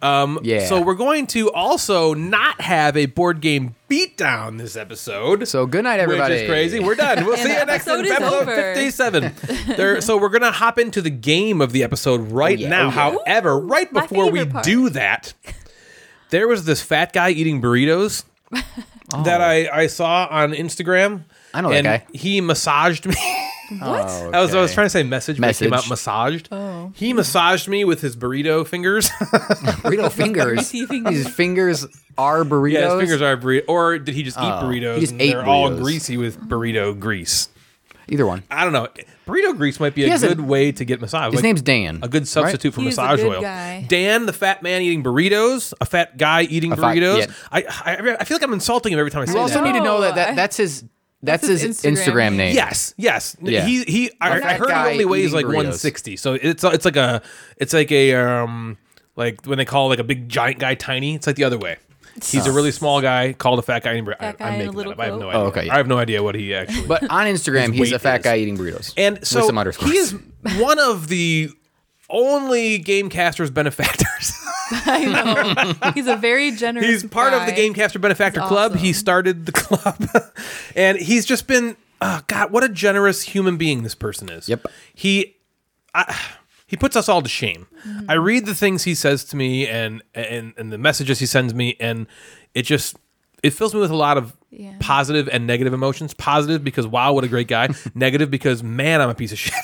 A: Um,
C: Yeah.
A: So we're going to also not have a board game beatdown this episode.
C: So good night, everybody.
A: Which is crazy. We're done. We'll see you next
B: episode
A: time.
B: is
A: episode
B: over.
A: 57. There, so we're going to hop into the game of the episode right
C: yeah,
A: now.
C: oh yeah.
A: However, right
B: my
A: before we
B: favorite part.
A: do that, there was this fat guy eating burritos that I, I saw on Instagram.
C: Oh. I know that
A: and
C: guy.
A: He massaged me.
B: What?
C: Oh,
A: I was I was
C: okay.
A: trying to say message, but it came
C: Message.
A: out massaged.
B: Oh.
A: He massaged me with his burrito fingers.
C: burrito fingers.
B: BT fingers.
C: His fingers are burritos.
A: yeah, his fingers are burrito. Or did he just eat burritos?
C: Oh. he just
A: and
C: ate
A: they're all
C: burritos.
A: greasy with burrito grease.
C: Either one.
A: I don't know. Burrito grease might be a
C: has a-
A: good way to get massage.
C: His name's Dan.
A: a good substitute for
B: He's a
A: massage
B: good
A: oil.
B: guy.
A: Dan, the fat man eating burritos, a fat guy eating
C: fat-
A: burritos.
C: yeah.
A: I, I I feel like I'm insulting him every time I say
C: You also
A: that.
C: need to know that,
B: No.
C: that that's his that's,
B: his
C: his,
B: Instagram
C: Instagram,
B: name.
C: name.
A: Yes, yes.
C: Yeah.
A: He he. I, I
C: fat
A: heard
C: guy
A: he only weighs
C: eating
A: like
C: burritos.
A: 160, so it's it's like a it's like a um like when they call like a big giant guy tiny. It's like the other way. He's a really small guy called a fat guy. Eating burrito. I,
B: Fat guy in
A: I'm
B: a
A: making that
B: little
F: up. I have no
B: coat.
A: idea.
C: Oh, okay, yeah.
A: I have no idea what he actually.
C: But on Instagram, he's
A: weight
C: a fat
A: is.
C: guy eating burritos.
A: And so
C: with some underscores.
A: he is one of the only Gamecaster's benefactors.
B: I know. He's a very generous.
A: he's part of the
B: guy.
A: Gamecaster Benefactor Club. He
B: awesome.
A: started the club, and he's just been oh God, what a generous human being this person is.
C: Yep.
A: He, I, he puts us all to shame.
B: Mm-hmm.
A: I read the things he says to me and and and the messages he sends me, and it just it fills me with a lot of.
B: Yeah.
A: Positive and negative emotions. Positive because wow, what a great guy. negative because man, I'm a piece of shit.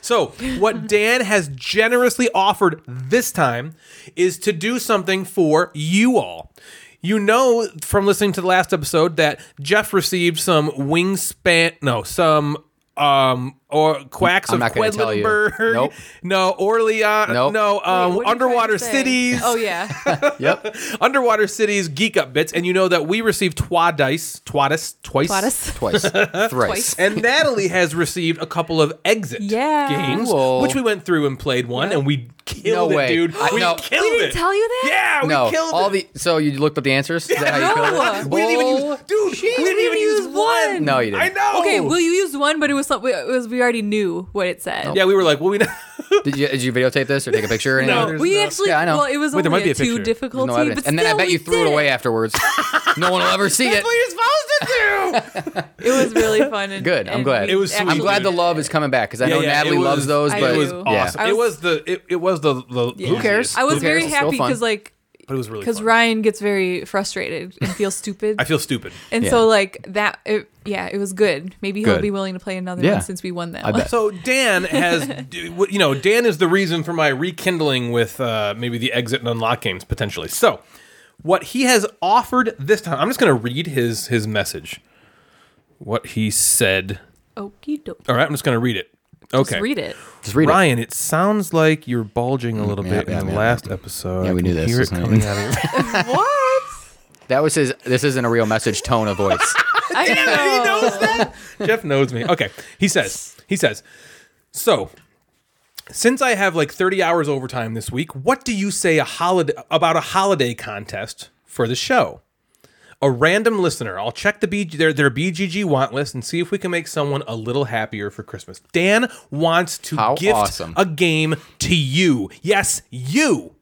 A: So, what Dan has generously offered this time is to do something for you all. You know from listening to the last episode that Jeff received some wingspan, no, some um or Quacks
C: I'm
A: of
C: not gonna tell you.
A: Quedlinburg.
C: Nope.
A: No, Orleans.
C: Nope.
A: No, um,
B: Wait, what are you
A: Underwater
B: trying to say?
A: Cities.
B: Oh yeah.
C: Yep.
A: Underwater Cities Geek Up Bits. And you know that we received twa dice, twadis, twice.
B: Plautus.
C: Twice. Thrice.
B: Twice.
A: And Natalie has received a couple of exit
B: Yeah.
A: games,
C: Cool.
A: which we went through and played one, and we killed
C: No
A: it,
C: way.
A: dude.
C: I-
A: we
C: no.
A: killed
B: We didn't
A: it.
B: tell you that?
A: Yeah, we
C: no.
A: killed
C: all
A: it.
C: the so you looked up the answers. Is that how you
B: No.
C: killed it?
A: we didn't even
C: Bull-
A: use, dude. we didn't even use one.
C: No, you
A: I
C: didn't.
A: know.
B: Okay, well you used one, but it was something it was we already knew what it said.
A: yeah, we were like, well, we.
C: Did you, did you videotape this or take a picture? Or
A: No.
C: anything?
A: There's
B: We
A: no-
B: actually
C: Yeah, I know.
B: well it was
A: Wait, there
B: only
A: might be
B: a
A: a
B: two
A: picture.
B: difficulty,
C: There's no evidence.
B: but
C: and then I
B: still
C: bet
B: we
C: you threw
B: did
C: it away
B: it.
C: afterwards. no one will ever see it.
A: That's what you're supposed to do.
B: It was really fun. And,
C: Good. I'm
B: and
C: glad.
B: we
A: It was sweet.
C: I'm
B: actually
C: glad the
B: did
C: love
B: it.
C: is coming back because I know
A: Yeah, yeah,
C: Natalie
A: it was-
C: loves those.
B: I
C: But
A: it was
B: do.
A: awesome.
B: I
A: it
B: was-
A: was the it, it was the the
B: Yeah.
A: who
C: cares?
B: I was
C: Who cares?
B: very
C: It's still
B: happy
C: fun.
B: because like
A: but it was really
B: because
A: fun.
B: Ryan gets very frustrated and feels stupid.
A: I feel stupid.
B: and
C: Yeah.
B: so like that, it, yeah, it was good. Maybe he'll
C: Good.
B: be willing to play another
C: Yeah.
B: one since we won that
C: I
B: one.
C: bet.
A: So Dan has, d- w- you know, Dan is the reason for my rekindling with uh, maybe the exit and unlock games potentially. So, what he has offered this time, I'm just going to read his his message. What he said.
B: Okie doke.
A: All right, I'm just going to read it.
B: Just
A: Okay,
B: read it.
C: Just read it. Mm,
A: Ryan, it sounds like you're bulging a little
C: yeah,
A: bit
C: yeah,
A: in the
C: yeah,
A: last episode.
C: Yeah,
A: I
C: we
A: can
C: knew this,
A: Hear it
C: wasn't it?
A: coming out of your-
B: What?
C: That was his. This isn't a real message tone of voice.
B: I know.
A: Jeff knows me. Okay, he says. He says. So, since I have like 30 hours overtime this week, what do you say a holiday about a holiday contest for the show? A random listener. I'll check the B, their their BGG want list and see if we can make someone a little happier for Christmas. Dan wants to
C: How
A: gift
C: awesome.
A: a game to you. Yes, you.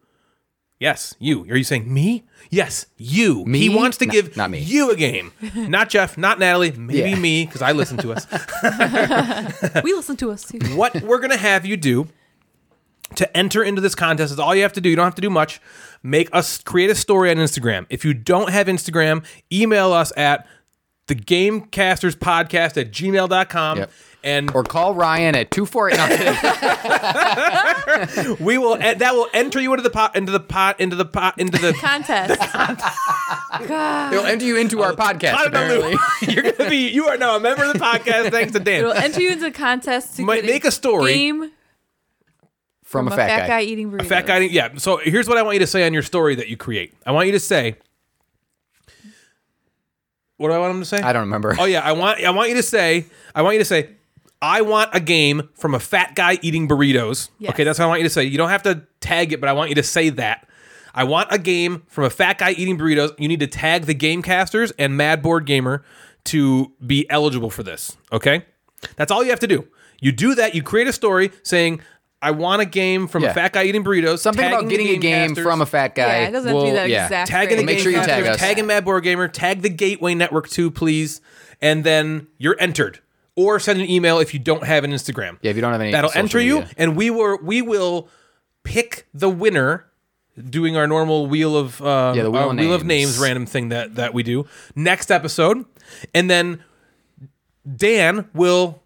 A: Yes, you. Are you saying me? Yes, you.
C: Me?
A: He wants to
C: No,
A: give
C: not me.
A: you a game. Not Jeff, not Natalie, maybe
C: Yeah.
A: me, because I listen to us
B: We listen to us too.
A: what we're gonna have you do to enter into this contest is all you have to do. You don't have to do much. Make us create a story on Instagram. If you don't have Instagram, email us at the Gamecasterspodcast at gmail.com.
C: Yep.
A: And
C: Or call Ryan at two four eight.
A: we will and that will enter you into the pot into the pot into the pot into the
B: Contest. God.
C: It'll enter you into our podcast. Apparently,
A: You're gonna be you are now a member of the podcast thanks to Dan.
B: It'll enter you into a contest to
A: Might
B: get
A: make a story.
B: Game
C: from,
B: from
C: a fat, guy.
B: eating burritos.
A: Fat guy, yeah. So here's what I want you to say on your story that you create. I want you to say what do I want him to say?
C: I don't remember.
A: Oh yeah, I want I want you to say I want you to say I want a game from a fat guy eating burritos.
B: Yes.
A: Okay, that's what I want you to say. You don't have to tag it, but I want you to say that. I want a game from a fat guy eating burritos. You need to tag the gamecasters and Mad Board Gamer to be eligible for this. Okay, that's all you have to do. You do that. You create a story saying. I want a game from
C: Yeah.
A: a fat guy eating burritos.
C: Something about getting a game from a fat guy.
B: Yeah, it doesn't have to be
C: Well,
B: that
C: yeah.
B: exact
A: Tag in
B: phrase.
A: the
C: Make
A: game
C: sure you
A: Factor,
C: tag us.
A: Tag in Mad Board Gamer. Tag the Gateway Network too, please, and then you're entered. Or send an email if you don't have an Instagram.
C: Yeah, if you don't have any
A: that'll
C: social
A: enter you,
C: media.
A: and we were we will pick the winner. Doing our normal wheel of um,
C: Yeah, the wheel
A: our
C: of
A: of names
C: names.
A: random thing that that we do next episode, and then Dan will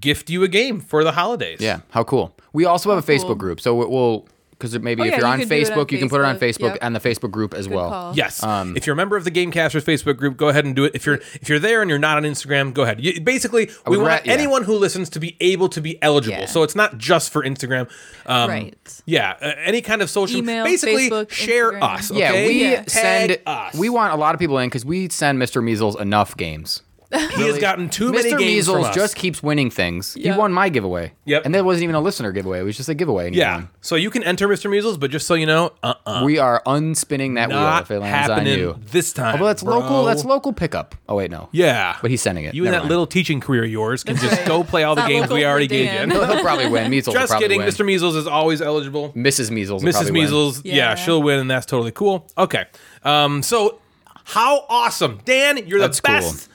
A: gift you a game for the holidays.
C: Yeah, how cool. We also have a Facebook
B: cool.
C: group, so it will because maybe
B: Oh,
C: if
B: yeah,
C: you're
B: you
C: on
B: could do it
C: Facebook,
B: on
C: you can put it on
B: Facebook,
C: Facebook
B: yep.
C: and the Facebook group as well.
B: call.
A: Yes.
C: Um,
A: if you're a member of the Gamecasters Facebook group, go ahead and do it. If you're if you're there and you're not on Instagram, go ahead. You, basically, we
C: would ra-
A: want
C: yeah.
A: anyone who listens to be able to be eligible.
B: Yeah.
A: So it's not just for Instagram. Um,
B: Right.
A: Yeah. uh, any kind of social.
B: Email,
A: basically,
B: Facebook,
A: share
B: Instagram.
A: us.
C: Yeah,
A: okay?
C: we
B: Yeah.
C: send.
A: Tag us.
C: We want a lot of people in because we send Mr. Measles enough games.
A: He has gotten too many
C: Mr.
A: games
C: Measles
A: from us.
C: just keeps winning things.
B: Yeah.
C: He won my giveaway.
A: Yep.
C: And that wasn't even a listener giveaway. It was just a giveaway. and he
A: yeah.
C: won.
A: So you can enter Mr. Measles, but just so you know, uh, uh
C: We are unspinning that wheel
A: not
C: if it lands on
A: happening
C: you.
A: this time.
C: Although Oh, that's
A: bro.
C: local. That's local pickup. Oh wait, no.
A: Yeah.
C: But he's sending it.
A: you and
C: Never
A: that
C: mind.
A: little teaching career of yours can just
B: right.
A: go play all the
B: Not
A: games
B: local
A: we
B: for
A: already gave
B: Dan.
A: you.
C: He'll probably win. Measles will
A: Just
C: probably
A: kidding.
C: win.
A: Mr. Measles is always eligible.
C: Mrs. Measles. will
A: Mrs.
C: probably win.
A: Measles, yeah.
B: Yeah.
A: she'll win, and that's totally cool. Okay, um, so how awesome, Dan! You're
C: That's
A: the best,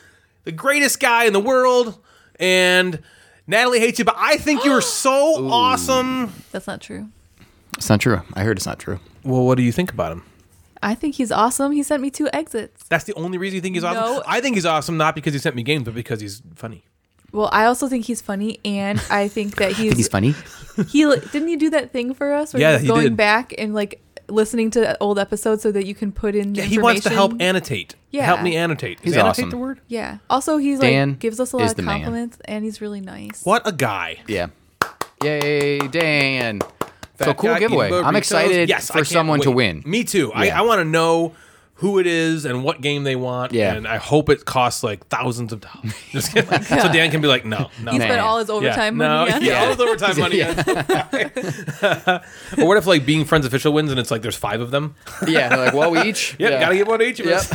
A: the greatest guy in the world, and Natalie hates you, but I think you're so awesome.
B: That's not true.
C: It's not true. I heard it's not true.
A: Well, what do you think about him?
B: I think he's awesome. He sent me two exits.
A: That's the only reason you think he's awesome.
B: No.
A: I think he's awesome not because he sent me games, but because he's funny.
B: Well, I also think he's funny, and I think that he's,
C: He's funny.
B: He didn't he do that thing for us where
A: Yeah,
B: he
A: he
B: was going
A: did.
B: back and like listening to old episodes so that you can put in.
A: Yeah, he wants to help
B: information.
A: annotate.
B: Yeah.
A: Help me annotate. Is
C: He's
A: annotate
C: awesome.
A: the word?
B: Yeah. Also, he's
C: Dan
B: like gives us a
C: is
B: lot
C: the
B: of
C: man.
B: compliments, and he's really nice.
A: What a guy.
C: Yeah. Yay, Dan. so
A: Fat
C: cool
A: guy eating
C: giveaway. I'm
A: burritos.
C: excited
A: Yes, I
C: for
A: can't
C: someone to
A: wait.
C: win.
A: Me too. I,
C: Yeah.
A: I want to know who it is and what game they want.
C: Yeah.
A: And I hope it costs like thousands of dollars. Just kidding. so Dan can be like, no, no.
B: He
A: no.
B: spent
C: Man.
B: all his overtime money.
A: No,
B: on-
A: yeah, all the overtime money. on- or what if like being friends official wins and it's like there's five of them?
C: yeah, they're like, well, we each.
A: Yeah, gotta get one to each of us.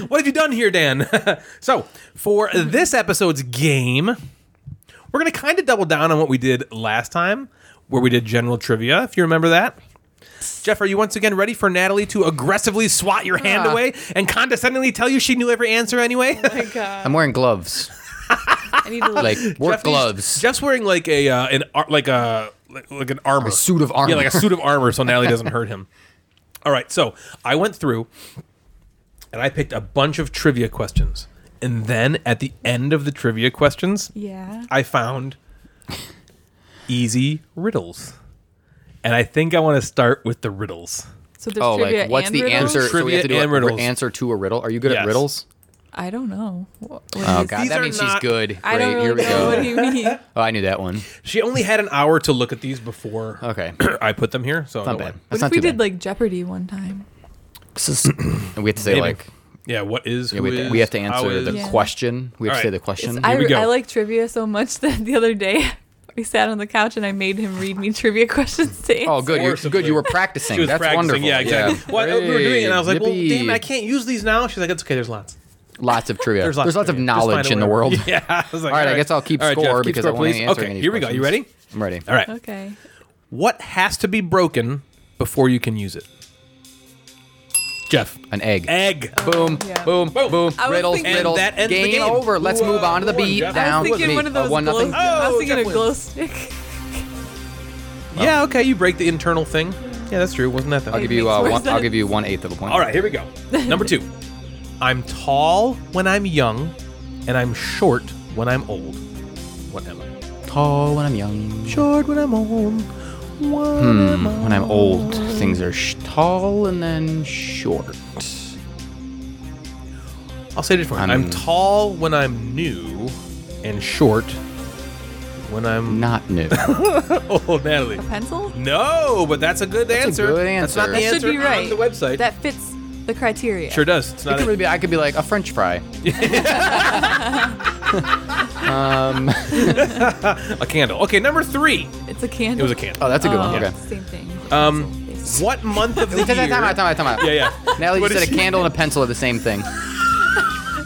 A: what have you done here, Dan? so, for this episode's game, we're gonna kind of double down on what we did last time, where we did general trivia, if you remember that. Jeff, are you once again ready for Natalie to aggressively swat your hand
C: Ah.
A: away and condescendingly tell you she knew every answer anyway?
B: Oh my God.
C: I'm wearing gloves,
B: I need to
C: like work
A: Jeff needs-
C: gloves.
A: Jeff's wearing like a uh, an ar- like a like, like an armor,
C: A suit of armor.
A: Yeah, like a suit of armor, so Natalie doesn't hurt him. All right, so I went through and I picked a bunch of trivia questions, and then at the end of the trivia questions,
B: Yeah.
A: I found easy riddles, and I think I want to start with the riddles.
B: So there's
C: Oh,
B: trivia
C: like what's
B: and
C: the
B: riddles?
C: answer? so we
A: Trivia
C: have to do
A: and
C: a
A: riddles.
C: answer to a riddle. Are you good
A: Yes.
C: at riddles?
B: I don't know. What- what
C: Oh
B: is-
C: god,
A: These
C: that
A: are
C: means
A: not-
C: she's good.
B: I
C: Great,
B: don't
C: here
B: really
C: we
B: know.
C: go.
B: What do you mean?
C: Oh, I knew that one.
A: She only had an hour to look at these before
C: Okay.
A: I put them here, so
C: Not
A: don't
C: bad.
A: worry.
B: What
C: That's
B: if
C: not
B: we
C: too
B: did
C: bad.
B: like Jeopardy one time?
C: and we have to say
A: Maybe.
C: like
A: Yeah, what is?
C: yeah,
A: who
C: we, have to,
A: is,
C: we have to
A: how
C: answer the
A: is.
B: Yeah.
C: question. We have to
A: All
C: say
A: right.
C: the question.
B: I,
A: we go.
B: I like trivia so much that the other day we sat on the couch and I made him read me trivia questions to answer.
C: Oh, good. You're
A: Forcibly.
C: good. You were practicing.
A: She was
C: That's
A: practicing.
C: wonderful.
A: Yeah, exactly. Well, I- we were doing it, and I was like,
C: Yippee.
A: "Well, damn, it, I can't use these now." She's like, "It's okay. There's lots.
C: Lots of trivia. There's lots, of
A: trivia. Just find
C: knowledge
A: a
C: in the
A: way."
C: world.
A: Yeah. I was like,
C: All right, I guess I'll keep
A: All right, Jeff,
C: score
A: keep
C: because I
A: score,
C: won't
A: please.
C: answer
A: Okay,
C: any
A: here we go. You ready?
C: questions. I'm ready.
A: All right.
B: Okay.
A: What has to be broken before you can use it? Jeff,
C: An egg.
A: egg.
C: Boom,
B: Yeah.
C: boom, boom,
B: I was
C: Riddles,
B: thinking-
C: riddles.
A: And that ends the
C: game,
A: game.
C: over. Let's
A: Who, uh,
C: move on to the
A: who won,
C: beat.
A: Jeff?
B: I
C: Down
B: was
C: with
B: thinking
C: me.
B: one of
C: A
B: those
C: one
B: glow.
C: nothing.
B: I was
A: Oh,
B: thinking
A: Jeff
B: a glow
A: wins.
B: stick.
A: Yeah. Okay. You break the internal thing. Yeah, that's true. Wasn't that
C: I'll
A: that?
C: give you uh,
B: Makes more
C: one. I'll
B: sense.
C: give you one eighth of a point.
A: All right. Here we go. Number two. I'm tall when I'm young, and I'm short when I'm old. What am I?
C: Tall when I'm young.
A: Short when I'm old. What
C: Hmm.
A: am I?
C: When I'm old, things are sh- tall and then short.
A: I'll say it differently. I'm,
C: I'm-
A: tall when I'm new and short when I'm
C: Not new.
A: old, Natalie.
B: A pencil?
A: No, but that's a good
C: a
A: answer.
C: good
A: That's not
C: answer.
A: the
C: That
B: should
A: answer
B: be right.
A: on the website.
B: That fits the criteria.
A: sure does. It's
C: It
A: not
C: could
A: a,
C: really be, I could be like a French fry. um,
A: a candle. Okay, number three.
B: It's a candle.
A: It was a candle.
C: oh, that's a good one.
B: Oh,
C: Okay.
B: Same thing.
A: Um,
B: Pencil.
A: what month of the
C: Time
A: year?
C: out, time out, time out, time out.
A: Yeah, yeah.
C: Natalie
A: What
C: just
A: did
C: said a
A: she-
C: candle and a pencil are the same thing.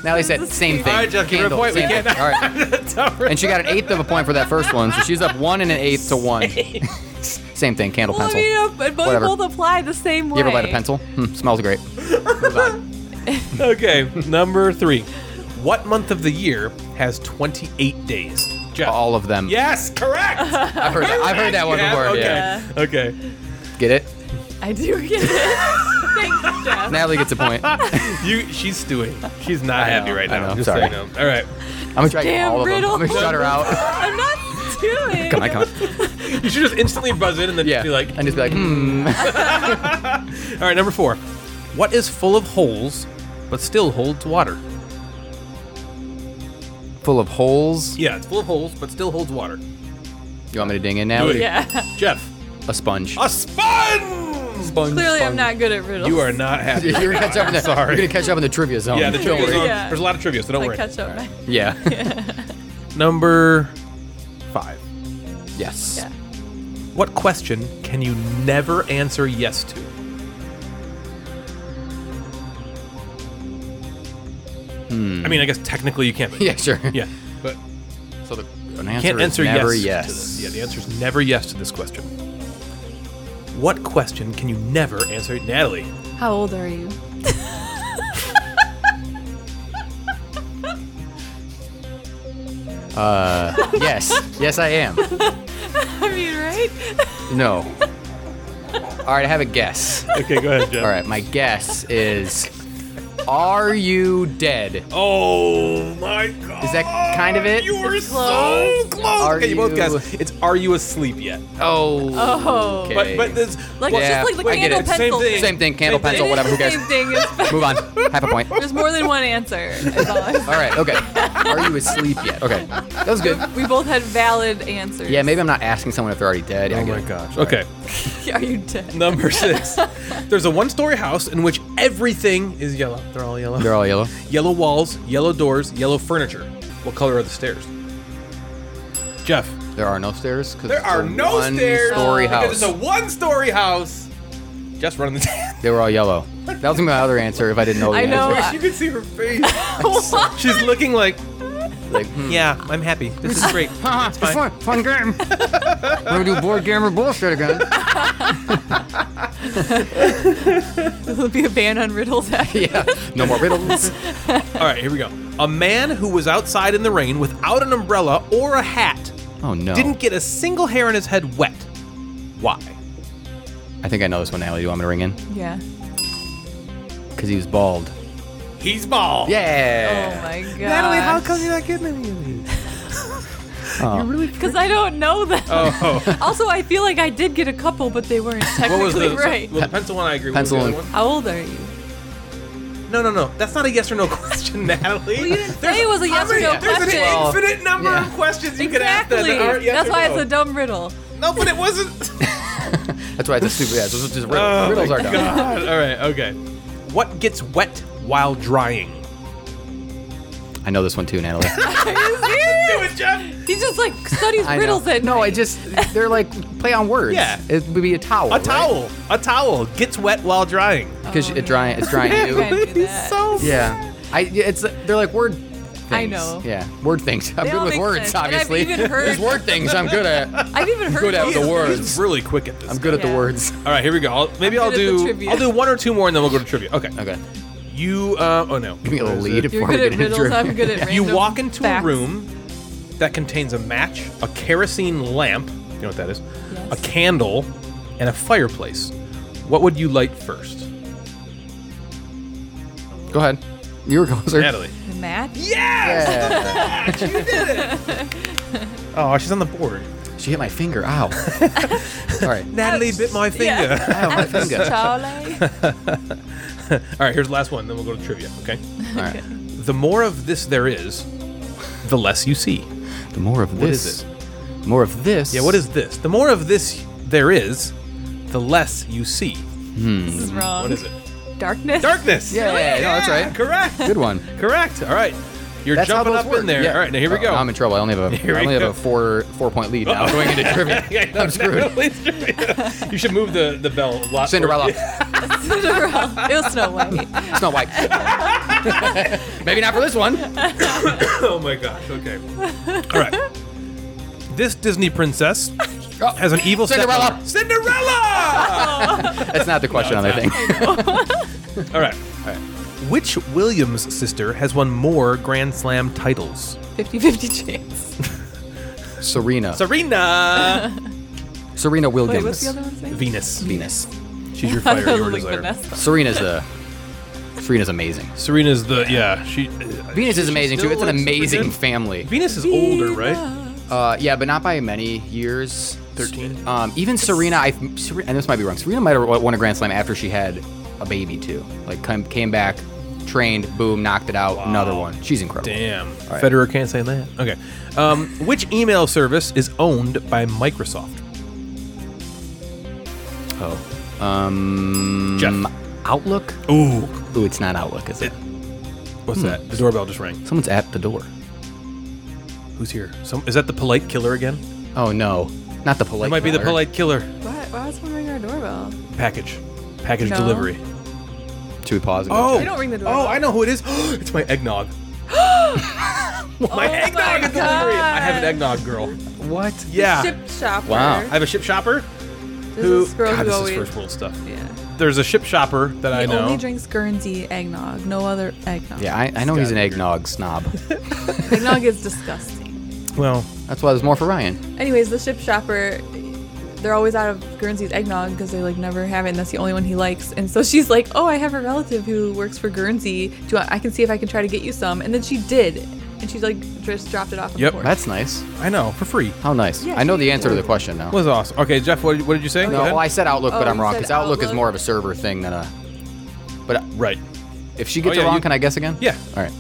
C: Natalie said same thing.
A: All right, Jeff, give her a
C: Candle,
A: point. We
C: same
A: can't-
C: thing. All right. And she got an eighth of a point for that first one, so she's up one and an eighth to one. same thing, candle,
B: Well, I
C: pencil.
B: mean, uh, but both,
C: Whatever.
B: both apply the same way.
C: You ever light a pencil? Hmm, smells great. Move on.
A: okay, number three. What month of the year has 28 days? Jeff.
C: All of them.
A: Yes, correct.
C: I've heard that, I've heard Oh. that one
A: Yeah,
C: before.
A: okay.
C: Yeah.
A: Okay.
C: Get it?
B: I do get it. Thanks, Jeff.
C: Natalie gets a point. I'm
A: You, she's stewing. She's not
C: know,
A: happy right
C: I
A: now.
C: know,
A: just
C: sorry.
A: so you know. All right.
C: gonna try to get
B: Damn
C: all of them. I'm
B: riddle.
C: gonna shut her out.
B: I'm not doing.
C: Come on, come on.
A: You should just instantly buzz in and then
C: Yeah.
A: just be like,
C: and just be like, hmm.
A: all right, number four. What is full of holes but still holds water?
C: Full of holes.
A: Yeah, it's full of holes but still holds water.
C: You want me to ding in now?
A: Do it.
B: Yeah.
A: Jeff,
C: A sponge.
A: a sponge!
C: sponge.
B: Clearly, I'm not good at riddles.
A: You are not happy.
C: You're gonna catch up in the,
A: Sorry.
C: You're gonna catch up in the trivia zone.
A: yeah, the
C: Don't
A: trivia
C: worry.
A: zone.
B: Yeah.
A: There's a lot of trivia, so don't
B: I
A: worry.
B: catch up.
C: Yeah.
A: Number five.
C: yes.
B: Yeah.
A: What question can you never answer yes to?
C: Hmm.
A: I mean, I guess technically you can't. But
C: Yeah, sure.
A: yeah. But
C: So the an answer
A: Can't
C: is
A: answer
C: never
A: yes.
C: yes.
A: To this. Yeah, the answer is never yes to this question. What question can you never answer, Natalie?
B: How old are you?
C: Uh, yes. Yes, I am.
B: I mean, right?
C: No. All right, I have a guess.
A: Okay, go ahead, Jeff.
C: All right, my guess is Are you dead?
E: Oh my god.
C: Is that kind of it?
E: You were
B: It's
E: so
B: close.
E: close.
C: Are
A: okay, you both
C: you-
A: guessed. It's are you asleep yet?
C: Oh.
B: Oh.
C: Okay.
A: But but this
B: Like
A: well,
B: it's
C: Yeah,
B: just like the
C: I get it.
B: candle
A: Same
B: pencil.
A: thing.
C: Same thing, candle,
A: Same
B: It
A: thing.
C: pencil,
B: is
C: whatever. Who
B: the
C: cares?
B: Same thing. It's-
C: Move on. Half a point.
B: There's more than one answer. is all I'm
C: All right. Okay. Are you asleep yet? Okay. That was good.
B: We both had valid answers.
C: Yeah, maybe I'm not asking someone if they're already dead. I
A: Oh
C: get
A: my
C: it.
A: gosh.
E: Okay.
B: Are you dead?
A: Number six. There's a one story house in which everything is yellow. They're all yellow.
C: They're all yellow.
A: Yellow walls, yellow doors, yellow furniture. What color are the stairs? Jeff.
C: There are no stairs. 'cause
A: There
C: it's
A: are
C: a
A: no stairs. Oh,
C: One-story
A: because
C: house.
A: It's a one story house. Jeff's running the table.
C: They were all yellow. That was gonna be my other answer if I didn't know the
B: I know.
C: answer.
A: you can see her face.
B: What?
A: She's looking like,
C: Like, hmm.
A: yeah, I'm happy. This is great.
C: Haha, it's fun, fun game. We're gonna do board gamer bullshit again.
B: This will be a ban on riddles. after
C: yeah, no more riddles.
A: All right, here we go. A man who was outside in the rain without an umbrella or a hat
C: Oh no!
A: didn't get a single hair on his head wet. Why?
C: I think I know this one, Allie. Do you want me to ring in?
B: Yeah.
C: Because he was bald.
A: He's bald.
B: Oh
C: Yeah.
B: my god.
A: Natalie, how come you're not getting any of these?
C: Oh.
B: Because I don't know them.
A: Oh,
B: Also, I feel like I did get a couple, but they weren't technically
A: what was the
B: right.
A: Well, the pencil one I agree.
C: Pencil
A: with.
C: one.
B: How old are you?
A: No, no, no. That's not a yes or no question, Natalie.
B: Well, you didn't say it was a
A: how
B: yes or no
A: There's
B: question.
A: an infinite number
C: yeah.
A: of questions you could ask that,
B: Exactly.
A: that aren't yes
B: That's
A: or
B: why
A: no.
B: it's a dumb riddle.
A: No, but it wasn't.
C: That's why it's a stupid. Yeah, those are just riddles.
A: Oh,
C: riddles
A: my
C: are dumb.
A: God. All right, okay. What gets wet while drying?
C: I know this one too, Natalie.
B: Are you serious?
A: Do it, Jeff.
B: He just like studies
C: I know.
B: riddles at
C: no,
B: night.
C: I just they're like play on words.
A: Yeah.
C: it would be a towel.
A: A towel. A towel gets wet while drying.
C: because
B: Oh,
C: it dry it's drying you.
B: Yeah. Can't do
A: He's
B: that.
A: so
C: Yeah, I yeah, it's they're like word. Things.
B: I know.
C: Yeah, word things. I'm
B: They all
C: good with
B: make
C: words,
B: sense, and I've
C: obviously.
B: even heard-
C: There's word things I'm good at.
B: I've even heard
C: Good at
B: those
C: the
B: before.
C: word.
A: He's really quick at this.
C: I'm good at the
B: Yeah.
C: words.
A: All right, here we go. I'll, maybe
B: I'm
A: I'll
B: good at the
A: do
B: trivia.
A: I'll do one or two more, and then we'll go to trivia. Okay.
C: Okay,
A: You. Uh, oh no.
C: give me a little
A: Where is
C: lead
A: it?
B: You're
C: before we
B: good
C: get
B: at
C: into
B: riddles. I'm
C: trivia.
B: good at
A: You
B: random
A: walk into
B: facts.
A: a room that contains a match, a kerosene lamp. You know what that is?
B: Yes.
A: A candle and a fireplace. What would you light first,
C: Go ahead. You were closer.
A: Natalie?
B: The match.
A: Yes.
C: Yeah.
A: Oh, she's on the board.
C: she hit my finger. Ow. All right.
A: Natalie bit my finger.
B: Yeah.
C: Ow, my finger.
B: Charlie.
A: All right, here's the last one. Then we'll go to trivia. Okay.
C: All right.
A: The more of this there is, the less you see.
C: The more of this.
A: is
C: More of this.
A: Yeah, what is this? The more of this there is, the less you see.
B: This is wrong.
A: Hmm. What is it?
B: Darkness.
A: Darkness.
C: Yeah, yeah, yeah, no, that's right.
A: Correct.
C: Good one.
A: Correct. All right. You're
C: That's how
A: jumping
C: those
A: up
C: work.
A: in there.
C: Yeah.
A: All right, now here we
C: Oh,
A: go.
C: now I'm in trouble. I only have a,
A: Here
C: I
A: we
C: only have
A: go.
C: a four four point lead now going into trivia.
A: No,
C: I'm screwed.
A: Natalie's trivia. you should move the, the bell a lot.
C: Cinderella.
B: Cinderella. It was Snow White.
C: Snow White. Maybe not for this one.
A: oh my gosh. Okay. All right. This Disney princess
C: Oh,
A: has an evil
C: Cinderella.
A: stepmother. Cinderella.
C: That's not the question on the thing.
A: All right. All right. Which Williams sister has won more Grand Slam titles?
B: 50-50 chance.
C: Serena.
A: Serena.
C: Serena
B: Wait,
C: Williams.
B: what's the other one's name?
A: Venus.
C: Venus.
A: She's your
B: I
A: fire,
B: was
A: your
B: like
A: desire.
B: Vanessa.
C: Serena's the. Serena's amazing.
A: Serena's the yeah. She uh,
C: Venus is amazing too.
A: still
C: It's an
A: like super
C: amazing
A: good.
C: family.
A: Venus is older, right?
C: Uh, yeah, but not by many years.
A: 13.
C: Um, even Serena, I Serena, and this might be wrong. Serena might have won a Grand Slam after she had a baby too. Like come, came back, trained, boom, knocked it out, another one. She's incredible.
A: Damn.
C: right.
A: Federer can't say that. Okay. Um, which email service is owned by Microsoft?
C: Oh. Um,
A: Jeff.
C: Outlook?
A: Ooh.
C: Ooh, it's not Outlook, is it?
A: What's that? The doorbell just rang.
C: Someone's at the door.
A: Who's here? Some is that the polite killer again?
C: Oh no, not the polite.
A: That might be the
C: caller.
A: polite killer.
B: Why, why was someone ringing our doorbell?
A: Package. Package
B: No.
A: delivery.
C: Should we pause? and go
A: Oh.
B: They don't ring the
A: Oh,
B: doorbell.
A: I know who it is. it's my eggnog. my
B: Oh my
A: eggnog is delivery. I have an
B: God.
A: eggnog girl.
C: check? What?
A: Yeah.
B: Ship shopper.
C: Wow.
A: I have a ship shopper.
B: This
A: Who?
B: is girl
A: God,
B: who
A: this
B: always,
A: is first world stuff.
B: Yeah.
A: There's a ship shopper that I
B: He
A: know.
B: only drinks Guernsey eggnog, no other eggnog.
C: Yeah, I, I know he's an
A: Scott.
C: eggnog snob.
B: Eggnog is disgusting.
A: well,
C: That's why there's more for Ryan.
B: Anyways, the ship shopper they're always out of Guernsey's eggnog because they like never have it, and that's the only one he likes. And so she's like, "Oh, I have a relative who works for Guernsey. Do you want, I can see if I can try to get you some." And then she did, and she like just dropped it off. On
A: Yep.
B: the porch.
C: That's nice.
A: I know for free.
C: How nice.
B: Yeah,
C: I know the
B: she-
C: answer to the question now.
A: It was awesome. Okay, Jeff, what, what did you say? Go
C: No,
A: ahead.
C: well, I said Outlook, but
B: Oh,
C: I'm
B: you
C: wrong
B: said
C: because Outlook, is
B: Outlook?
C: more of a server thing than a. But
A: right.
C: if she gets
A: Oh, yeah,
C: it wrong,
A: you-
C: can I guess again?
A: Yeah.
C: All right.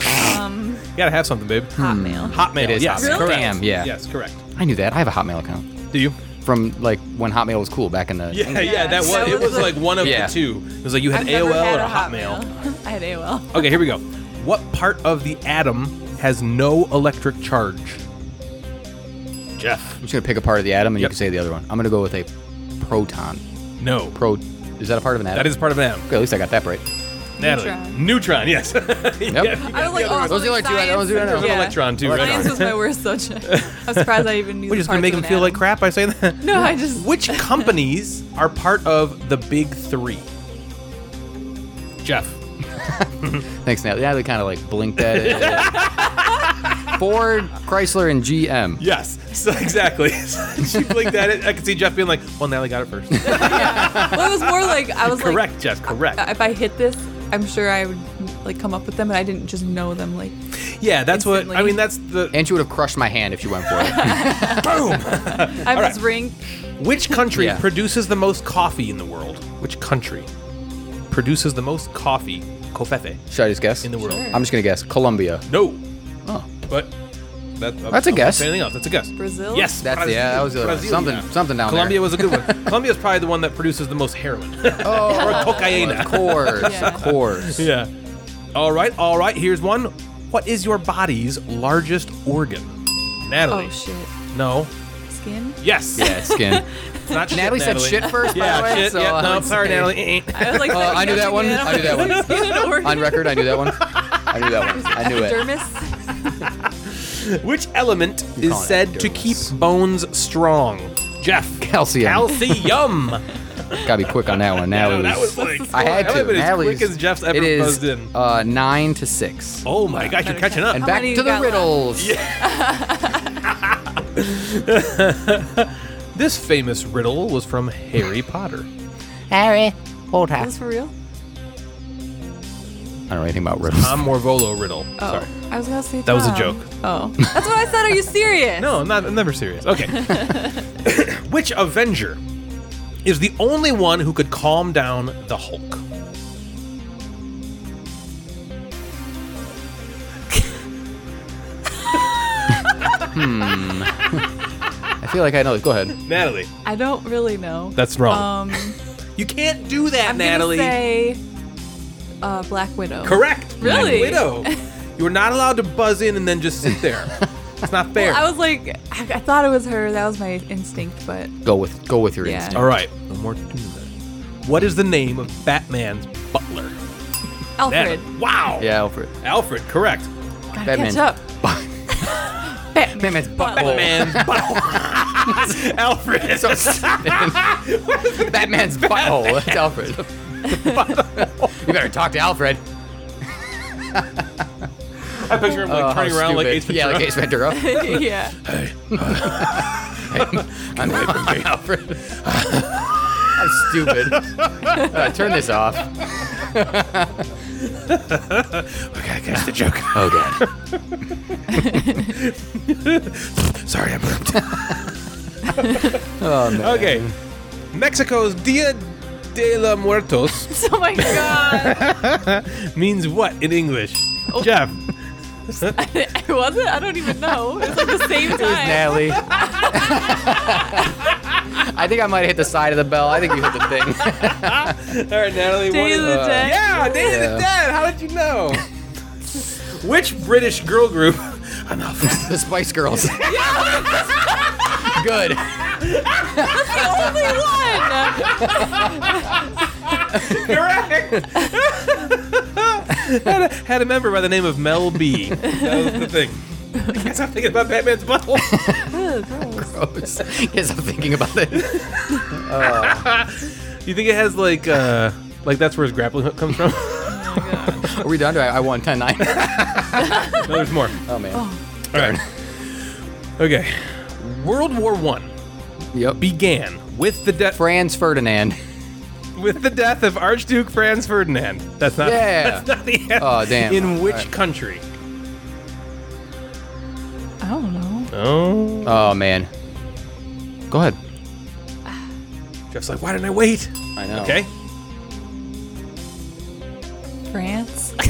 A: You gotta have something, babe.
B: Hotmail.
A: Hotmail.
C: It is
A: yes,
C: Hotmail.
A: correct.
C: Damn, yeah.
A: Yes, correct.
C: I knew that. I have a Hotmail account
A: Do you?
C: from like when Hotmail was cool back in the.
A: Yeah, yeah,
B: Yeah,
A: that was.
B: that
A: it
B: was
A: was like, one of
C: Yeah.
A: the two. It was like you had
B: I've
A: AOL
B: never had
A: or
B: a
A: Hotmail.
B: I had AOL.
A: Okay, here we go. What part of the atom has no electric charge? Jeff.
C: I'm just gonna pick a part of the atom, and you
A: Yep.
C: can say the other one. I'm gonna go with a proton.
A: No.
C: Pro. Is that a part of an atom?
A: That is part of an atom.
C: Okay, at least I got that right.
A: Natalie.
B: Neutron.
A: Neutron, yes.
C: Yep.
A: Yeah.
B: I was like, oh,
C: Those are the only two I-
B: science-
C: those are the only two I know.
B: Yeah.
A: Electron, too,
C: Electron.
A: right?
B: Science was my worst subject. I'm surprised I even knew.
A: We're
B: the
A: just gonna
B: parts
A: make
B: of
A: them
B: an
A: feel like
B: atom.
A: crap by saying that.
B: No, I just
A: Which companies are part of the big three? Jeff.
C: Thanks, Natalie. Natalie kind of like blinked at it. Ford, Chrysler, and GM.
A: Yes, so exactly. she blinked at it. I could see Jeff being like, well, Natalie got it first.
B: well, it was more like I was
A: correct, Jeff, correct.
B: like, Uh, if I hit this, I'm sure I would like come up with them, and I didn't just know them. Like,
A: yeah, that's what, I
B: instantly.
A: mean, that's the,
C: And she would have crushed my hand if she went for it.
A: boom.
B: I have this ring.
A: Which country
C: Yeah.
A: produces the most coffee in the world? Which country produces the most coffee, cofefe,
C: Should I just guess?
A: in the world?
B: Sure.
C: I'm just gonna guess. Colombia.
A: No,
C: Oh,
A: but that,
C: That's a guess.
A: Anything else? That's a guess.
B: Brazil?
A: Yes,
C: That's-
A: Brazil.
C: yeah, that was the other one.
A: Brazil,
C: Something- something down there.
A: Colombia was a good one. Colombia is probably the one that produces the most heroin or cocaine.
C: Oh, of course,
B: Yeah.
C: of course.
A: Yeah. All right, all right. Here's one. What is your body's largest organ? Natalie.
B: Oh shit.
A: no.
B: Skin.
A: Yes.
C: Yeah, skin.
A: It's not shit,
C: Natalie said shit first, by
A: Yeah,
C: the way,
A: shit.
C: so
A: yeah,
C: I
A: no,
C: would
A: sorry,
C: say-
A: Natalie.
B: I was like,
C: Uh, I knew that one. I knew that one. On record, I knew that one. I knew that one. I knew it.
B: Dermis.
A: Which element
C: You
A: is
C: call it
A: said to
C: dermis.
A: keep bones strong? Jeff.
C: Calcium.
A: Calcium.
C: Gotta be quick on that one. Now
A: No,
C: it
A: that
C: was.
A: was like
C: I had
A: that
C: to.
A: would've been as
C: Now it
A: quick
C: was-
A: as Jeff's ever
C: it is,
A: buzzed in.
C: Uh, nine to six.
A: Oh my gosh, you're catching up.
C: and
B: How
C: back
B: many
C: to
B: you
C: the
B: got left?
C: riddles.
A: This famous riddle was from Harry Potter.
G: Harry Potter.
B: Is this for real?
C: I don't know anything about riddles.
A: Tom Morvolo riddle.
B: Oh,
A: Sorry.
B: I was gonna say
A: That was a
B: Tom.
A: joke.
B: Oh, that's what I said. Are you serious?
A: No, I'm not. I'm never serious. Okay. Which Avenger is the only one who could calm down the Hulk?
C: I feel like I know. it. Go ahead.
A: Natalie.
B: I don't really know.
A: That's wrong.
B: Um,
A: you can't do that,
B: I'm
A: Natalie.
B: gonna say uh, Black Widow.
A: Correct.
B: Really?
A: Black Widow. you are not allowed to buzz in and then just sit there. it's not fair.
B: I was like, I, I thought it was her. That was my instinct, but
C: Go with go with your
B: Yeah.
C: instinct.
A: All right. No more to that. What is the name of Batman's butler?
B: Alfred.
A: Natalie. Wow.
C: Yeah, Alfred.
A: Alfred. Correct.
B: Gotta
C: Batman.
B: catch up. Batman.
C: Batman's butthole.
A: Batman's butthole. Alfred.
C: So stupid. Batman's butthole. That's Alfred. you better talk to Alfred.
A: I picture him like
C: Oh, how
A: turning around like Ace
C: stupid. Yeah,
A: Ventura.
C: like Ace Ventura.
B: yeah.
C: I'm Alfred. I'm stupid. Uh, turn this off.
A: Okay, I catch the joke.
C: Oh god.
A: Sorry, I burped.
C: Oh,
A: Okay. Mexico's Dia de la Muertos
B: Oh my god.
A: means what in English? Jeff.
B: it wasn't. I don't even know. It was like the same time.
C: Natalie. I think I might hit the side of the bell. I think you hit the thing.
A: All right, Natalie.
B: Day
A: what
B: of
A: is-
B: the Dead.
A: Yeah, Day of the
C: Yeah.
A: Dead. How did you know? Which British girl group? Enough.
C: the Spice Girls. Good.
B: The only one.
A: Correct. had, a, had a member by the name of Mel B. That was the thing. I can't stop thinking about Batman's butthole.
C: Gross. Guess I'm thinking about it.
A: you think it has like, uh, like that's where his grappling hook comes from?
C: Are we done? Do I, I won 10 9.
A: no, there's more.
C: Oh, man.
A: All right. Okay. World War One
C: Yep.
A: began with the death
C: Franz Ferdinand.
A: with the death of Archduke Franz Ferdinand. That's not.
C: Yeah.
A: That's not the answer.
C: Oh, damn.
A: In which
C: All right.
A: country?
B: I don't know.
A: Oh.
C: Oh man. Go ahead.
A: Jeff's like, why didn't I wait?
C: I know.
A: Okay.
B: France.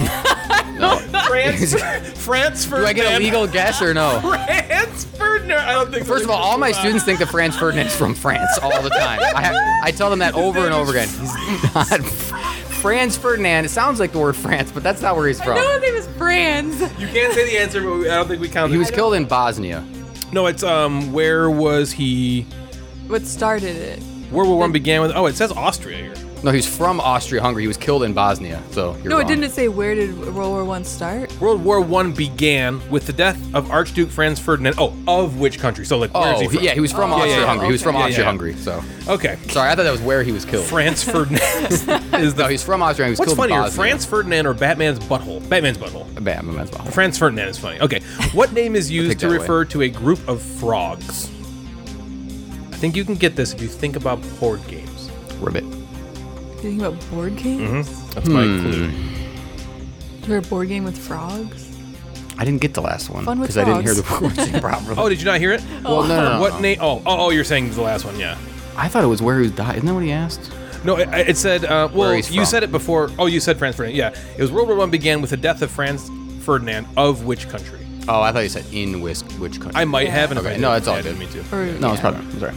A: France. France Ferdinand.
C: Do I get a legal guess or no?
A: France Ferdinand. I don't think.
C: First of all, all my students think that Franz Ferdinand's from France all the time. I, have, I tell them that over and over again. He's not. Franz Ferdinand. It sounds like the word France, but that's not where he's
B: No, his
C: from.
B: name is Franz.
A: You can't say the answer, but we, I don't think we count.
C: He
A: it.
C: was killed in Bosnia.
A: No, it's um. Where was he?
B: What started it?
A: World War One began with. Oh, it says Austria here.
C: No, he was from Austria-Hungary. He was killed in Bosnia. So you're
B: no,
C: wrong.
B: it didn't say where did World War One start.
A: World War One began with the death of Archduke Franz Ferdinand. Oh, of which country? So like, where is
C: Oh,
A: he
C: he-
A: from?
C: yeah, he was from
B: Oh, yeah, yeah,
C: Austria-Hungary. He was
B: okay.
C: from
B: Yeah, yeah.
C: Austria-Hungary. So
A: Okay.
C: sorry, I thought that was where he was killed.
A: Franz Ferdinand is the.
C: No, he's from Austria. He was
A: What's
C: killed in
A: funnier,
C: Bosnia.
A: Franz Ferdinand or Batman's butthole? Batman's butthole.
C: Bam, that's well.
A: Franz Ferdinand is funny. Okay. What name is used
C: take
A: to
C: that away.
A: refer to a group of frogs? I think you can get this if you think about board games.
C: Ribbit.
B: Thinking about board games.
A: That's my
C: Hmm.
A: clue.
B: Is there a board game with frogs?
C: I didn't get the last one
B: Fun with
C: because I didn't hear the
B: frogs.
C: words properly.
A: Oh, did you not hear it?
C: well, no, no, no,
A: What
C: no.
A: name? Oh, oh, oh, you're saying the last one, yeah.
C: I thought it was where he died. Isn't that what he asked?
A: No, it, it said. Uh, well,
C: Where he's
A: you
C: from.
A: said it before. Oh, you said Franz Ferdinand. Yeah, it was World War One began with the death of Franz Ferdinand of which country?
C: Oh, I thought you said in which, which country.
A: I might have. and if
C: Okay,
A: I
C: no,
A: didn't,
C: it's all
A: I didn't
C: good.
A: mean to.
B: Or,
C: No, it's
B: yeah.
C: probably. I'm sorry.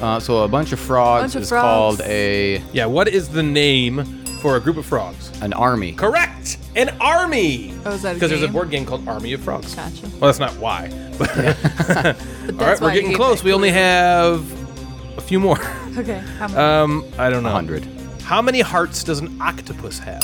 C: Uh, so a bunch of frogs
B: Bunch of
C: is
B: frogs.
C: called a
A: Yeah, what is the name for a group of frogs?
C: an army.
A: Correct, an army.
B: Oh, is that a
A: Because there's a
B: game?
A: board game called Army of Frogs.
B: Gotcha.
A: Well, that's not why. But
B: But
A: all right,
B: that's why
A: we're
B: I
A: getting
B: gave
A: close.
B: that
A: We only
B: clue.
A: have a few more.
B: Okay, how many?
A: Um, I don't know.
C: Hundred.
A: How many hearts does an octopus have?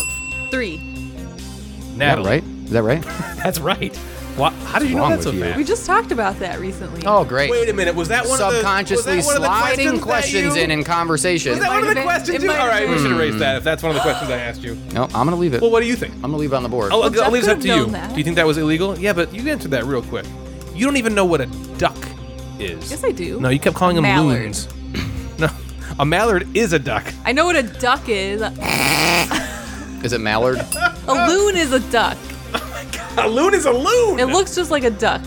B: Three.
C: Is that
A: Natalie.
C: right? Is that right?
A: That's right. Wha How did you know
C: wrong
A: that so
C: with you?
A: fast?
B: We just talked about that recently.
C: Oh, great.
A: Wait a minute. Was that one
C: Subconsciously
A: of the, was that one of the
C: sliding
A: questions,
C: questions
A: that you,
C: in in conversation.
A: Was that
B: It
A: one of the
B: might have been- it
A: questions? You,
B: might
A: all
B: have
A: right, we
B: been. Hmm.
A: should erase that if that's one of the questions I asked you.
C: no, I'm gonna leave it.
A: Well, what do you think?
C: I'm gonna leave it on the board.
A: I'll, I'll
B: Jeff
A: leave it up
B: could've
A: to you.
B: known that.
A: Do you think that was illegal? Yeah, but you answered that real quick. You don't even know what a duck is.
B: Yes, I do.
A: No, you kept calling them
B: Mallard.
A: loons. No, a mallard is a duck.
B: I know what a duck is. A
C: Is it mallard?
B: loon is a duck.
A: Oh A loon is a loon.
B: It looks just like a duck.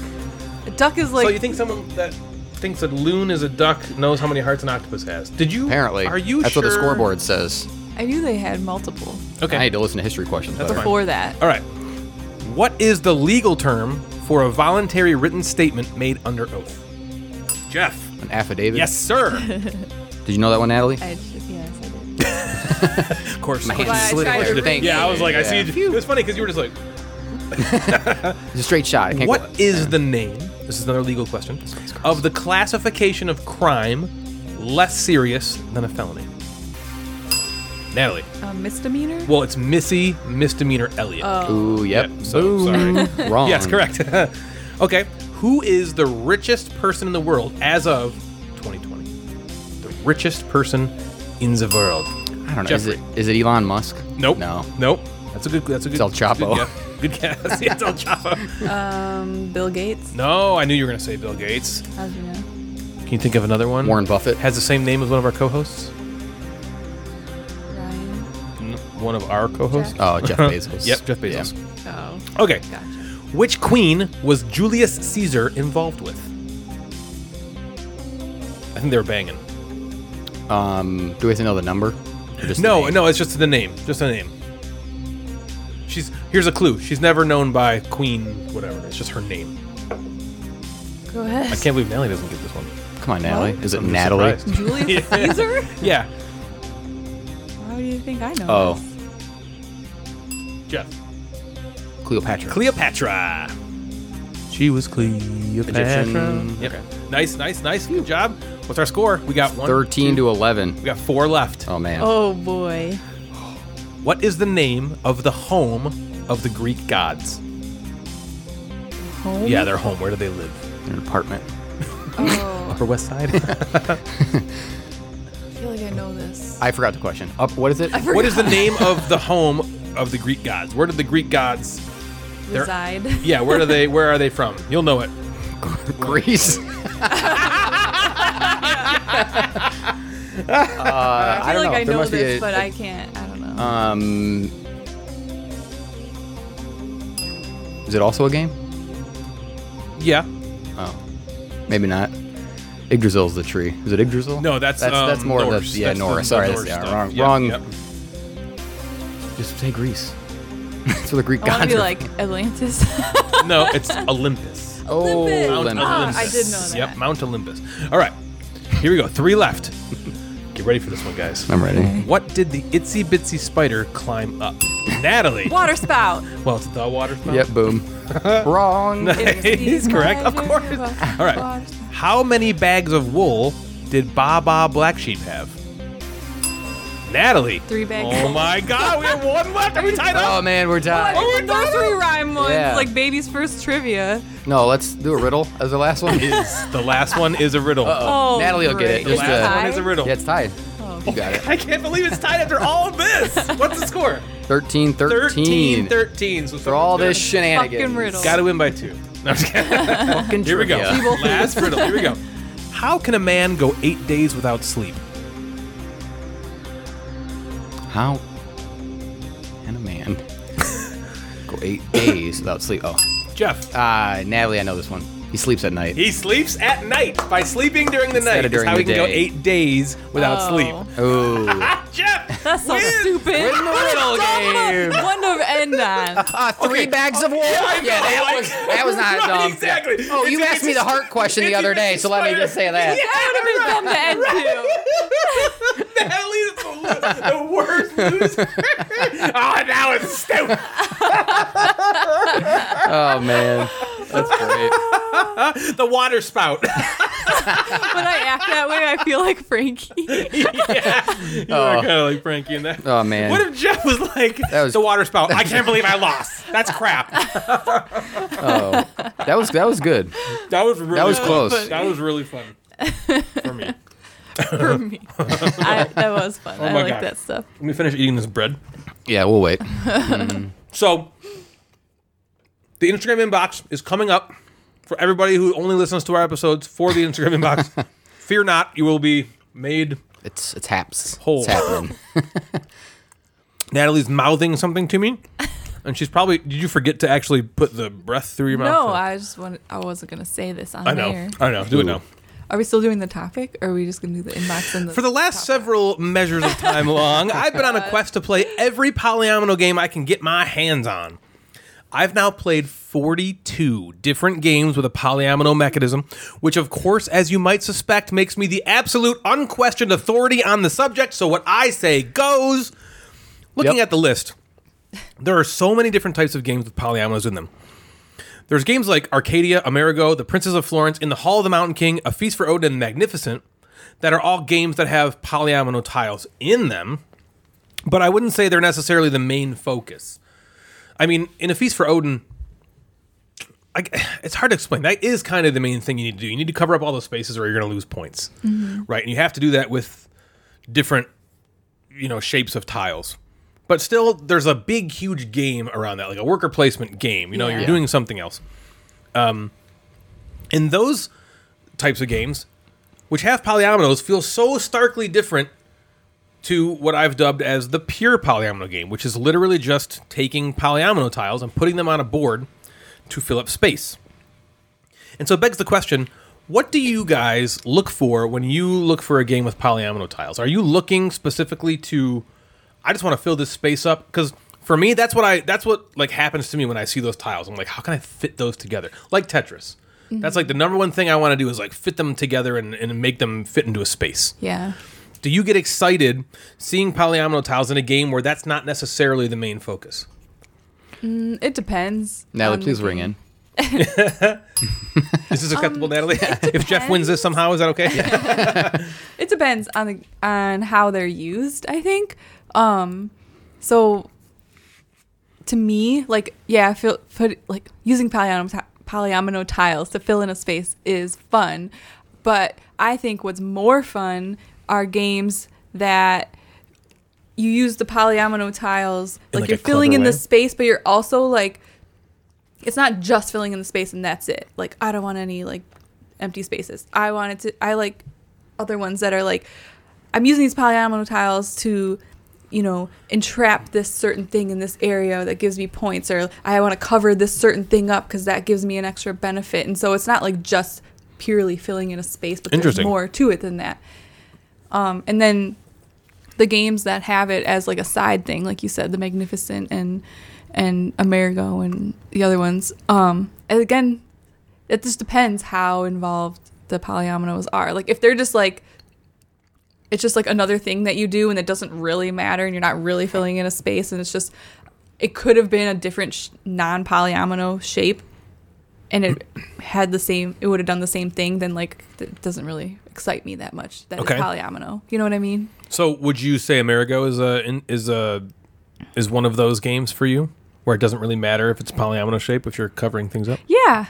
B: A duck is like
A: so you think someone that thinks a loon is a duck knows how many hearts an octopus has? Did you?
C: Apparently.
A: Are you
C: That's
A: sure?
C: what the scoreboard says.
B: I knew they had multiple
A: Okay.
C: I need to listen to history questions.
A: That's
C: better.
A: fine.
B: before that.
A: All right. What is the legal term for a voluntary written statement made under oath? Jeff.
C: An affidavit.
A: Yes, sir.
C: Did you know that one, Natalie?
B: I just, yes, I did.
A: of course.
C: My hand
B: Well, I
C: slid
B: tried
C: away.
B: to
C: Thank
A: Yeah,
C: you.
A: I was like, I see.
C: Yeah.
A: It was funny because you were just like,
C: It's a straight shot. I can't go
A: what
C: left.
A: is the name? This is another legal question. Of the classification of crime less serious than a felony. Natalie.
B: A Um, misdemeanor?
A: Well, it's Missy misdemeanor
C: Oh.
A: Elliot.
C: Ooh, yep.
A: Yep, so
C: Boom. Wrong.
A: Yes, correct. okay. Who is the richest person in the world as of 2020? The richest person in the world.
C: I don't know. Is
A: Jeffrey.
C: it, is it Elon Musk?
A: Nope.
C: No.
A: Nope. That's a good. That's a good.
C: It's El
A: that's a
C: Chapo.
A: Good guess. Good guess. Yeah, it's El Chapo.
B: Um, Bill Gates.
A: No, I knew you were gonna say Bill Gates.
B: How'd you know?
A: Can you think of another one?
C: Warren Buffett.
A: has the same name as one of our co-hosts.
B: Ryan.
A: One of our co-hosts.
B: Jeff.
C: Oh, Jeff Bezos.
A: Yep, Jeff Bezos.
C: Yeah.
B: Oh,
A: Okay.
B: gotcha.
A: Which queen was Julius Caesar involved with? I think they were banging.
C: Um, do we have to know the number? Or just the
A: No,
C: name?
A: no, it's just the name. Just the name. She's here's a clue. She's never known by Queen whatever. It's just her name.
B: Go ahead.
A: I can't believe Natalie doesn't get this one.
C: Come on, Natalie. Is it
A: I'm just
C: Natalie?
A: surprised.
B: Julius Caesar?
A: Yeah.
B: How do you think I know?
C: Oh,
A: Jeff.
C: Cleopatra.
A: Cleopatra. She was Cleopatra.
C: Egyptian.
A: Yep. Nice, nice, nice. Good job. What's our score? We got one.
C: 13 to 11.
A: We got four left.
C: Oh, man.
B: Oh boy.
A: What is the name of the home of the Greek gods?
B: Home?
A: Yeah, their home. Where do they live?
C: An apartment.
B: Oh,
A: Upper West Side.
B: I feel like I know this.
C: I forgot the question. Up, what is it?
B: I forgot.
A: what is the name of the home of the Greek gods? Where did the Greek gods?
B: Reside.
A: Yeah, where do they? Where are they from? You'll know it.
C: Greece.
B: I feel
C: don't know.
B: like I
C: There
B: know
C: must be
B: this,
C: a-
B: but I can't. I don't know.
A: Uh,
C: Um, is it also a game?
A: Yeah.
C: Oh, maybe not. Yggdrasil's the tree. Is it Yggdrasil?
E: No, that's,
C: that's, that's
E: um,
C: more of
E: Norse.
C: the yeah
E: That's the-
C: Norse.
E: the
C: Sorry, that's
E: Norse
C: yeah,
E: stuff.
C: wrong.
E: Yep,
C: wrong.
E: yep.
C: Just say Greece. that's where the Greek
B: I want
C: gods.
B: to be
C: are-
B: like Atlantis.
A: No, it's Olympus.
C: oh,
B: Olympic.
C: Olympus.
B: Ah, I did know that.
A: Yep, Mount Olympus. All right, here we go. Three left. Get ready for this one, guys.
C: I'm ready.
A: What did the itsy bitsy spider climb up? Natalie.
B: Water spout.
A: Well, it's the water fountain.
C: Yep, boom. wrong.
A: He's correct, of course. All right. How many bags of wool did Baba Black Sheep have? Natalie.
B: Three bags.
A: Oh my God, we have one left. Are we tied
C: Oh
A: up?
C: man, we're tied.
B: Oh, those three rhyme ones,
C: Yeah.
B: like baby's first trivia.
C: No, let's do a riddle as the last one.
A: Is the last one is a riddle.
B: Oh,
C: Natalie will get it.
B: great.
A: The
C: Just,
A: last
C: uh,
A: one is a riddle.
C: yeah, it's tied.
B: Oh.
C: You got it.
A: I can't believe it's tied after all of this. What's the score?
C: 13
A: 13
C: 13.
A: 13. So
C: For all this
B: Fucking
C: shenanigans.
B: riddle.
A: Got to win by two. No, I'm just kidding.
C: Fucking
A: Here we go.
C: trivia.
A: Last riddle. Here we go. How can a man go eight days without sleep?
C: How can a man go eight days without sleep? Oh,
A: Jeff.
C: uh, Natalie, I know this one. He sleeps at night.
A: He sleeps at night. By sleeping during the
C: Instead
A: night
C: of
A: is
C: during
A: how
C: the
A: he can go
C: day.
A: eight days without
B: Oh.
A: sleep.
C: Ooh.
A: Jeff,
B: That's so stupid.
C: Win the riddle game.
B: One to end on.
C: Uh, three bags of wool. Yeah, that was that was not
A: Right,
C: dumb.
A: exactly.
C: Oh, you
A: It's-
C: asked me the heart question the other day, so let me just say that.
B: That would have been dumb to end to.
A: Natalie's the, lo- the worst loser. oh, now it's stupid.
C: Oh man, that's great.
A: The water spout.
B: When I act that way, I feel like Frankie.
A: You're kind of like Frankie in that.
C: Oh man.
A: What if Jeff was like
C: was-
A: the water spout? I can't believe I lost. That's crap.
C: oh, that was that was good.
A: That was really
C: That was
A: fun.
C: close.
A: That was really fun for me. Let
B: For me. I, that was fun. I
A: Oh my
B: like
A: God.
B: that stuff.
A: me finish eating this bread.
C: Yeah, we'll wait.
A: So the Instagram inbox is coming up for everybody who only listens to our episodes for the Instagram inbox. Fear not, you will be made.
C: It's it's haps.
A: Whole.
C: It's happening.
A: Natalie's mouthing something to me. And she's probably did you forget to actually put the breath through your mouth?
B: No, I just wanted, I wasn't going to say this on
A: I know.
B: air.
A: I know. Do it now.
B: Are we still doing the topic or are we just going to do the inbox and the
A: For the last several measures of time long, I've been on a quest to play every polyomino game I can get my hands on. I've now played 42 different games with a polyomino mechanism, which, of course, as you might suspect, makes me the absolute unquestioned authority on the subject, so what I say goes. Looking
C: Yep.
A: at the list, there are so many different types of games with polyominoes in them. There's games like Arcadia, Amerigo, The Princess of Florence, In the Hall of the Mountain King, A Feast for Odin, and Magnificent, that are all games that have polyomino tiles in them, but I wouldn't say they're necessarily the main focus. I mean, in A Feast for Odin, I, it's hard to explain. That is kind of the main thing you need to do. You need to cover up all those spaces or you're going to lose points, right? And you have to do that with different, you know, shapes of tiles. But still, there's a big, huge game around that, like a worker placement game. You know,
B: Yeah.
A: you're doing something else. Um, in those types of games, which have polyominoes, feel so starkly different to what I've dubbed as the pure polyomino game, which is literally just taking polyomino tiles and putting them on a board to fill up space. And so it begs the question what do you guys look for when you look for a game with polyomino tiles? Are you looking specifically to, I just want to fill this space up? Because for me, that's what I that's what like happens to me when I see those tiles. I'm like, how can I fit those together? Like Tetris. That's like the number one thing I want to do is like fit them together and, and make them fit into a space.
B: Yeah.
A: Do you get excited seeing polyomino tiles in a game where that's not necessarily the main focus?
B: It depends.
C: Natalie,
B: on
C: please
B: the
C: ring
B: game.
C: in.
A: Is this acceptable, Natalie? if Jeff wins this somehow, is that okay?
B: It depends on the on how they're used, I think. Um so to me, like yeah, I feel put, like using polyom- polyomino tiles to fill in a space is fun, but I think what's more fun are games that you use the polyomino tiles like,
A: like, a
B: you're filling
A: clever
B: in the
A: way?
B: space, but you're also like it's not just filling in the space and that's it. Like I don't want any like empty spaces. I wanted to. I like other ones that are like I'm using these polyomino tiles to you know entrap this certain thing in this area that gives me points or I want to cover this certain thing up because that gives me an extra benefit and so it's not like just purely filling in a space but there's
H: Interesting.
B: more to it than that um, and then the games that have it as like a side thing, like you said, the Magnificent and and Amerigo and the other ones. Um, and again, it just depends how involved the polyominoes are. Like if they're just like it's just like another thing that you do and it doesn't really matter and you're not really filling in a space and it's just it could have been a different sh- non-polyomino shape and it had the same it would have done the same thing then like it doesn't really excite me that much That is
A: Okay.
B: polyomino you know what i mean
A: So would you say Amerigo is a in- is a is one of those games for you where it doesn't really matter if it's polyomino shape if you're covering things up?
B: Yeah,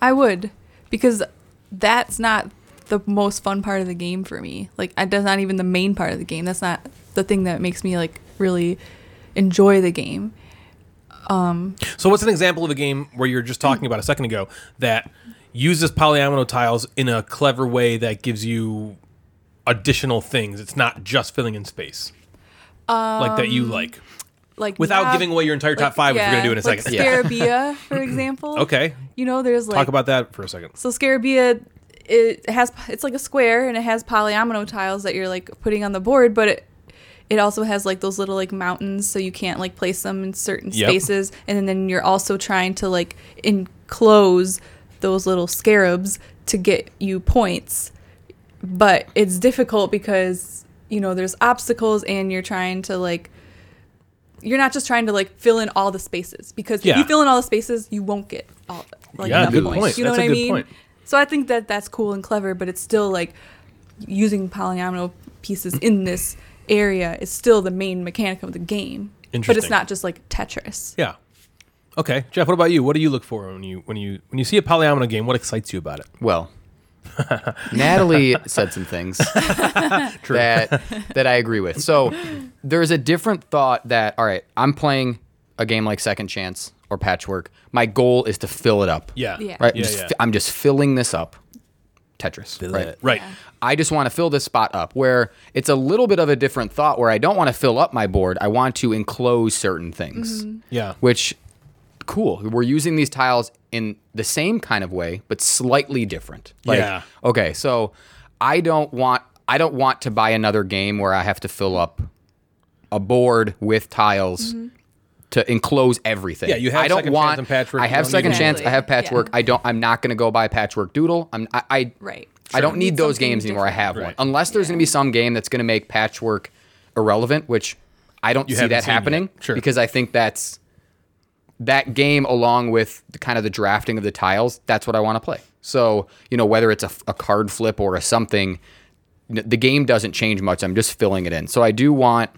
B: I would because that's not the most fun part of the game for me. Like, I- that's not even the main part of the game. That's not the thing that makes me like really enjoy the game.
A: So what's an example of a game where you're just talking about a second ago that uses polyomino tiles in a clever way that gives you additional things. It's not just filling in space. like that you like
B: Like
A: without
B: Nav-
A: giving away your entire top 5
B: like,
A: which
B: yeah,
A: we're going to do in a
B: like
A: second.
B: Scarabia, for example.
A: Okay.
B: You know, there's like
A: Talk about that for a second.
B: So Scarabia, it has it's like a square and it has polyomino tiles that you're like putting on the board, but it it also has like those little like mountains, so you can't like place them in certain
A: Yep.
B: spaces, and then, then you're also trying to like enclose those little scarabs to get you points, but it's difficult because you know there's obstacles and you're trying to like you're not just trying to like fill in all the spaces because if
A: Yeah.
B: you fill in all the spaces you won't get all like
A: Yeah,
B: the
A: good
B: points.
A: point.
B: You know
A: That's a
B: what I
A: good
B: mean?
A: point.
B: So I think that that's cool and clever, but it's still like using polyomino pieces in this area is still the main mechanic of the game. But it's
A: Interesting.
B: not just like Tetris.
A: Yeah. Okay, Jeff. What about you? What do you look for when you when you when you see a polyomino game? What excites you about it?
C: Well, Natalie said some things that that I agree with. So there's a different thought that all right, I'm playing a game like Second Chance or Patchwork. My goal is to fill it up.
A: Yeah.
B: Yeah.
C: Right.
A: Yeah,
C: Just-
A: yeah.
C: I'm just filling this up. Tetris. right.
H: it.
A: Right.
C: I just want to fill this spot up where it's a little bit of a different thought where I don't want to fill up my board. I want to enclose certain things.
A: Yeah.
C: Which cool. We're using these tiles in the same kind of way, but slightly different. Like,
A: Yeah.
C: okay, so I don't want I don't want to buy another game where I have to fill up a board with tiles to enclose everything.
A: Yeah, you have
C: I don't
A: Second Chance
C: want
A: and Patchwork,
C: I
A: you
C: have
A: don't
C: second
B: need
C: chance. I
B: Exactly,
C: have
B: yeah.
C: patchwork. I don't. I'm not going to go buy patchwork doodle. I'm. I. I
B: Right.
C: I don't need
B: Need
C: those
B: something
C: games anymore. I
B: different.
C: have one.
A: Right.
C: Unless there's going to be some game that's going to make patchwork irrelevant, which I don't see
A: haven't
C: that
A: seen yet.
C: happening.
A: Sure.
C: Because I think that's that game along with the, kind of the drafting of the tiles. That's what I want to play. So you know whether it's a, f- a card flip or a something, n- the game doesn't change much. I'm just filling it in. So I do want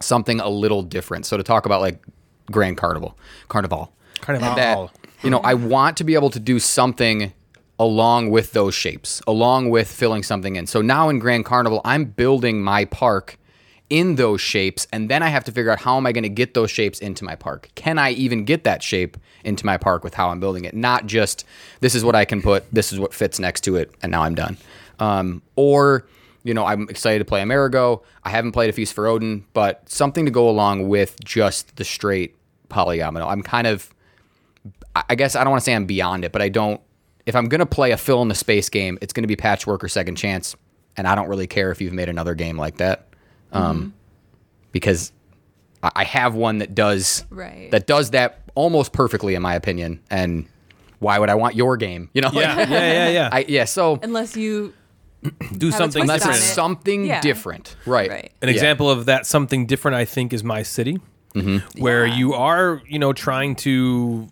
C: something a little different. So to talk about like Grand Carnival, Carnival,
A: Carnival.
C: that you know I want to be able to do something along with those shapes, along with filling something in. So now in Grand Carnival, I'm building my park in those shapes and then I have to figure out how am I going to get those shapes into my park? Can I even get that shape into my park with how I'm building it? Not just this is what I can put, this is what fits next to it and now I'm done. Um, or you know, I'm excited to play Amerigo. I haven't played A Feast for Odin, but something to go along with just the straight polyomino. I'm kind of I- I guess I don't want to say I'm beyond it, but I don't. If I'm gonna play a fill in the space game, it's gonna be patchwork or second chance, and I don't really care if you've made another game like that, um,
B: Mm-hmm.
C: because I, I have one that does
B: Right.
C: that does that almost perfectly, in my opinion. And why would I want your game? You know? like,
A: Yeah. Yeah. Yeah. Yeah.
C: I, yeah. So
B: Unless you
A: Do
B: a
A: something
B: twist on
A: different.
B: it.
C: something
B: Yeah.
C: different, right?
B: Right.
A: An
C: Yeah.
A: example of that something different, I think, is My City, where you are, you know, trying to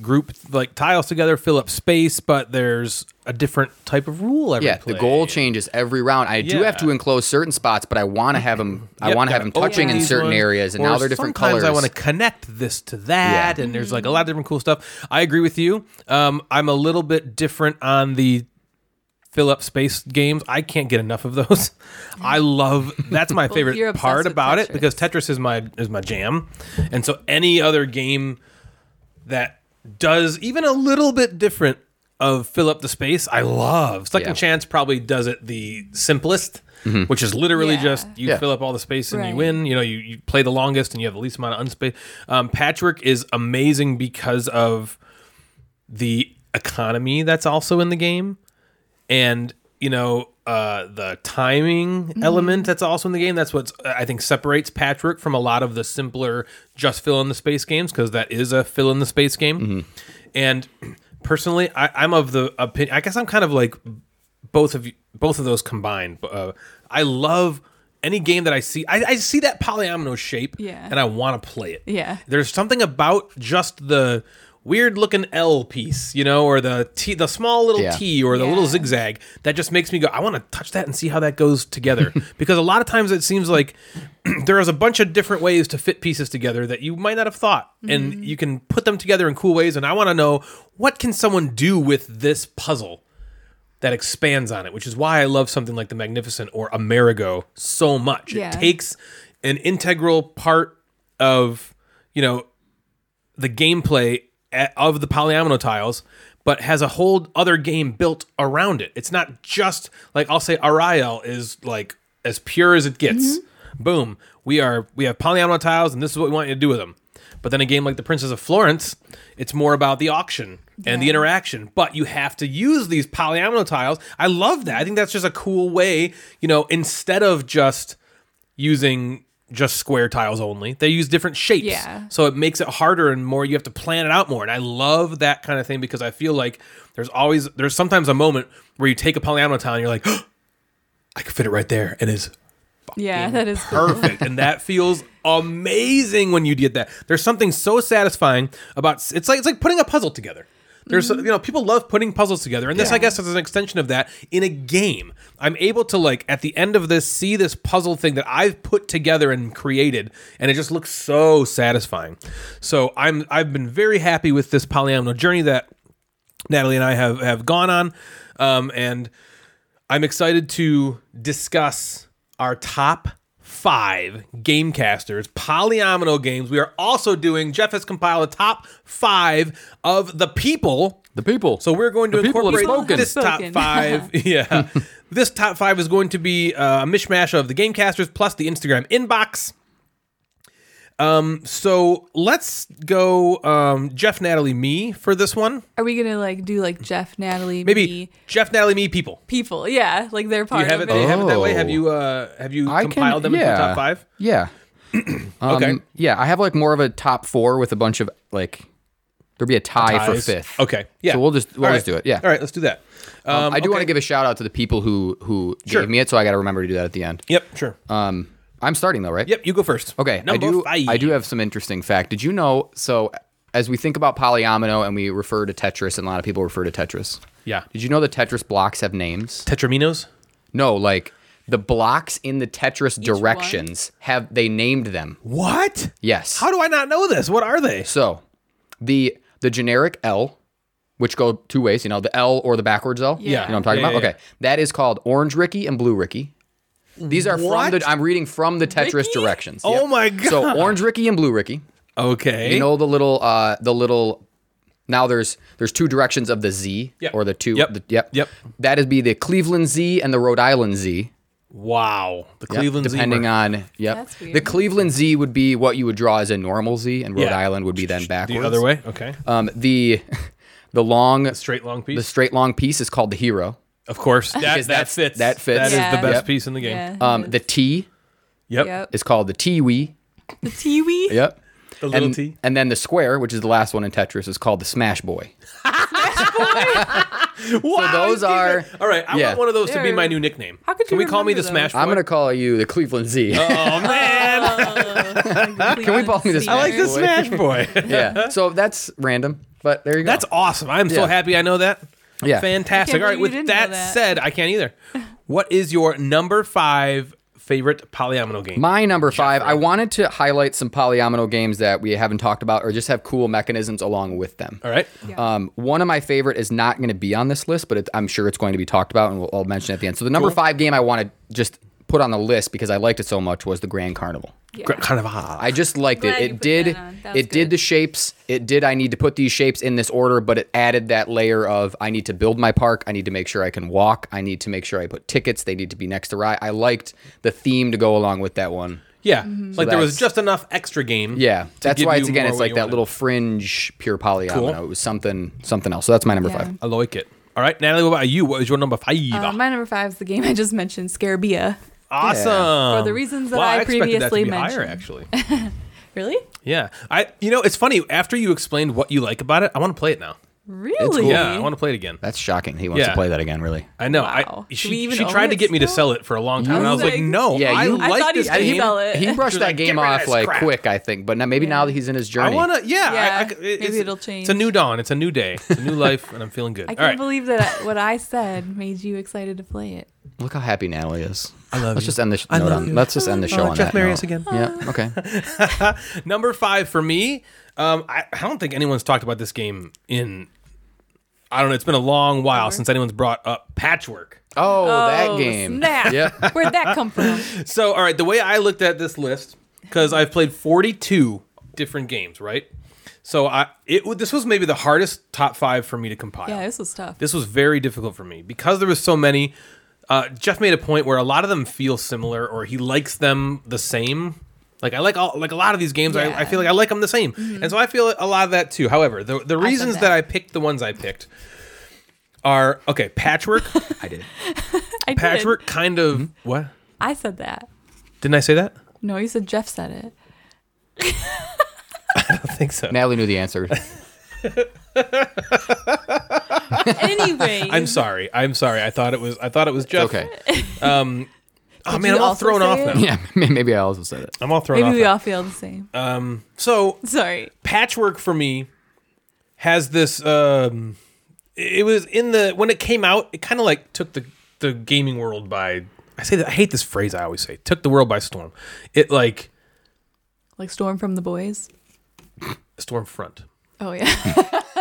A: group like tiles together, fill up space, but there's a different type of rule every
C: Yeah,
A: play.
C: the goal changes every round. I do
A: Yeah.
C: have to enclose certain spots, but I want to have them. I
A: Yep,
C: want to have
A: gotta
C: them touching
A: open
C: in
A: these
C: certain
A: ones,
C: areas, and
A: or
C: now they're different
A: sometimes
C: colors.
A: I want to connect this to that, and there's like a lot of different cool stuff. I agree with you. Um, I'm a little bit different on the fill up space games. I can't get enough of those. I love that's my
B: you're
A: favorite
B: obsessed
A: part
B: with
A: about it
B: Tetris.
A: because Tetris is my is my jam, and so any other game that does even a little bit different of fill up the space I love. Second
C: Yeah. Mm-hmm.
A: Chance probably does it the simplest, which is literally
B: Yeah.
A: just you
C: Yeah.
A: fill up all the space and
B: Right.
A: you win. You know, you, you play the longest and you have the least amount of unspace. Um, Patchwork is amazing because of the economy that's also in the game and you know uh, the timing
B: Mm-hmm.
A: element that's also in the game that's what i think separates patchwork from a lot of the simpler just fill in the space games because that is a fill in the space game
B: Mm-hmm.
A: and personally I, i'm of the opinion i guess i'm kind of like both of you, both of those combined uh, i love any game that i see i, I see that polyomino shape
B: Yeah.
A: and i want to play it
B: Yeah.
A: there's something about just the weird looking L piece, you know, or the T, the small little
C: Yeah.
A: T, or the little
B: Yeah.
A: zigzag that just makes me go, I want to touch that and see how that goes together. because a lot of times it seems like there is a bunch of different ways to fit pieces together that you might not have thought,
B: Mm-hmm.
A: and you can put them together in cool ways. And I want to know what can someone do with this puzzle that expands on it, which is why I love something like the Magnificent or Amerigo so much.
B: Yeah.
A: It takes an integral part of you know the gameplay a- of the polyomino tiles, but has a whole other game built around it. It's not just like I'll say Ariel is like as pure as it gets. Boom, we are we have polyomino tiles, and this is what we want you to do with them. But then a game like The Princess of Florence, it's more about the auction and the interaction. But you have to use these polyomino tiles. I love that. I think that's just a cool way. You know, instead of just using just square tiles only. They use different shapes.
B: Yeah.
A: So it makes it harder and more you have to plan it out more. And I love that kind of thing because I feel like there's always there's sometimes a moment where you take a polyomino tile and you're like, I could fit it right there and it's
B: Yeah, that is
A: perfect. and that feels amazing when you did that. There's something so satisfying about it's like it's like putting a puzzle together. There's you know people love putting puzzles together, and this I guess is an extension of that in a game. I'm able to like at the end of this see this puzzle thing that I've put together and created, and it just looks so satisfying. So I'm I've been very happy with this polyomino journey that Natalie and I have have gone on, um, and I'm excited to discuss our top five gamecasters polyomino games. We are also doing. Jeff has compiled a top five of the people.
C: The people.
A: So we're going to
C: The people have
A: incorporate
C: spoken.
A: this top
B: Spoken.
A: five. yeah, this top five is going to be uh, a mishmash of the gamecasters plus the Instagram inbox. Um, so let's go, um, Jeff, Natalie, me for this one.
B: Are we gonna like do like Jeff, Natalie,
A: Maybe
B: me,
A: Jeff, Natalie, me, people.
B: people? Yeah, like they're
A: Do
B: part
A: you have
B: of
A: it,
B: it.
A: do you have it that way?
C: Oh.
A: Have you uh, have you
C: I can-
A: compiled them into
C: yeah.
A: the top five?
C: Yeah. um,
A: Okay.
C: Yeah, I have like more of a top four with a bunch of like there'll be a tie for
A: Ties.
C: fifth.
A: Okay. Yeah.
C: So we'll just we'll
A: All
C: just
A: right.
C: do it. Yeah.
A: All right. Let's do that. Um,
C: I do want
A: okay.
C: to give a shout out to the people who who
A: Sure.
C: gave me it, so I got to remember to do that at the end.
A: Yep. Sure.
C: Um, I'm starting though, right?
A: yep. You go first.
C: Okay, I
A: Number
C: do.
A: Five.
C: I do have some interesting fact. Did you know? So, as we think about polyomino and we refer to Tetris, and a lot of people refer to Tetris.
A: Yeah.
C: Did you know the Tetris blocks have names?
A: Tetraminos.
C: No, like the blocks in the Tetris directions have they named them?
A: What?
C: Yes.
A: How do I not know this? What are they?
C: so, the the generic L, which go two ways, you know, the L or the backwards L.
B: Yeah.
C: You know what I'm talking
A: Yeah,
C: about?
A: yeah,
C: okay. That is called Orange Ricky and Blue Ricky. These are
A: What?
C: from the. I'm reading from the Tetris
B: Ricky?
C: directions.
A: Oh my god. Eh?
C: So Orange Ricky and Blue Ricky.
A: okay.
C: You know the little uh the little now there's there's two directions of the Z
A: Yep.
C: or the two
A: Yep.
C: the- yep.
A: Yep.
C: That'd be the Cleveland Z and the Rhode Island Z.
A: wow. The
C: Yep,
A: Cleveland.
C: depending on yep.
B: That's
C: The
B: weird.
C: Cleveland Z would be what you would draw as a normal Z and Rhode
A: Yeah.
C: Island would be then
A: the
C: backwards.
A: other way. Okay.
C: Um the the long
A: Straight long
C: the
A: piece.
C: straight long piece is called the hero.
A: of course. That,
C: Because
A: that
C: that's-
A: fits.
C: that fits.
A: That is
B: Yeah.
A: the best
C: Yep.
A: piece in the game.
B: Yeah.
C: Um the T
A: Uh, Yep.
B: yep.
C: is called the Tiwi.
B: The Tiwi.
C: Yep.
A: The little
C: And,
A: T.
C: and then the square, which is the last one in Tetris, is called the Smash Boy.
A: Wow,
C: those
A: you gave
C: are-
A: it- all right. I
C: yeah.
A: want one of those to be
B: They're-
A: my new nickname.
B: How could
A: Can
B: you
A: we call me the
B: remember those?
A: Smash?
C: I'm
A: Boy?
C: gonna call you the Cleveland Z.
A: Oh man.
B: Can
C: we call me this-
A: I like the Smash Boy.
C: yeah. So that's random, but there you go.
A: That's awesome. I'm so
C: Yeah.
A: happy I know that.
C: Yeah.
A: Fantastic.
B: I can't
A: All right,
B: believe you
A: with
B: didn't
A: that,
B: know that.
A: said, I can't either. What is your number five favorite polyomino game?
C: my number five. I wanted to highlight some polyomino games that we haven't talked about, or just have cool mechanisms along with them.
A: All right.
C: Um, one of my favorite is not going to be on this list, but it, I'm sure it's going to be talked about, and we'll, I'll mention it at the end. So the number five game I want to just put on the list because I liked it so much was the Grand Carnival.
A: Gra- Carnival.
C: I just liked it.
B: Glad you
C: It
B: put
C: did.
B: that on. That was
C: It did
B: good.
C: the shapes. It did. I need to put these shapes in this order, but it added that layer of I need to build my park. I need to make sure I can walk. I need to make sure I put tickets. They need to be next to ride. I liked the theme to go along with that one.
A: yeah.
C: So
B: Mm-hmm.
A: Like there was
C: that's-
A: just enough extra game.
C: Yeah, that's
A: give
C: why
A: you
C: it's again.
A: more
C: It's
A: what
C: like
A: you
C: that
A: wanted.
C: little fringe pure polyomino.
A: Cool.
C: It was something something else. So that's my number
B: Yeah.
C: five.
A: I like it. All right, Natalie, what about you? What is your number five?
B: Uh, my number five is the game I just mentioned, Scarabia.
A: awesome.
B: For the reasons that
A: Wow,
B: I
A: expected that to
B: previously
A: be higher,
B: mentioned.
A: actually.
B: Really?
A: yeah. I. You know, it's funny. After you explained what you like about it, I want to play it now.
B: Really?
A: Yeah, I want to play it again.
C: That's shocking. He wants
A: Yeah.
C: to play that again. Really.
A: I know.
B: Wow.
A: I
B: Do
A: she,
B: we even
A: she
B: own
A: tried to
B: it
A: get me to
B: still?
A: sell it for a long time, and I was like,
B: like-
A: no,
C: Yeah,
A: I
C: you-
B: I
A: like
B: thought
A: this
B: he- I think
A: game.
B: he fell it.
C: He brushed that game
A: rid of
C: off
A: this
C: like
A: crap.
C: quick, I think, but now, maybe now that he's in his
A: I
C: journey,
A: want to. Yeah,
B: Yeah,
A: I, I, it's-
B: maybe it'll
A: It's a new
B: change.
A: dawn. It's a new day. It's a new life, and I'm feeling good.
B: I can't
A: All right.
B: believe that what I said made you excited to play it.
C: look how happy Natalie is.
A: I love
C: Let's
A: you.
C: just end the sh-
A: I
C: note
A: love
C: on.
A: you.
C: Let's just end the
A: Oh,
C: show on
A: Jeff
C: that.
A: Marius
C: note.
A: again.
C: Yeah. Okay.
A: Number five for me. Um, I, I don't think anyone's talked about this game in. I don't know. It's been a long while since anyone's brought up Patchwork.
C: Oh, that
B: Oh,
C: game.
B: snap.
C: Yep.
B: Where'd that come from?
A: So, all right, the way I looked at this list, because I've played 42 different games, right? So, I it w- this was maybe the hardest top five for me to compile.
B: Yeah, this was tough.
A: This was very difficult for me because there was so many. Uh, Jeff made a point where a lot of them feel similar, or he likes them the same. Like I like all like a lot of these games.
B: Yeah. Mm-hmm.
A: I, I feel like I like them the same, and so I feel a lot of that too. However, the the reasons that.
B: that.
A: I picked the ones I picked are okay. Patchwork,
C: I did.
B: I did.
A: patchwork, kind of Hmm? what
B: I said that.
A: didn't I say that?
B: No, you said Jeff said it.
A: I think so.
C: Natalie knew the answer.
B: Anyway,
A: I'm sorry. I'm sorry. I thought it was. I thought it was Jeff.
C: Okay.
A: Oh man,
B: you
A: I'm all
B: also
A: thrown
B: say
A: off
B: it?
A: now.
C: Yeah. Maybe I also said it.
A: I'm all thrown
B: maybe we
A: off.
B: all feel the same.
C: Uh,
A: now. Um. So
B: Sorry.
A: patchwork for me has this um it was in the when it came out it kind of like took the the gaming world by i say that i hate this phrase i always say took the world by storm it like
B: Like Storm from the Boys.
A: stormfront
B: Oh yeah.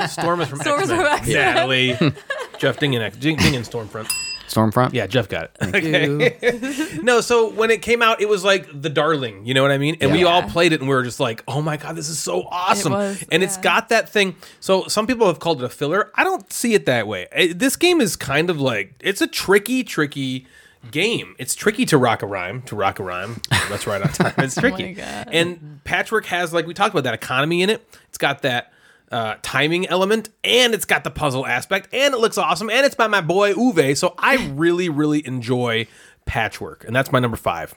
A: storm is from
B: Storm is
A: X-Men.
B: from X-Men.
A: natalie jeff ding and X- ding, ding and stormfront
C: Stormfront.
A: yeah jeff got it no so when it came out it was like the darling you know what i mean and we
C: Yeah.
A: all played it and we were just like oh my god this is so awesome
B: was,
A: and it's
B: yeah.
A: got that thing so some people have called it a filler i don't see it that way I- this game is kind of like it's a tricky tricky game it's tricky to rock a rhyme to rock a rhyme that's right on time it's tricky
B: Oh God.
A: and patchwork has like we talked about that economy in it it's got that uh, timing element and it's got the puzzle aspect and it looks awesome and it's by my boy uve so i really really enjoy patchwork and that's my number five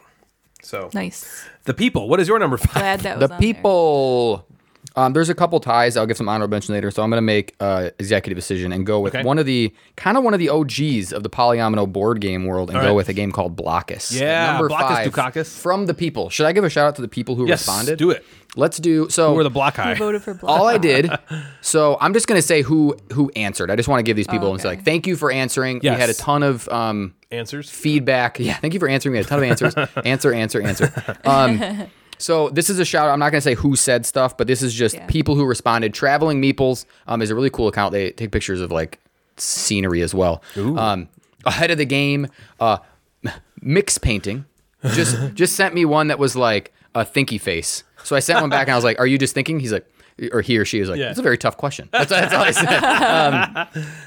A: so
B: Nice.
A: the people what is your number five
B: Glad that was
C: the
B: on there.
C: people. Um, there's a couple ties. I'll give some honorable mention later. So I'm going to make uh, executive decision and go with
A: Okay.
C: one of the kind of one of the OGs of the polyomino board game world and
A: All
C: go
A: right.
C: with a game called Blockus. At
A: Yeah,
C: number
A: Blockus
C: five
A: Dukakis.
C: from the people. Should I give a shout out to the people who
A: Yes,
C: responded?
A: do it.
C: Let's do so.
A: or the block high
B: Voted for Blood.
C: all I did. So I'm just going to say who who answered. I just want to give these people and say
B: Oh, okay.
C: like, thank you for answering.
A: Yes.
C: We had a ton of um,
A: answers
C: feedback. Yeah, thank you for answering. We had a ton of answers. answer, answer, answer. Um, so this is a shout out. I'm not going to say who said stuff, but this is just
B: Yeah.
C: people who responded. Traveling Meeples um, is a really cool account. They take pictures of like scenery as well. Um, ahead of the game, uh, mix painting. Just just sent me one that was like a thinky face. So I sent one back and I was like, "Are you just thinking?" He's like, or he or she was like,
A: Yeah.
C: "It's a very tough question." That's, that's all I said.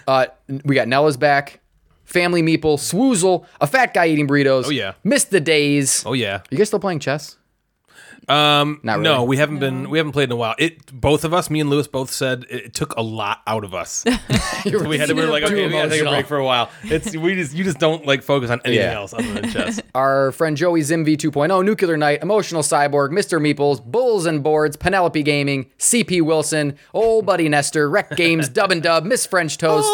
C: Uh, we got Nella's back, Family Meeple, Swoozle, a fat guy eating burritos. Oh
A: yeah.
C: missed the days.
A: oh yeah
C: you guys still playing chess?
A: Um,
C: Not
A: No,
C: really.
A: we haven't been. We haven't played in a while. It. Both of us, me and Lewis, both said it, it took a lot out of us.
C: You were
A: We had to. We were like,
C: too
A: okay, we gotta take a
C: emotional.
A: break for a while. It's we just you just don't like focus on anything
C: Yeah.
A: else other than chess.
C: Our friend Joey Zimvi 2.0, Nuclear Knight, Emotional Cyborg, Mr. Meeples, Bulls and Boards, Penelope Gaming, CP Wilson, Old Buddy Nestor, Rec Games, Dub and Dub, Miss French Toast,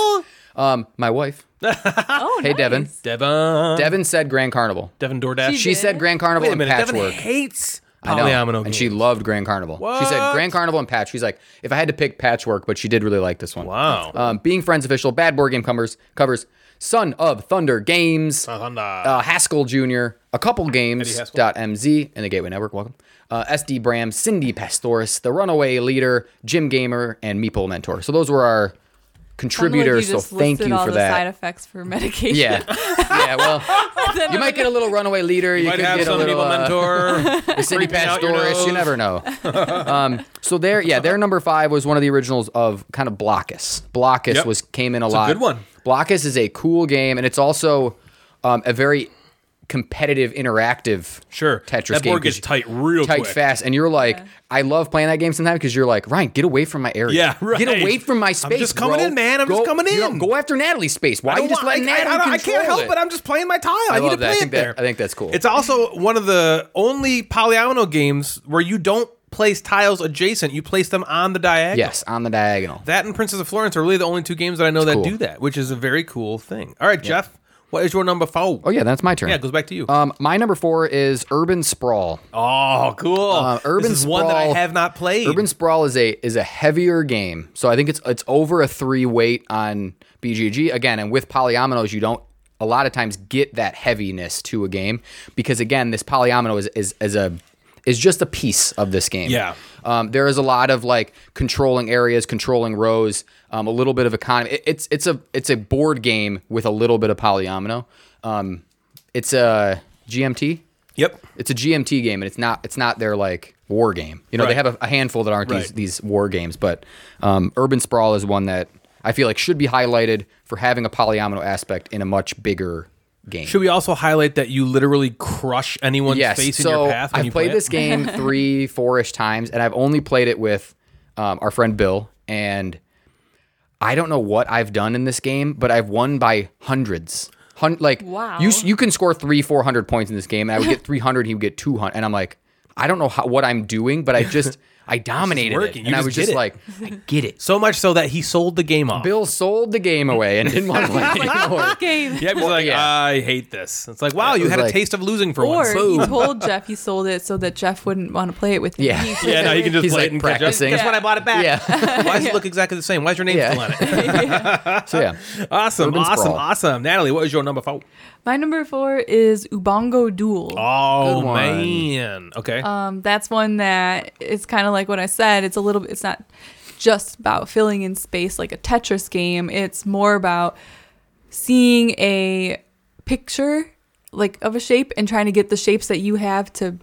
C: um, my wife.
B: Oh,
C: Hey, Devin.
B: nice.
A: Devon.
C: Devin said Grand Carnival.
A: Devon DoorDash.
B: She
C: She
B: did?
C: said Grand Carnival
A: Wait a
C: and
A: minute. Devon
C: Patchwork.
A: hates
C: I know.
A: polyomino
C: and
A: games.
C: she loved Grand Carnival. She said
A: What?
C: Grand Carnival and Patch. She's like, if I had to pick Patchwork, but she did really like this one.
A: Wow.
C: Um, Being Friends official, Bad Board Game covers covers Son of Thunder Games,
A: Thunder.
C: uh, Haskell Jr., a couple games
A: Uh-huh. Eddie Haskell.
C: dot MZ and the Gateway Network. Welcome. Uh, SD Bram, Cindy Pastoris, The Runaway Leader, Jim Gamer, and Meeple Mentor. So those were our contributor,
B: Sounded like
C: so
B: just
C: thank
B: listed
C: you
B: all
C: for
B: the Side
C: that.
B: effects for medication.
C: Yeah, yeah. Well,
B: Then
C: you
B: I'm
C: might get a little runaway leader. You,
E: Might
C: could
E: have
C: get a
E: somebody
C: little
E: to
C: uh,
E: mentor.
C: the city
E: Creeping out your
C: pastoris. You
E: nose.
C: never know. um, so their yeah, their number five was one of the originals of kind of Blockus. Blockus
E: Yep.
C: was came in a
E: a
C: lot.
E: good one.
C: Blockus is a cool game, and it's also um, a very competitive, interactive
E: Sure.
C: Tetris
E: That
C: game.
E: board
C: 'cause
E: gets tight real
C: tight
E: quick.
C: fast, and you're like, I love playing that game sometimes because you're like, Ryan, get away from my area.
E: Yeah, right.
C: Get away from my
E: I'm
C: space.
E: just coming
C: bro.
E: in, man. I'm just
C: Go-
E: coming
C: you know,
E: in."
C: go after Natalie's space. Why are you just
A: want-
C: letting Natalie
A: I, don't- I
C: control
A: can't help
C: it?
A: it. I'm just playing my tile. I, need to
C: love that.
A: play
C: I
A: it
C: think
A: there.
C: that- I think that's cool.
A: It's also one of the only polyomino games where you don't place tiles adjacent. You place them on the diagonal.
C: Yes, on the diagonal.
A: That and Princess of Florence are really the only two games that I know that
C: cool.
A: do that, which is a very cool thing. All right, Jeff, what is your number four?
C: Oh yeah, that's my turn.
A: Yeah, it goes back to you.
C: Um, my number four is Urban Sprawl.
A: oh, cool.
C: uh, Urban
A: this is one that I
C: Sprawl-
A: have not played.
C: Urban Sprawl is a is a heavier game, so I think it's it's over a three weight on BGG again. And with polyominoes, you don't a lot of times get that heaviness to a game because again, this polyomino is is, is a is just a piece of this game.
E: Yeah.
C: Um, there is a lot of like controlling areas, controlling rows, um, a little bit of economy. It, it's it's a it's a board game with a little bit of polyomino. Um, it's a GMT.
A: Yep.
C: It's a GMT game, and it's not it's not their like war game. You know, they
E: Right.
C: have a, a handful that aren't these
E: Right.
C: these war games, but um, Urban Sprawl is one that I feel like should be highlighted for having a polyomino aspect in a much bigger game.
A: Should we also highlight that you literally crush anyone's
C: yes.
A: face in
C: so
A: your path when
C: I've
A: you
C: played
A: play it?
C: this game three, four ish times, and I've only played it with um, our friend Bill. And I don't know what I've done in this game, but I've won by hundreds. Hun- like
B: Wow.
C: you, s- you can score three, four hundred points in this game, and I would get three hundred, he would get two hundred, and I'm like, I don't know how, what I'm doing, but I just I dominated it,
A: working.
C: and
A: You
C: I
A: just
C: was
A: get
C: just
A: it.
C: like, I get it.
A: So much so that he sold the game off.
C: Bill sold the game away and didn't want to play it anymore.
B: game.
A: Yeah, he's like,
C: yeah.
A: I hate this. It's like, wow, you
C: was
A: had a
C: like-
A: taste of losing for
B: Or
A: once.
B: he told Jeff he sold it so that Jeff wouldn't want to play it with him.
C: Yeah.
B: He-
E: Yeah, no, you can just
C: He's
E: play
C: like
E: it and
C: practicing.
E: catch
A: That's
B: Yeah.
A: when I bought it back.
C: Yeah.
A: Why does it look exactly the same? Why is your name
C: Yeah.
A: still on it?
C: so yeah,
A: Awesome,
C: Urban
A: awesome,
C: Sprawl.
A: awesome. Natalie, what was your number four?
B: My number four is Ubongo Duel.
A: Oh
C: Good one. Uh,
A: man. Okay.
B: Um, that's one that is kind of like what I said. It's a little bit. It's not just about filling in space like a Tetris game. It's more about seeing a picture like of a shape and trying to get the shapes that you have to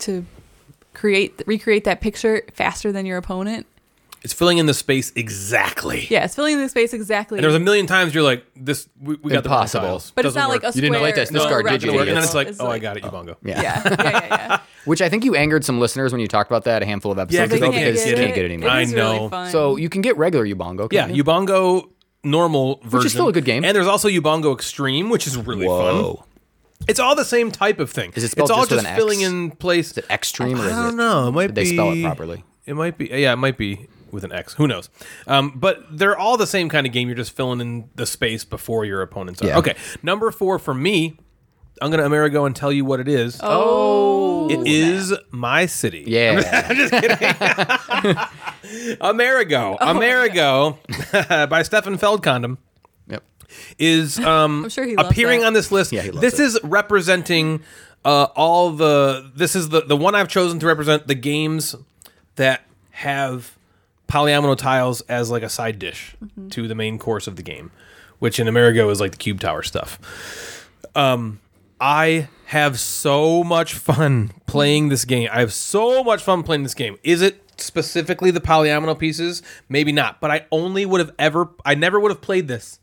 B: to create recreate that picture faster than your opponent.
A: it's filling in the space exactly.
B: Yeah, it's filling the space exactly.
A: And there's a million times you're like, this we, we got the wrong
C: Impossible.
A: tiles.
B: but it's
A: Doesn't
B: not
A: work.
B: like a
C: You didn't play
B: square
C: this. This
B: or a
C: card did you,
A: Doesn't work. And then
C: idiots.
A: it's like,
B: rectangle.
A: oh, I got it, you bongo.
C: yeah.
B: Yeah, yeah, yeah, yeah.
C: Which I think you angered some listeners when you talked about that a handful of episodes
A: Yeah,
B: They
C: ago
A: can't
C: because you
A: get
C: can't
A: it.
C: get it anymore.
B: It is
A: I know.
B: Really fun.
C: So you can get regular Ubongo.
A: Yeah,
C: can't you?
A: Ubongo normal version.
C: Mm-hmm. is still a good game.
A: And there's also Ubongo Extreme, which is really fun. It's all the same type of thing.
C: Is it spelled
A: it's all
C: just with
A: just
C: an X?
A: filling in place.
C: Is it extreme or is
A: I
C: it?
A: don't know. It might
C: Did
A: be
C: they spell it properly?
A: It might be. Yeah, it might be with an X. Who knows? Um, but they're all the same kind of game. You're just filling in the space before your opponents. Are.
C: Yeah.
A: Okay, number four for me. I'm gonna Amerigo and tell you what it is.
B: oh,
A: it is my city.
C: Yeah.
A: Amerigo. Amerigo by Stefan Feldkondom
C: yep.
A: is um
B: I'm sure he loves
A: appearing
B: that.
A: on this list.
C: he loves
A: this is representing uh, all the. This is the the one I've chosen to represent the games that have polyomino tiles as like a side dish
B: Mm-hmm.
A: to the main course of the game, which in Amerigo is like the cube tower stuff. Um, I have so much fun playing this game. I have so much fun playing this game. Is it specifically the polyomino pieces? Maybe not, but I only would have ever. I never would have played this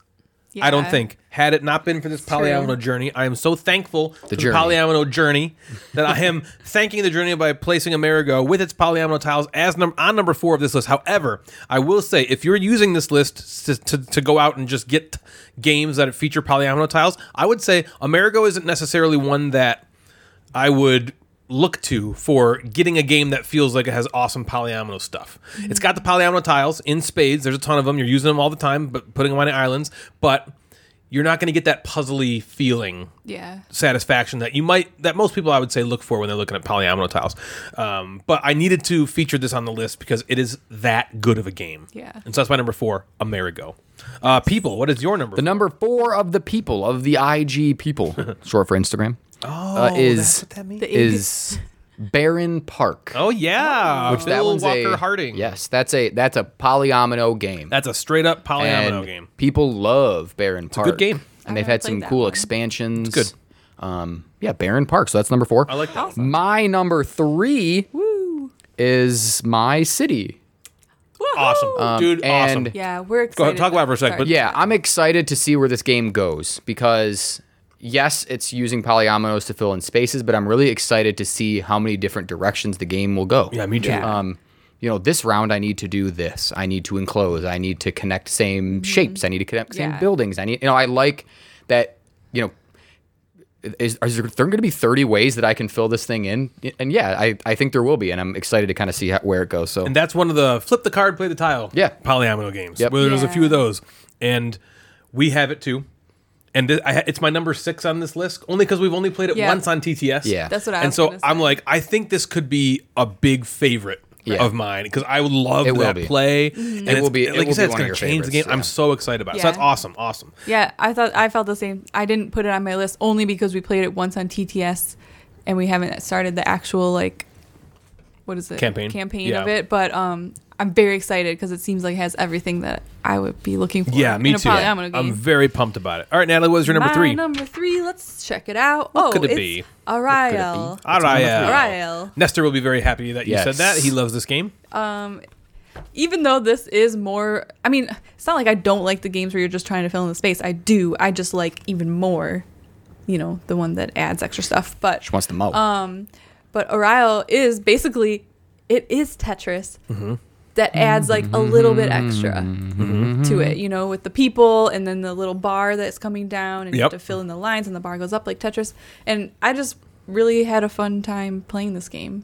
A: I don't
B: Yeah.
A: think. Had it not been for this polyomino journey, I am so thankful to the
C: journey.
A: polyomino journey that I am thanking the journey by placing Amerigo with its polyomino tiles as num- on number four of this list. However, I will say if you're using this list to, to, to go out and just get games that feature polyomino tiles, I would say Amerigo isn't necessarily one that I would look to for getting a game that feels like it has awesome polyomino stuff. It's got the polyomino tiles in spades. There's a ton of them. You're using them all the time, but putting them on islands. But you're not going to get that puzzly feeling
B: yeah.
A: satisfaction that you might that most people I would say look for when they're looking at polyomino tiles. Um, but I needed to feature this on the list because it is that good of a game.
B: Yeah.
A: And so that's my number four, Amerigo. Uh, people, what is your number?
C: The number four of the people of the IG people, short for Instagram, oh, uh, is
A: that means?
B: The
C: is Barren Park.
A: Oh yeah,
C: which
A: Bill
C: that one's
A: Walker
C: a,
A: Harding.
C: Yes, that's a that's a polyomino game.
A: that's a straight up polyomino
C: And
A: game.
C: People love Baron Park.
A: good game.
C: And
B: I've
C: they've
B: never
C: had
B: played
C: some
B: that
C: cool
B: one.
C: expansions.
A: It's
C: Um, yeah, Baron Park. So that's number four.
A: I like that.
C: My number three is my city.
A: Awesome, dude.
C: Um, and-
A: awesome.
B: Yeah, we're
A: Go ahead,
B: excited.
A: talk about it for a sec,
B: Sorry.
A: but-
C: Yeah, I'm excited to see where this game goes because yes, it's using polyominoes to fill in spaces, but I'm really excited to see how many different directions the game will go.
A: Yeah, me too.
B: Yeah.
C: um, you know, this round I need to do this. I need to enclose. I need to connect same shapes. I need to connect same
B: Yeah.
C: buildings. I need, you know, I like that. You know, is, is there, there going to be thirty ways that I can fill this thing in? And yeah, I, I think there will be, and I'm excited to kind of see how, where it goes. So
A: And that's one of the flip the card, play the tile.
C: Yeah.
A: polyomino games.
C: Yep.
A: Well, there's a
B: Yeah.
A: few of those, and we have it too. And th- I ha- it's my number six on this list, only because we've only played it
B: Yeah.
A: once on TTS.
C: Yeah.
B: That's what I
A: And
B: was
A: so
B: gonna say.
A: I'm like, I think this could be a big favorite
C: Yeah.
A: of mine because I would love
C: It will
A: that
C: be.
A: play. And it
C: will be-
A: like
C: it will
A: you
C: be
A: said, it's
C: one of
A: going
C: your
A: to change the game.
C: favorites,
A: I'm
C: yeah.
A: so excited about it. So
B: Mm-hmm. Yeah.
A: that's awesome, awesome.
B: Yeah, I thought I felt the same. I didn't put it on my list only because we played it once on TTS, and we haven't started the actual like, what is it?
A: Campaign.
B: Campaign of
A: Yeah.
B: it, but um, I'm very excited because it seems like it has everything that I would be looking for.
A: Yeah, me
B: in a
A: too.
B: polyomino game.
A: I'm very pumped about it. All right, Natalie, what was your number
B: My
A: three?
B: Number three. Let's check it out. oh,
A: could it
B: it's
A: be?
B: Ariel.
A: Ariel.
B: Ariel.
A: Nestor will be very happy that you
C: Yes.
A: said that. He loves this game.
B: even though this is more i mean it's not like i don't like the games where you're just trying to fill in the space i do i just like even more you know the one that adds extra stuff but
C: she wants to mow.
B: Um, but Oriole is basically it is Tetris that adds like a little bit extra to it, you know, with the people and then the little bar that's coming down and you
A: Yep.
B: have to fill in the lines and the bar goes up like Tetris. And I just really had a fun time playing this game.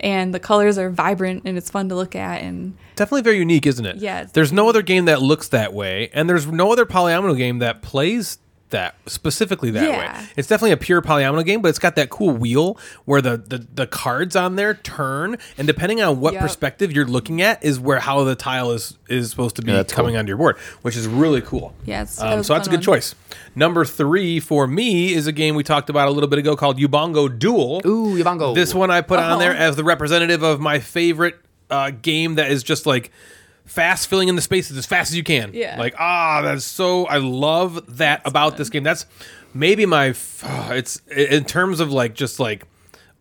B: And the colors are vibrant and it's fun to look at and
A: Definitely very unique, isn't it?
B: Yeah, it's-
A: There's no other game that looks that way, and there's no other polyomino game that plays that specifically that
B: Yeah.
A: way. It's definitely a pure polyomino game, but it's got that cool wheel where the the, the cards on there turn, and depending on what
B: Yep.
A: perspective you're looking at, is where how the tile is is supposed to be
C: that's
A: coming
C: cool.
A: onto your board, which is really cool.
B: Yeah, it's- that
A: um,
B: was
A: so
B: a
A: that's a
B: fun
A: good
B: one.
A: choice. Number three for me is a game we talked about a little bit ago called Ubongo Duel.
C: Ooh, Ubongo.
A: This one I put on
B: Uh-huh.
A: there as the representative of my favorite uh, game that is just like fast filling in the spaces as fast as you can.
B: Yeah.
A: Like ah, that's so I love that about this game. That's maybe my f- it's in terms of like just like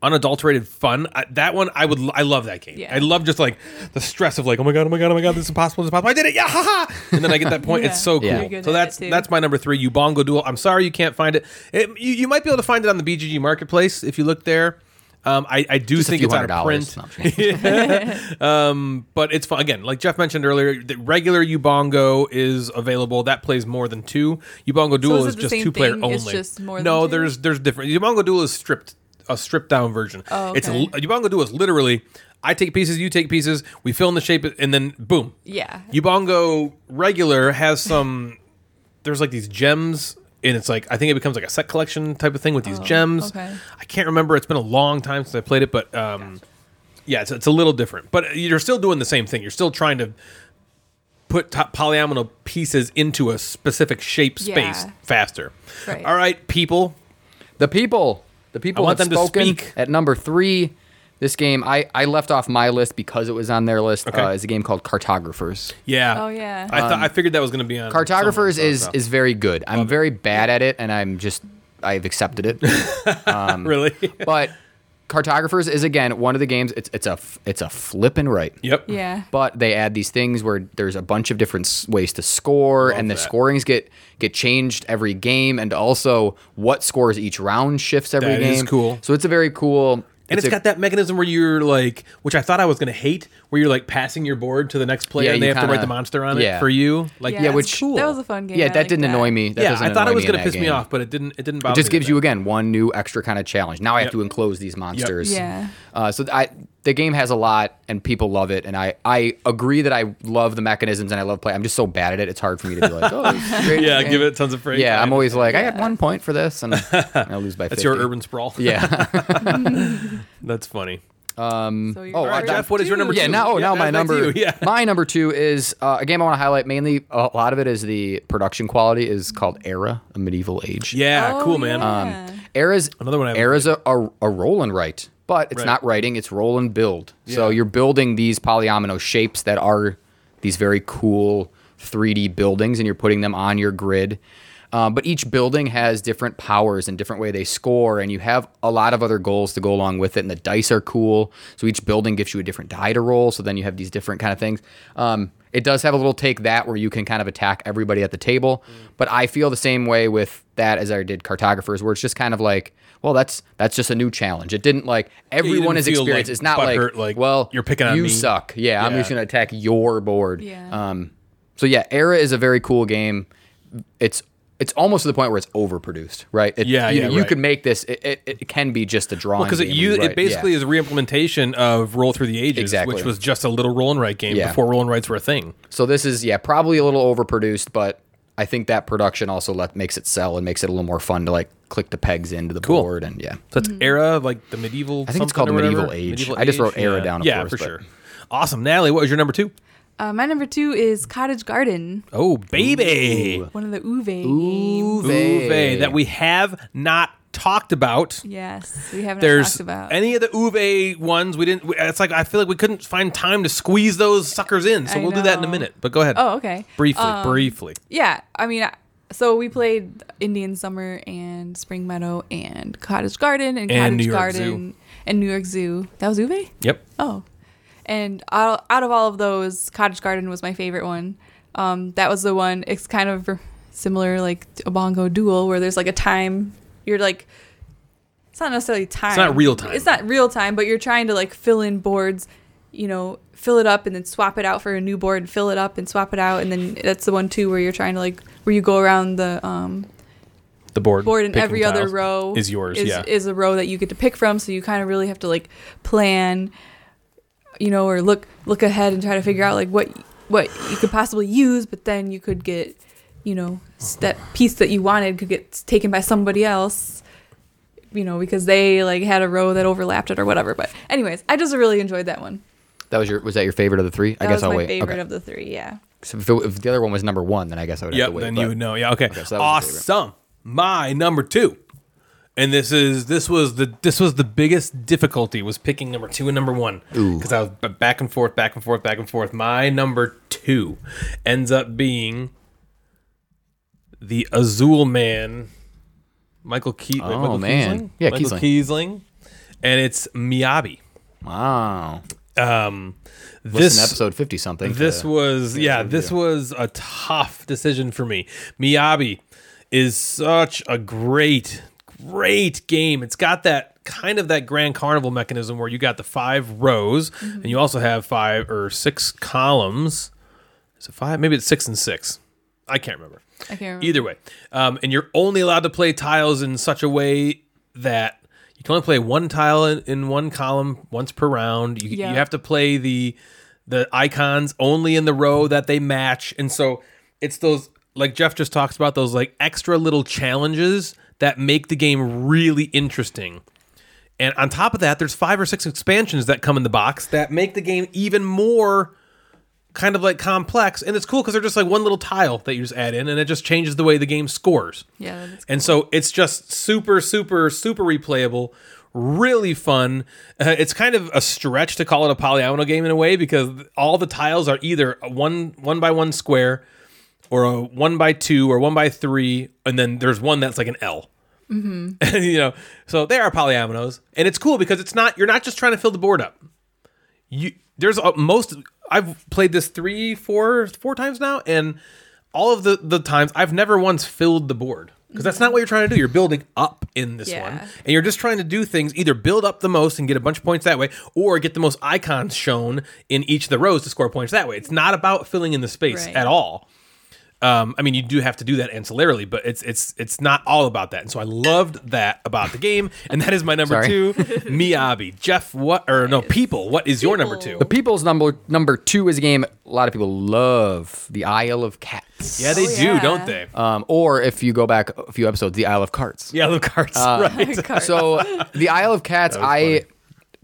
A: unadulterated fun. I, that one I would I love that game.
B: Yeah.
A: I love just like the stress of like oh my god oh my god oh my god this is impossible this is impossible I did it yeah ha ha and then I get that point. It's
B: Yeah.
A: so cool.
C: Yeah.
B: Pretty good
A: So
B: at
A: that's
B: it, too.
A: that's my number three. Ubongo Duel. I'm sorry you can't find it. it you, you might be able to find it on the BGG Marketplace if you look there. Um, I, I do
C: Just a
A: think
C: few
A: it's out
C: hundred
A: of
C: dollars.
A: print, Um,
C: No, I'm just kidding.
A: but it's fun. Again, like Jeff mentioned earlier, the regular Ubongo is available. That plays more than two. Ubongo Duel
B: is it
A: is,
B: the
A: just
B: same
A: two player
B: thing?
A: only.
B: It's just more
A: no,
B: than two?
A: there's there's different. Ubongo Duel is stripped a stripped down version.
B: Oh,
A: It's
B: okay.
A: Ubongo Duel is literally I take pieces, you take pieces, we fill in the shape, and then boom,
B: yeah.
A: Ubongo regular has some. there's like these gems, and it's like I think it becomes like a set collection type of thing with these gems.
B: Oh, okay.
A: I can't remember. It's been a long time since I played it, but um, yeah, it's, it's a little different. But you're still doing the same thing. You're still trying to put to polyomino pieces into a specific shape space
B: Yeah.
A: faster.
B: Right.
A: All right, people.
C: The people, the people
A: I want
C: have
A: them to
C: spoken
A: speak.
C: at number three. This game, I, I left off my list because it was on their list.
A: Okay.
C: Uh, is a game called Cartographers.
A: Yeah.
B: Oh, yeah.
A: I thought I figured that was going to be on
C: Um,
A: someone's,
C: Cartographers
A: so-
C: is
A: so.
C: is very good. I'm very bad at it, and I'm just I've accepted it.
A: really.
C: but Cartographers is again one of the games. It's it's a f- it's a flippin' right.
A: yep.
B: yeah.
C: But they add these things where there's a bunch of different s- ways to score, and the
A: that.
C: scorings get get changed every game, and also what scores each round shifts every
A: That
C: game.
A: is cool.
C: So it's a very cool.
A: And
C: a-
A: it's got that mechanism where you're like, which I thought I was going to hate, where you're like passing your board to the next player
C: Yeah,
A: and they
C: you
A: have to write
C: kinda-
A: the monster on it
C: yeah.
A: for you. Like,
B: Yeah, that's
C: which-
B: cool. That was a fun game.
C: Yeah,
B: I
C: that
B: like
C: didn't
B: that.
C: annoy me. That
A: yeah,
C: doesn't
A: I thought
C: annoy
A: it was
C: me in
A: going to
C: that
A: piss me
C: game.
A: off, but it didn't. It didn't bother.
C: It just
A: me
C: gives you again one new extra kind of challenge. Now I have to enclose these monsters.
B: Yeah.
C: Uh, so th- I the game has a lot, and people love it, and I I agree that I love the mechanisms and I love play. I'm just so bad at it. It's hard for me to be like, oh, it's great
A: Yeah,
C: game.
A: give it tons of praise.
C: Yeah, I'm always like, I got one point for this, and I lose by.
A: That's
C: 50.
A: your urban sprawl.
C: Yeah.
A: That's funny.
B: So you're
C: oh,
B: right.
C: I
A: Jeff, what is your number?
C: yeah.
A: two?
C: Now, oh,
A: Yeah,
C: now my
A: that's back to
C: number.
A: you, yeah.
C: My number two is uh, a game I want to highlight. Mainly, a lot of it is the production quality is called Era, a medieval age.
A: Yeah,
B: Oh,
A: cool man.
B: yeah.
C: Era's
A: Another one I haven't
C: Era's a, a, a roll and write. but it's not writing; it's roll and build. So you're building these polyomino shapes that are these very cool 3D buildings, and you're putting them on your grid. Um, but each building has different powers and different way they score, and you have a lot of other goals to go along with it. And the dice are cool, so each building gives you a different die to roll. So then you have these different kind of things. Um, it does have a little take that where you can kind of attack everybody at the table,
A: Mm.
C: but I feel the same way with that as I did cartographers, where it's just kind of like, well, that's that's just a new challenge. It didn't like everyone
A: didn't
C: is
A: feel, like,
C: experienced. it's not like,
A: butthurt, like,
C: well,
A: you're picking on
C: you
A: me.
C: suck. Yeah, I'm
A: Yeah.
C: just gonna attack your board.
B: Yeah.
C: Um, so yeah, Era is a very cool game. It's it's almost to the point where it's overproduced, right? It,
A: Yeah,
C: you,
A: yeah,
C: you
A: right.
C: could make this. It, it, it can be just a drawing
A: because it
C: game
A: you
C: rewrite.
A: it basically
C: Yeah.
A: is a reimplementation of Roll Through the Ages,
C: Exactly.
A: which was just a little roll and write game
C: Yeah.
A: before roll and writes were a thing.
C: So this is yeah, probably a little overproduced, but I think that production also let makes it sell and makes it a little more fun to like click the pegs into the board and yeah.
A: So
B: Mm.
A: it's era like the medieval.
C: I think it's
A: something
C: called
A: or whatever?
C: Medieval Age. I just wrote era
A: yeah.
C: down, of
A: yeah,
C: course,
A: for
C: but-
A: sure. Awesome, Natalie. What was your number two?
B: Uh, my number two is Cottage Garden,
A: Oh, baby,
B: one of the Uwe games.
C: Uwe.
A: Uwe, that we have not talked about.
B: Yes, we haven't
A: There's
B: talked about.
A: any of the Uwe ones we didn't. we- It's like I feel like we couldn't find time to squeeze those suckers in, so
B: I
A: we'll do that in a
B: know.
A: minute. But go ahead.
B: oh, okay.
A: briefly, briefly.
B: Yeah, I mean, I- so we played Indian Summer and Spring Meadow and Cottage Garden
A: And
B: and, Cottage
A: New York
B: Garden and New York Zoo. That was Uwe.
A: Yep.
B: Oh, and out, out of all of those, Cottage Garden was my favorite one. Um, that was the one. It's kind of similar, like to a bongo duel, where there's like a time. You're like, it's not necessarily time. It's
A: not real time.
B: It's not real time, but you're trying to like fill in boards. You know, fill it up and then swap it out for a new board, and fill it up and swap it out, and then that's the one too where you're trying to like where you go around the um,
A: The board.
B: board in
A: picking
B: every other
A: tiles
B: row
A: is yours.
B: Is,
A: yeah.
B: is a row that you get to pick from. So you kind of really have to like plan, you know, or look look ahead and try to figure out like what what you could possibly use. But then you could get, you know, s- that piece that you wanted could get taken by somebody else. You know, because they like had a row that overlapped it or whatever. But anyways, I just really enjoyed that one.
C: That was your was that your favorite of the three?
B: That
C: I guess
B: was
C: I'll
B: my
C: wait.
B: favorite
C: okay.
B: of the three. Yeah.
C: So if, it- if the other one was number one, then I guess I would have
A: Yep,
C: to wait.
A: then
C: but-
A: you would know. Yeah, okay.
C: so that was your
A: awesome. My number two. And this is this was the this was the biggest difficulty was picking number two and number one because I was b- back and forth, back and forth, back and forth. My number two ends up being the Azul Man, Michael Keaton.
C: Oh,
A: Michael
C: man.
A: Kiesling?
C: Yeah,
A: Michael Kiesling, and it's Miyabi.
C: Wow.
A: Um,
C: This
A: this
C: in episode fifty something.
A: this
C: to-
A: was uh, yeah, this was a tough decision for me. Miyabi is such a great, great game. It's got that kind of that grand carnival mechanism where you got the five rows and you also have five or six columns. Is it five? Maybe it's six and six. I can't remember.
B: I can't remember.
A: Either way, um, and you're only allowed to play tiles in such a way that you can only play one tile in, in one column once per round. You,
B: Yeah.
A: you have to play the the icons only in the row that they match, and so it's those like Jeff just talks about those like extra little challenges that make the game really interesting. And on top of that, there's five or six expansions that come in the box that make the game even more kind of like complex. And it's cool because they're just like one little tile that you just add in, and it just changes the way the game scores.
B: Yeah, that's
A: And so it's just super, super, super replayable, really fun. Uh, it's kind of a stretch to call it a polyomino game in a way because all the tiles are either a one one by one square, or a one by two, or one by three, and then there's one that's like an L. Mm-hmm. you know, so they are polyominoes, and it's cool because it's not you're not just trying to fill the board up. You there's a, most I've played this three, four, four times now, and all of the the times I've never once filled the board because that's not what you're trying to do. You're building up in this
B: Yeah.
A: one, and you're just trying to do things either build up the most and get a bunch of points that way, or get the most icons shown in each of the rows to score points that way. It's not about filling in the space
B: Right.
A: at all. Um, I mean, you do have to do that ancillarily, but it's it's it's not all about that. And so I loved that about the game, and that is my number
C: Sorry.
A: two, Miyabi. Jeff, what or no people? What is your number two?
B: People.
C: The People's number number two is a game a lot of people love, The Isle of Cats.
A: Yeah, they
B: Oh,
A: do,
B: yeah.
A: don't they?
C: Um, or if you go back a few episodes, The Isle of Carts.
A: yeah, the cards.
C: uh,
A: right.
C: So the Isle of Cats, I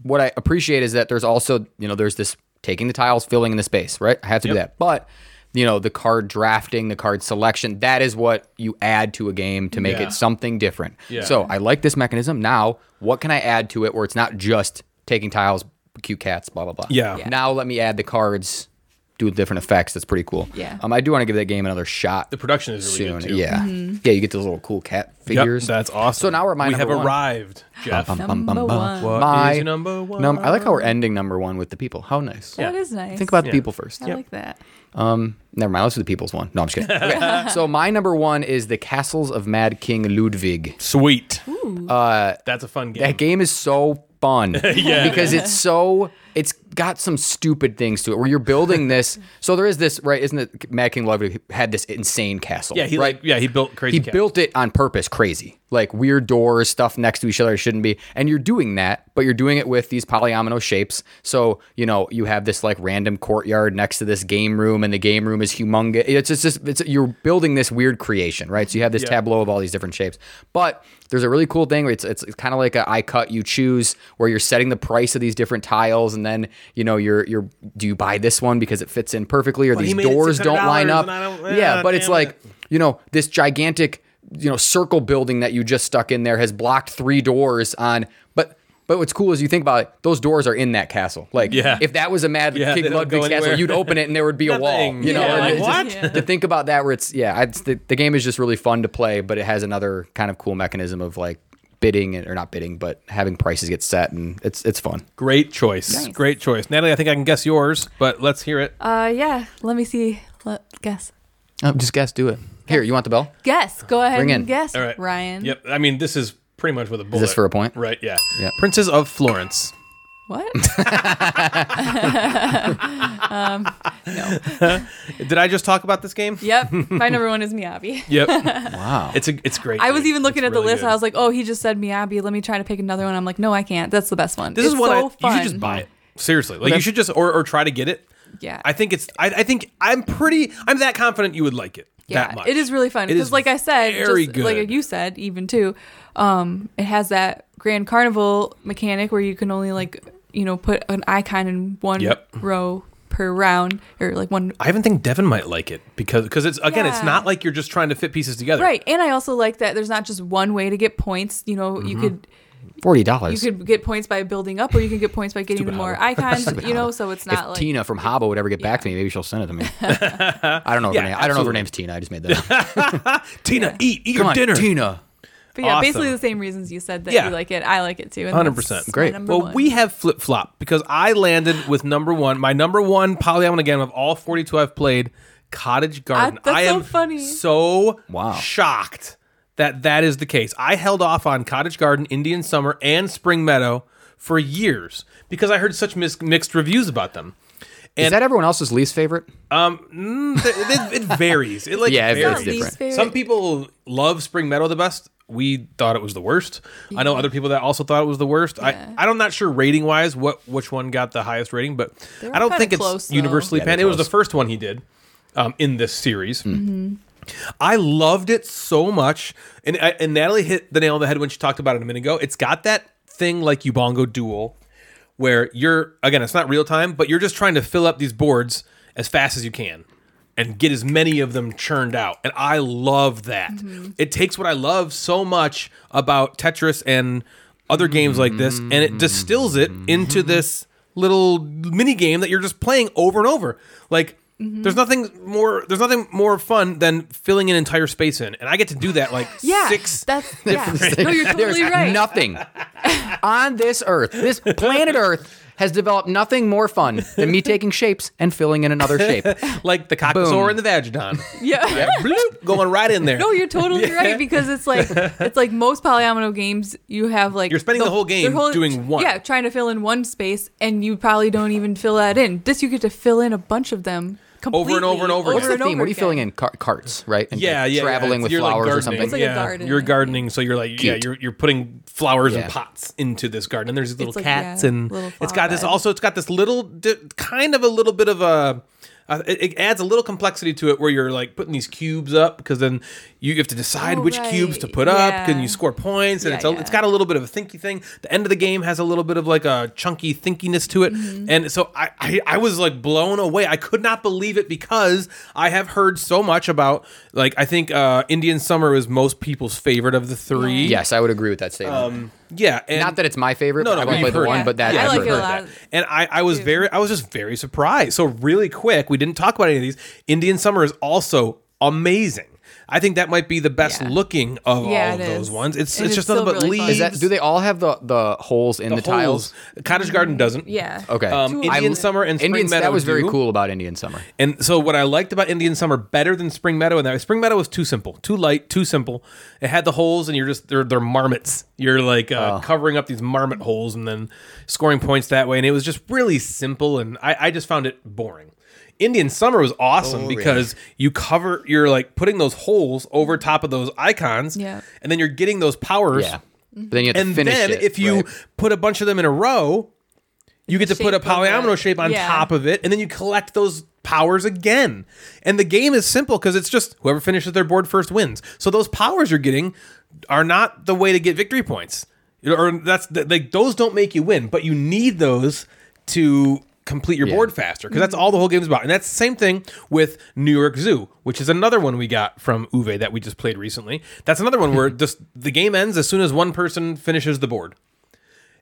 C: what I appreciate is that there's also you know there's this taking the tiles, filling in the space, right? I have to do that, but you know the card drafting, the card selection. That is what you add to a game to make
A: Yeah.
C: it something different.
A: Yeah.
C: So I like this mechanism. Now, what can I add to it where it's not just taking tiles, cute cats, blah blah blah.
A: Yeah. Yeah.
C: Now let me add the cards, do different effects. That's pretty cool.
B: Yeah.
C: Um, I do want to give that game another shot.
A: The production is really
C: soon.
A: good too.
C: Yeah. Yeah. You get those little cool cat
A: Yep,
C: figures.
A: that's awesome.
C: So now we're at my
A: we have
C: number one. Um,
A: arrived, Jeff.
C: Bum, bum,
B: Number
C: bum, bum.
B: one.
A: What
C: My
A: is your number one?
C: Num- I like how we're ending number one with the people. How nice.
B: That is nice.
C: Think about the
A: Yeah.
C: people first.
B: I like that.
C: Um, never mind. Let's do the people's one. No, I'm just kidding. Okay. so my number one is the Castles of Mad King Ludwig.
A: Sweet. that's a fun game.
C: uh, That game is so fun because it's so it's got some stupid things to it where you're building this. So there is this right, isn't it? Mad King Ludwig had this insane castle.
A: yeah, he
C: right.
A: like yeah he built crazy.
C: he
A: cat.
C: built it on purpose crazy like weird doors stuff next to each other it shouldn't be and you're doing that but you're doing it with these polyomino shapes so you know you have this like random courtyard next to this game room and the game room is humongous it's just, just it's you're building this weird creation right so you have this tableau of all these different shapes but there's a really cool thing where it's it's, it's kind of like a I cut you choose where you're setting the price of these different tiles and then you know you're you're do you buy this one because it fits in perfectly or
A: he
C: these
A: made it
C: doors don't line
A: $600
C: up
A: and I don't-
C: yeah
A: ah,
C: but it's
A: damn
C: like
A: it.
C: you know, this gigantic, you know, circle building that you just stuck in there has blocked three doors on, but. But what's cool is you think about it; those doors are in that castle. Like,
A: Yeah.
C: if that was a Mad
A: Yeah, they
C: King
A: don't
C: Ludwig's
A: go
C: castle,
A: anywhere.
C: you'd open it and there would be a wall.
A: Nothing.
C: You know,
A: Yeah,
C: and
A: like,
C: it's just-
A: what?
B: Yeah.
C: to think about that where it's yeah it's, the, the game is just really fun to play but it has another kind of cool mechanism of like bidding and- or not bidding but having prices get set and it's it's fun
A: Great choice.
B: Nice.
A: Great choice. Natalie, I think I can guess yours, but let's hear it.
B: Uh, yeah. Let me see. Let guess.
C: oh, just guess do it here you want the bell
B: Guess. Go ahead
C: Ring
B: and
C: in.
B: guess,
A: All right.
B: Ryan.
A: Yep. I mean, this is pretty much with a bullet.
C: this for a point?
A: Right, yeah.
C: Yeah.
A: Princess of Florence.
B: What?
I: Did I just talk about this game?
B: yep. My number one is Miyabi.
A: Yep.
C: wow
A: it's a it's great.
B: I was
A: dude.
B: even looking
A: It's
B: at the
A: really
B: list.
A: good.
B: I was like, "Oh, he just said Miyabi. Let me try to pick another one." I'm like, "No, I can't. That's the best one.
A: this
B: it's
A: is what
B: so
A: I
B: fun.
A: you should just buy it. Seriously. Like you should just or, or try to get it.
B: Yeah.
A: I think it's I, I think I'm pretty I'm that confident you would like it.
B: Yeah,
A: that much.
B: it is really fun
A: It
B: because,
A: is
B: like I said,
A: very
B: just
A: good.
B: like you said, even too, um, it has that Grand Carnival mechanic where you can only like you know put an icon in one
A: Yep.
B: row per round or like one
A: I even think Devin might like it because because it's again it's
B: Yeah.
A: not like you're just trying to fit pieces together.
B: right. And I also like that there's not just one way to get points. You know,
A: Mm-hmm.
B: you could
C: $40
B: you could get points by building up, or you can get points by getting more icons. you know, so it's
C: if
B: not like
C: Tina from Habo would ever get back to me, maybe she'll send it to me. I don't know. Her
A: Yeah,
C: name. I don't know if
A: absolutely.
C: her name's Tina. I just made that. up. Come
A: Tina, eat eat your
C: on,
A: dinner.
C: Tina.
B: But yeah, basically
A: Awesome.
B: the same reasons you said that
A: Yeah.
B: you like it. I like it too. and
A: 100%.
B: that's my
C: Great.
B: number
A: Well,
B: one.
A: we have flip flop because I landed with number one, my number one polyamon again of all 42 I've played, Cottage Garden.
B: Ah, that's
A: I
B: so
A: am
B: funny.
A: so
C: Wow.
A: shocked that that is the case. I held off on Cottage Garden, Indian Summer, and Spring Meadow for years because I heard such mis- mixed reviews about them.
C: Is that everyone else's least favorite?
A: it, it, it varies. It like
C: Yeah, it
A: varies.
C: varies different.
B: Favorite.
A: Some people love Spring Meadow the best. We thought it was the worst. I know other people that also thought it was the worst. I I'm not sure rating wise what which one got the highest rating, but
B: were
A: I don't
B: kinda
A: think it's
B: close, though.
A: universally
C: Yeah, they're
A: panned. It was the
C: close.
A: first one he did um, in this series. I loved it so much, and I- and Natalie hit the nail on the head when she talked about it a minute ago. It's got that thing like Ubongo Duel, where you're again, it's not real time, but you're just trying to fill up these boards as fast as you can and get as many of them churned out. And I love that. It takes what I love so much about Tetris and other games like this, and it distills it into this little mini game that you're just playing over and over. Like
B: Mm-hmm.
A: there's nothing more there's nothing more fun than filling an entire space in. And I get to do that like
B: yeah,
A: six
B: That's yeah. no, you're
C: There's
B: totally right.
C: nothing on this Earth, this planet Earth, has developed nothing more fun than me taking shapes and filling in another shape.
A: like the cockazor and the vaginon.
B: Yeah.
A: Bloop, going right in there.
B: No, you're totally right because it's like it's like most polyomino games you have like
A: You're spending the whole game
B: their
A: doing one.
B: Yeah, trying to fill in one space and you probably don't even fill that in. This you get to fill in a bunch of them completely
A: Over and over and over
C: What's
A: Over
C: the theme? What are you
B: again.
C: filling in? Car- carts, right? And
A: yeah, yeah,
C: Traveling
A: yeah.
C: with
A: You're, like,
C: flowers or
A: gardening.
C: something.
B: It's like a
A: yeah.
B: garden,
A: You're
B: yeah.
A: gardening, so you're like, yeah,
C: Cute.
A: you're you're putting flowers
C: Yeah.
A: and pots into this garden. And there's these little
B: like,
A: cats,
B: yeah,
A: and
B: little
A: it's got this.
B: flower bed.
A: Also, it's got this little, di- kind of a little bit of a. I Uh, it, it adds a little complexity to it where you're like putting these cubes up because then you have to decide
B: Oh,
A: which cubes
B: right.
A: to put up. Can
B: Yeah.
A: you score points? And
B: Yeah,
A: it's a,
B: yeah.
A: it's got a little bit of a thinky thing. The end of the game has a little bit of like a chunky thinkiness to it.
B: Mm-hmm.
A: And so I, I I was like blown away. I could not believe it because I have heard so much about like I think uh, Indian Summer is most people's favorite of the three.
C: Yes, I would agree with that statement.
A: Yeah. Um, And
C: Not that it's my favorite. No, no, I
A: we've
C: only played the
A: heard
C: one,
A: that.
C: but that
B: Yeah, I
C: I've heard.
B: like it a
A: heard
B: lot.
A: that. And I, I was very, I was just very surprised. So really quick, we didn't talk about any of these. Indian Summer is also amazing. I think that might be the best
B: Yeah.
A: looking of
B: Yeah,
A: all of
B: it
A: those
B: is.
A: ones. It's
B: And
A: it's
B: it's
A: just nothing
B: still
A: but
B: really fun.
A: leaves.
C: Is that do they all have the the holes in the, tiles?
A: holes. Cottage Garden doesn't.
B: Yeah.
C: Okay.
A: Um,
B: Two
A: Indian
B: of them.
A: Summer and Spring
C: Indian
A: Meadow.
C: that was very
A: do.
C: cool about Indian Summer.
A: And so what I liked about Indian Summer better than Spring Meadow and that Spring Meadow was too simple, too light, too simple. It had the holes, and you're just they're they're marmots. You're like
C: Oh.
A: uh, covering up these marmot holes and then scoring points that way. And it was just really simple, and I, I just found it boring. Indian Summer was awesome because you cover you're like putting those holes over top of those icons,
B: Yeah.
A: and then you're getting those powers.
C: Yeah. But then you have to
A: And
C: finish
A: then
C: it,
A: if you
C: right?
A: put a bunch of them in a row, you get to put a
B: shape of
A: polyomino
B: it.
A: shape on
B: Yeah.
A: top of it, and then you collect those powers again. And the game is simple because it's just whoever finishes their board first wins. So those powers you're getting are not the way to get victory points, You know, or that's th- like those don't make you win, but you need those to complete your board faster because
B: Mm-hmm.
A: that's all the whole game's about. And that's the same thing with New York Zoo, which is another one we got from Uwe that we just played recently. That's another one where just the game ends as soon as one person finishes the board.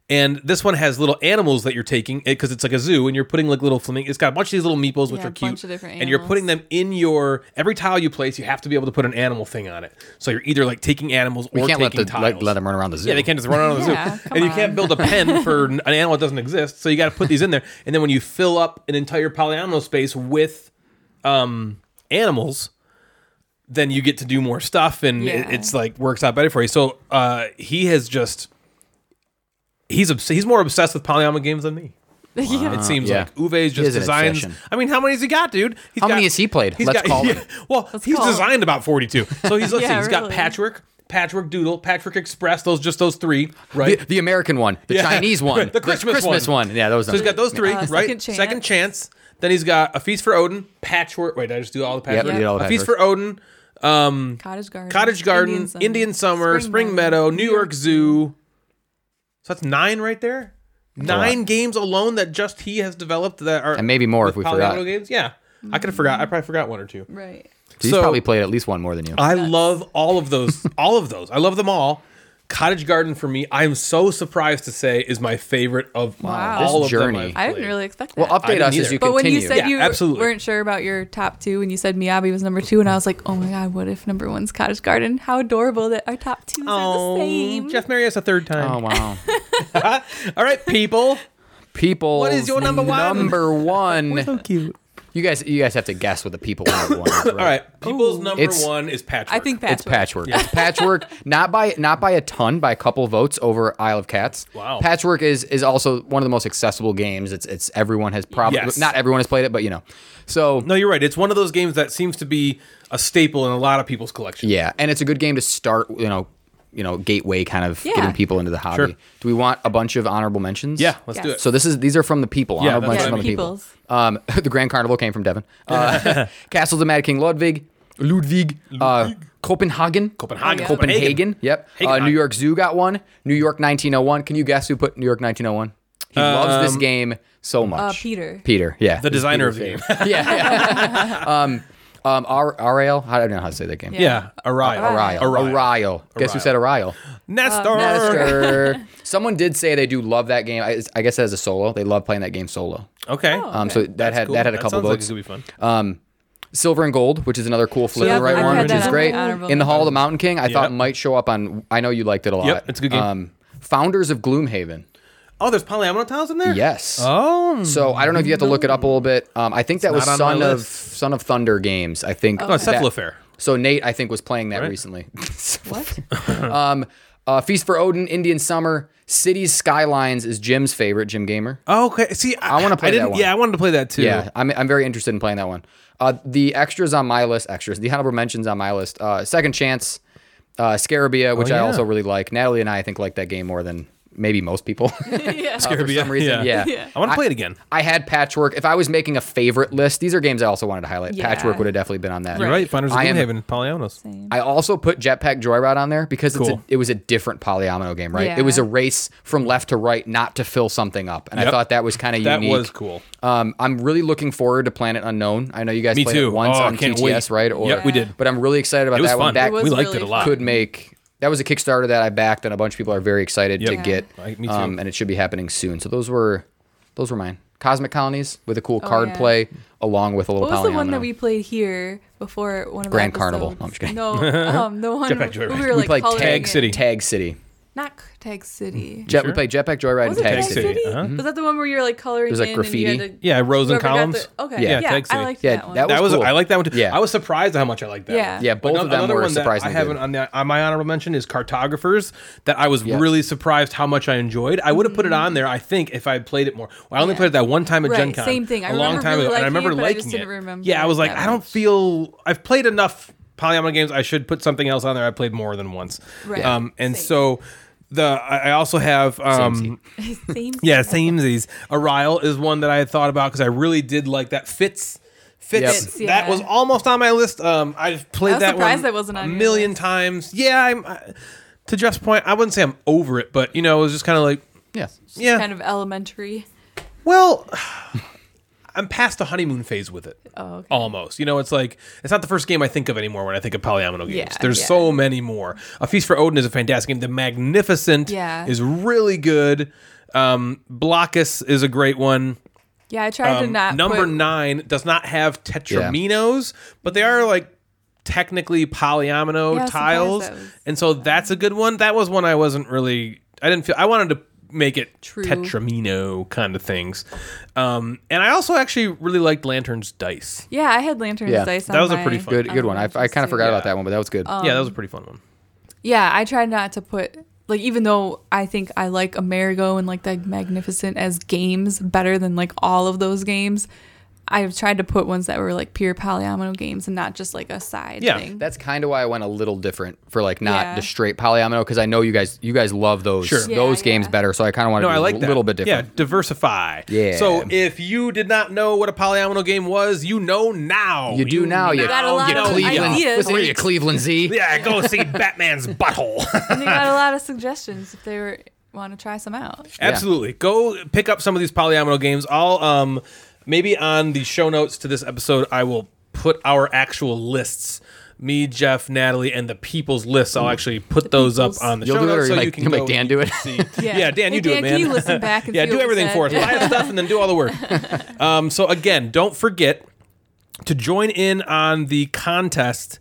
A: And this one has little animals that you're taking because it's like a zoo, and you're putting like little flaming. It's got a bunch of these little meeples, which
B: Yeah,
A: are
B: a
A: cute,
B: bunch of different
A: and you're
B: animals.
A: putting them in your every tile you place. You have to be able to put an animal thing on it. So you're either like taking animals
C: You
A: or
C: can't let
A: taking
C: the
A: tiles.
C: let, let them run around the zoo.
A: Yeah, they can't just run out of the
B: Yeah,
A: zoo,
B: come
A: and you can't
B: on.
A: build a pen for an animal that doesn't exist. So you got to put these in there, and then when you fill up an entire polyomino space with um, animals, then you get to do more stuff, and it-
B: Yeah.
A: it's like works out better for you. So uh, he has just he's obs- he's more obsessed with polyomino games than me.
B: yeah.
A: It seems
C: yeah.
A: like Uwe's
C: He
A: just
C: has an
A: designs.
C: obsession.
A: I mean, how many has he got, dude? He's
C: How
A: got-
C: many has he played?
A: he's
C: Let's
A: got-
C: call
A: yeah,
C: it.
A: Well, he's
B: call it.
A: designed about forty-two. So he's let's see,
B: Yeah,
A: he's got
B: really.
A: Patchwork, Patchwork Doodle, Patchwork Express. Those just those three, right?
C: The, the American one, the
A: Yeah.
C: Chinese one,
A: The Christmas one.
C: one. Yeah, that was.
A: So he's got those three,
B: Uh,
A: right?
B: Second Chance.
A: Second chance. Then he's got a feast for Odin, patchwork. Wait, did I just do all the
C: Yep,
A: patchwork.
C: you did all the
A: a feast for
C: Patchwork.
A: Odin, um,
B: Cottage garden.
A: cottage garden, Indian summer, spring, meadow, New York Zoo. So that's nine right there. Nine games alone that just he has developed that are
C: And maybe more if
A: with
C: we forgot.
A: polygonal games. Yeah, I could have forgot. I probably forgot one or two.
B: Right.
C: So he's
A: So- Uh,
C: probably played at least one more than you.
A: I love all of those. all of those. I love them all. Cottage Garden for me, I am so surprised to say is my favorite of
B: Wow.
A: all
C: This
A: of them
C: journey.
A: I've
B: I didn't
A: played.
B: really expect that.
C: well, update
A: didn't
C: us as
A: either.
C: you
B: But
C: continue.
B: when you said
A: Yeah,
B: you
A: absolutely.
B: weren't sure about your top two, and you said Miyabi was number two, and I was like, oh my god, what if number one's Cottage Garden? How adorable that our top twos are the same.
A: Oh, Jeff marry us a third time.
C: oh wow,
A: All right, people.
C: people.
A: What is your number one?
C: Number one.
A: cute.
C: You guys, you guys have to guess what the people number one is. Right?
A: All right, people's number
C: It's-
A: one is Patrick.
B: I think Patchwork.
C: It's patchwork. It's patchwork, not by not by a ton, by a couple votes over Isle of Cats.
A: Wow.
C: Patchwork is is also one of the most accessible games. It's it's everyone has probably
A: Yes.
C: not everyone has played it, but you know. So
A: No, you're right. It's one of those games that seems to be a staple in a lot of people's collection.
C: yeah, and it's a good game to start. You know, you know, gateway kind of
B: Yeah.
C: getting people into the hobby.
A: Sure.
C: Do we want a bunch of honorable mentions?
A: Yeah, let's do
B: Yes.
A: it.
C: So this is these are from the people.
A: Yeah,
C: honorable
A: that's
C: mentions
A: what
C: from
A: I
C: the
B: mean.
C: people. Um, the Grand Carnival came from Devon. Uh, Castle of the Mad King Ludwig, Ludwig, uh, Copenhagen,
A: Copenhagen.
C: Copenhagen.
A: Copenhagen.
C: Yep. Uh,
A: Hagenhagen.
C: New York Zoo got one. New York 1901. Can you guess who put New York 1901? He loves this game so much.
B: Uh, Peter.
C: Peter. Yeah.
A: Um, the designer of the game. yeah,
C: yeah. um, um, R- Ariel. I don't know how to say that game.
A: Ariel.
C: Ariel. Ariel. Guess who said Ariel?
A: Nestor.
C: Master. Someone did say they do love that game. I, I guess as a solo, they love playing that game solo.
A: Okay.
B: Oh,
C: Um, so that had that had a couple
A: sounds like
C: votes.
A: it could be fun.
C: Silver and Gold, which is another cool flip
B: Yep,
C: right
B: I've
C: one,
B: had
C: which
B: that
C: is
B: on
C: great.
B: my honorable
C: In the Hall of the Mountain King, I
A: Yep.
C: thought might show up on. I know you liked it a lot. Um,
A: Yep, it's a good game.
C: Founders of Gloomhaven.
A: oh, there's polyamino tiles in there.
C: Yes.
A: Oh.
C: So I don't know if you have to look it up a little bit. Um, I think that was
A: not on
C: Son
A: my
C: of
A: list.
C: Son of Thunder Games. I think.
A: Oh, it's
C: that-
A: Cephalofair.
C: So Nate, I think, was playing that recently.
B: What?
C: um, uh, Feast for Odin, Indian Summer, Cities Skylines is Jim's favorite. Jim Gamer.
A: Oh, okay. See, I,
C: I wanna play that
A: didn't-
C: one.
A: Yeah, I wanted to play that too.
C: Yeah, I'm, I'm very interested in playing that one. Uh, the extras on my list, extras, the honorable mentions on my list. Uh, Second Chance, uh, Scarabia, which I
A: Oh, yeah.
C: also really like. Natalie and I, I think, like that game more than maybe most people Uh,
B: yeah.
C: for
E: Scarabia,
C: some reason. Yeah.
E: yeah.
B: Yeah.
A: I want to play it again.
C: I had Patchwork. If I was making a favorite list, these are games I also wanted to highlight.
B: Yeah.
C: Patchwork would have definitely been on that.
A: You're right. Finders of
C: I am-
A: Gloomhaven, Polyomnos.
B: Same.
C: I also put Jetpack Joyride on there because it's a,
A: Cool.
C: it was a different polyomino game, right? It was
B: Yeah.
C: a race from left to right, not to fill something up, and I
A: Yep.
C: thought that was kind of
A: That
C: unique.
A: was cool.
C: Um, I'm really looking forward to Planet Unknown. I know you guys
A: Me
C: played
A: too.
C: it once
A: Oh, I
C: on
A: can't wait.
C: TTS, right? Or,
A: Yep, we did.
C: But I'm really excited about
A: It was
C: that one.
A: fun.
C: That
B: It was
A: we liked
B: really
A: it a lot.
C: could make. That was a Kickstarter that I backed, and a bunch of people are very excited to
A: Yep.
C: get.
A: I- me too.
C: Um, and it should be happening soon. So those were those were mine. Cosmic Colonies with a cool card
B: Oh, yeah.
C: play along with a little.
B: What was the
C: polyomino.
B: one that we played here before one of
C: uh, Grand
B: our
C: Carnival.
B: episodes?
C: No, I'm just kidding.
B: No, um, the one
A: Jetpack
B: we
A: Joyride.
B: were
C: we
B: like
C: played
B: coloring
C: Tag Mm-hmm.
B: it.
A: City.
C: Tag City?
B: Not c- Tag City.
C: Jet,
A: sure?
C: We played Jetpack Joyride
B: Was
C: and
B: it
C: Tag
B: Tag
C: City.
B: City?
A: Uh-huh.
B: Was that the one where you're like coloring
C: It was, like,
B: in and you had
C: graffiti.
B: to-
A: Yeah, rows and
B: whoever got
A: columns.
B: The, okay.
A: Yeah,
B: Yeah,
A: Tag City.
B: I liked
C: Yeah,
B: that one.
C: that
A: That was,
C: cool.
A: I like that one too.
C: Yeah.
A: I was surprised at how much I liked that.
B: Yeah.
A: one.
C: Yeah, both
A: Ano-
C: of them
A: another
C: were
A: one that
C: surprisingly
A: I haven't
C: good.
A: on, the, on my honorable mention is cartographers that I was
C: Yeah.
A: really surprised how much I enjoyed. I would have put it on there, I think, if I had played it more. Well, I only played it that one time at
B: Mm-hmm. Right,
A: Gen Con,
B: same thing. I
A: a long
B: remember
A: time
B: really
A: ago, and I
B: liking
A: remember
B: it, but I
A: liking
B: just
A: it.
B: didn't remember
A: yeah, I was
B: it
A: like,
B: that
A: I don't
B: much.
A: feel I've played enough polyomino games. I should put something else on there. I played more than once,
B: Right.
A: um, and
B: Same.
A: so the I I also have um,
B: Same
A: yeah, samesies. Arile is one that I had thought about because I really did like that. Fits. Fits.
B: Fits, yeah.
A: That was almost on my list. Um, I've played
B: I was
A: that one
B: surprised that wasn't on
A: a
B: your
A: million
B: list.
A: times. Yeah, I'm. I, to Jeff's point, I wouldn't say I'm over it, but you know, it was just kind of like,
C: Yes.
A: yeah.
B: kind of elementary.
A: well, I'm past the honeymoon phase with it.
B: Oh, okay.
A: Almost. You know, it's like it's not the first game I think of anymore when I think of polyomino games.
B: Yeah,
A: There's
B: yeah.
A: so many more. A Feast for Odin is a fantastic game. The Magnificent
B: Yeah.
A: is really good. Um, Blockus is a great one.
B: Yeah, I tried to
A: Um,
B: not
A: number
B: put,
A: nine does not have tetraminos, but they are like technically polyomino
B: Yeah, I was surprised
A: tiles,
B: that was-
A: and so that's a good one. That was one I wasn't really. I didn't feel. I wanted to make it
B: True.
A: tetramino kind of things, um, and I also actually really liked Lantern's Dice.
B: Yeah, I had Lantern's
C: Yeah,
B: Dice.
A: that
B: on
A: was a
B: my-
A: pretty fun-
C: Good, good one. I, I kind of
B: too.
C: forgot about
A: Yeah.
C: that one, but that was good.
A: yeah, that was a pretty fun one.
B: Yeah, I tried not to put like even though I think I like Amerigo and like the Magnificent as games better than like all of those games. I've tried to put ones that were like pure polyomino games and not just like a side
A: Yeah,
B: thing.
C: That's kind of why I went a little different for like not
B: Yeah.
C: the straight polyomino because I know you guys you guys love those
A: Sure.
B: Yeah,
C: those games
B: yeah.
C: better. So I kind of wanted
A: No,
C: to
A: I
C: be
A: like
C: a
A: that.
C: little bit different.
A: Yeah, diversify.
C: Yeah.
A: So if you did not know what a polyomino game was, you know now.
C: You do now. You,
B: You got a lot
C: you
B: of
C: Cleveland.
B: ideas.
C: Listen here, you Cleveland Z.
A: Yeah, go see Batman's butthole.
B: and they got a lot of suggestions if they were want to try some out.
A: Absolutely. Go pick up some of these polyomino games. I'll um maybe on the show notes to this episode I will put our actual lists. Me, Jeff, Natalie, and the people's lists. I'll actually put those up
B: people's.
A: on the
C: You'll
A: show
C: do it,
A: notes
C: or
A: so
C: like,
A: you can
C: you'll
A: go
C: make Dan do it.
A: yeah. Dan,
B: Hey,
A: you do it,
B: Dan,
A: man.
B: can you listen back and
A: yeah,
B: see what
A: do
B: we
A: everything
B: said?
A: for us. Buy stuff and then do all the work. um, so again, don't forget to join in on the contest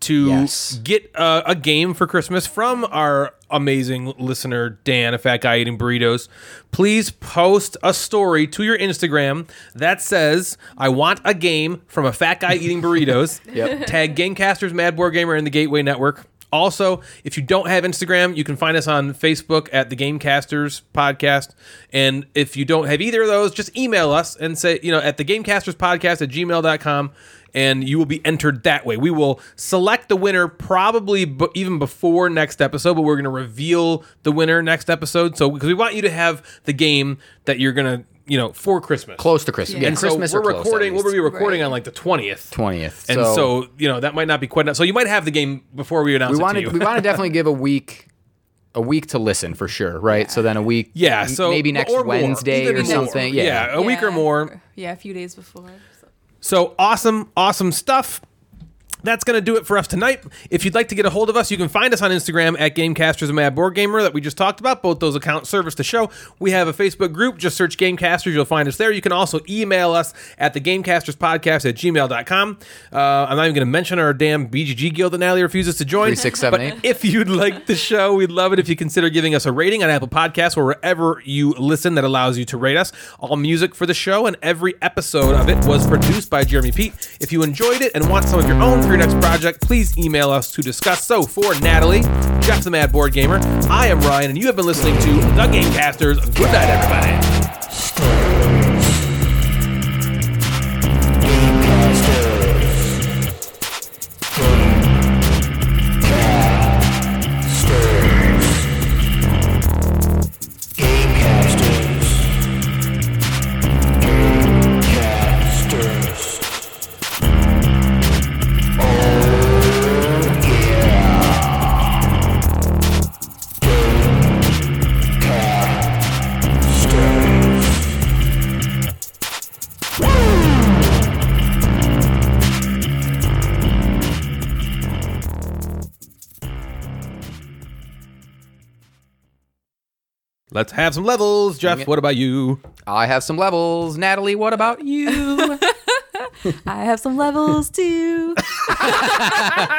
A: to
C: Yes.
A: get uh, a game for Christmas from our amazing listener Dan, a fat guy eating burritos. Please post a story to your Instagram that says, "I want a game from a fat guy eating burritos."
C: Yep.
A: Tag Gamecasters, Mad Board Gamer, and the Gateway Network. Also, if you don't have Instagram, you can find us on Facebook at the Gamecasters Podcast. And if you don't have either of those, just email us and say, you know, at the Gamecasters Podcast at gmail.com, and you will be entered that way. We will select the winner probably b- even before next episode, but we're going to reveal the winner next episode. So, because we want you to have the game that you're going to, you know, for Christmas.
C: close to Christmas. Yeah,
A: And
C: Christmas
A: so
C: or
A: we're
C: close, at
A: recording. We'll
C: least.
A: be recording
B: Right.
A: on like the twentieth.
C: 20th.
A: And so, you know that might not be quite enough. So you might have the game before we announce
C: we
A: it
C: want
A: to
C: to
A: you.
C: we want to definitely give a week a week to listen for sure, right? So then a week,
A: yeah.
C: m-
A: So
C: maybe next
A: or more,
C: Wednesday
A: even
C: or
A: more.
C: something. Yeah.
A: a week or
B: Yeah,
A: more.
B: Yeah, a few days before. So.
A: So awesome, awesome stuff. That's going to do it for us tonight. If you'd like to get a hold of us, you can find us on Instagram at Gamecasters and Mad Board Gamer that we just talked about. Both those accounts service the show. We have a Facebook group. Just search Gamecasters. You'll find us there. You can also email us at the Podcast at gmail.com. Uh, I'm not even going to mention our damn BGG guild that Natalie refuses to join.
C: Three, six, seven,
A: but
C: eight.
A: if you'd like the show, we'd love it if you consider giving us a rating on Apple Podcasts or wherever you listen that allows you to rate us. All music for the show and every episode of it was produced by Jeremy Pete. If you enjoyed it and want some of your own for your next project, please email us to discuss. So for Natalie, Jeff the Mad Board Gamer, I am Ryan, and you have been listening to The Gamecasters. Good night, everybody. Let's have some levels, Jeff. What about you?
C: I have some levels. Natalie, what about you?
B: I have some levels too.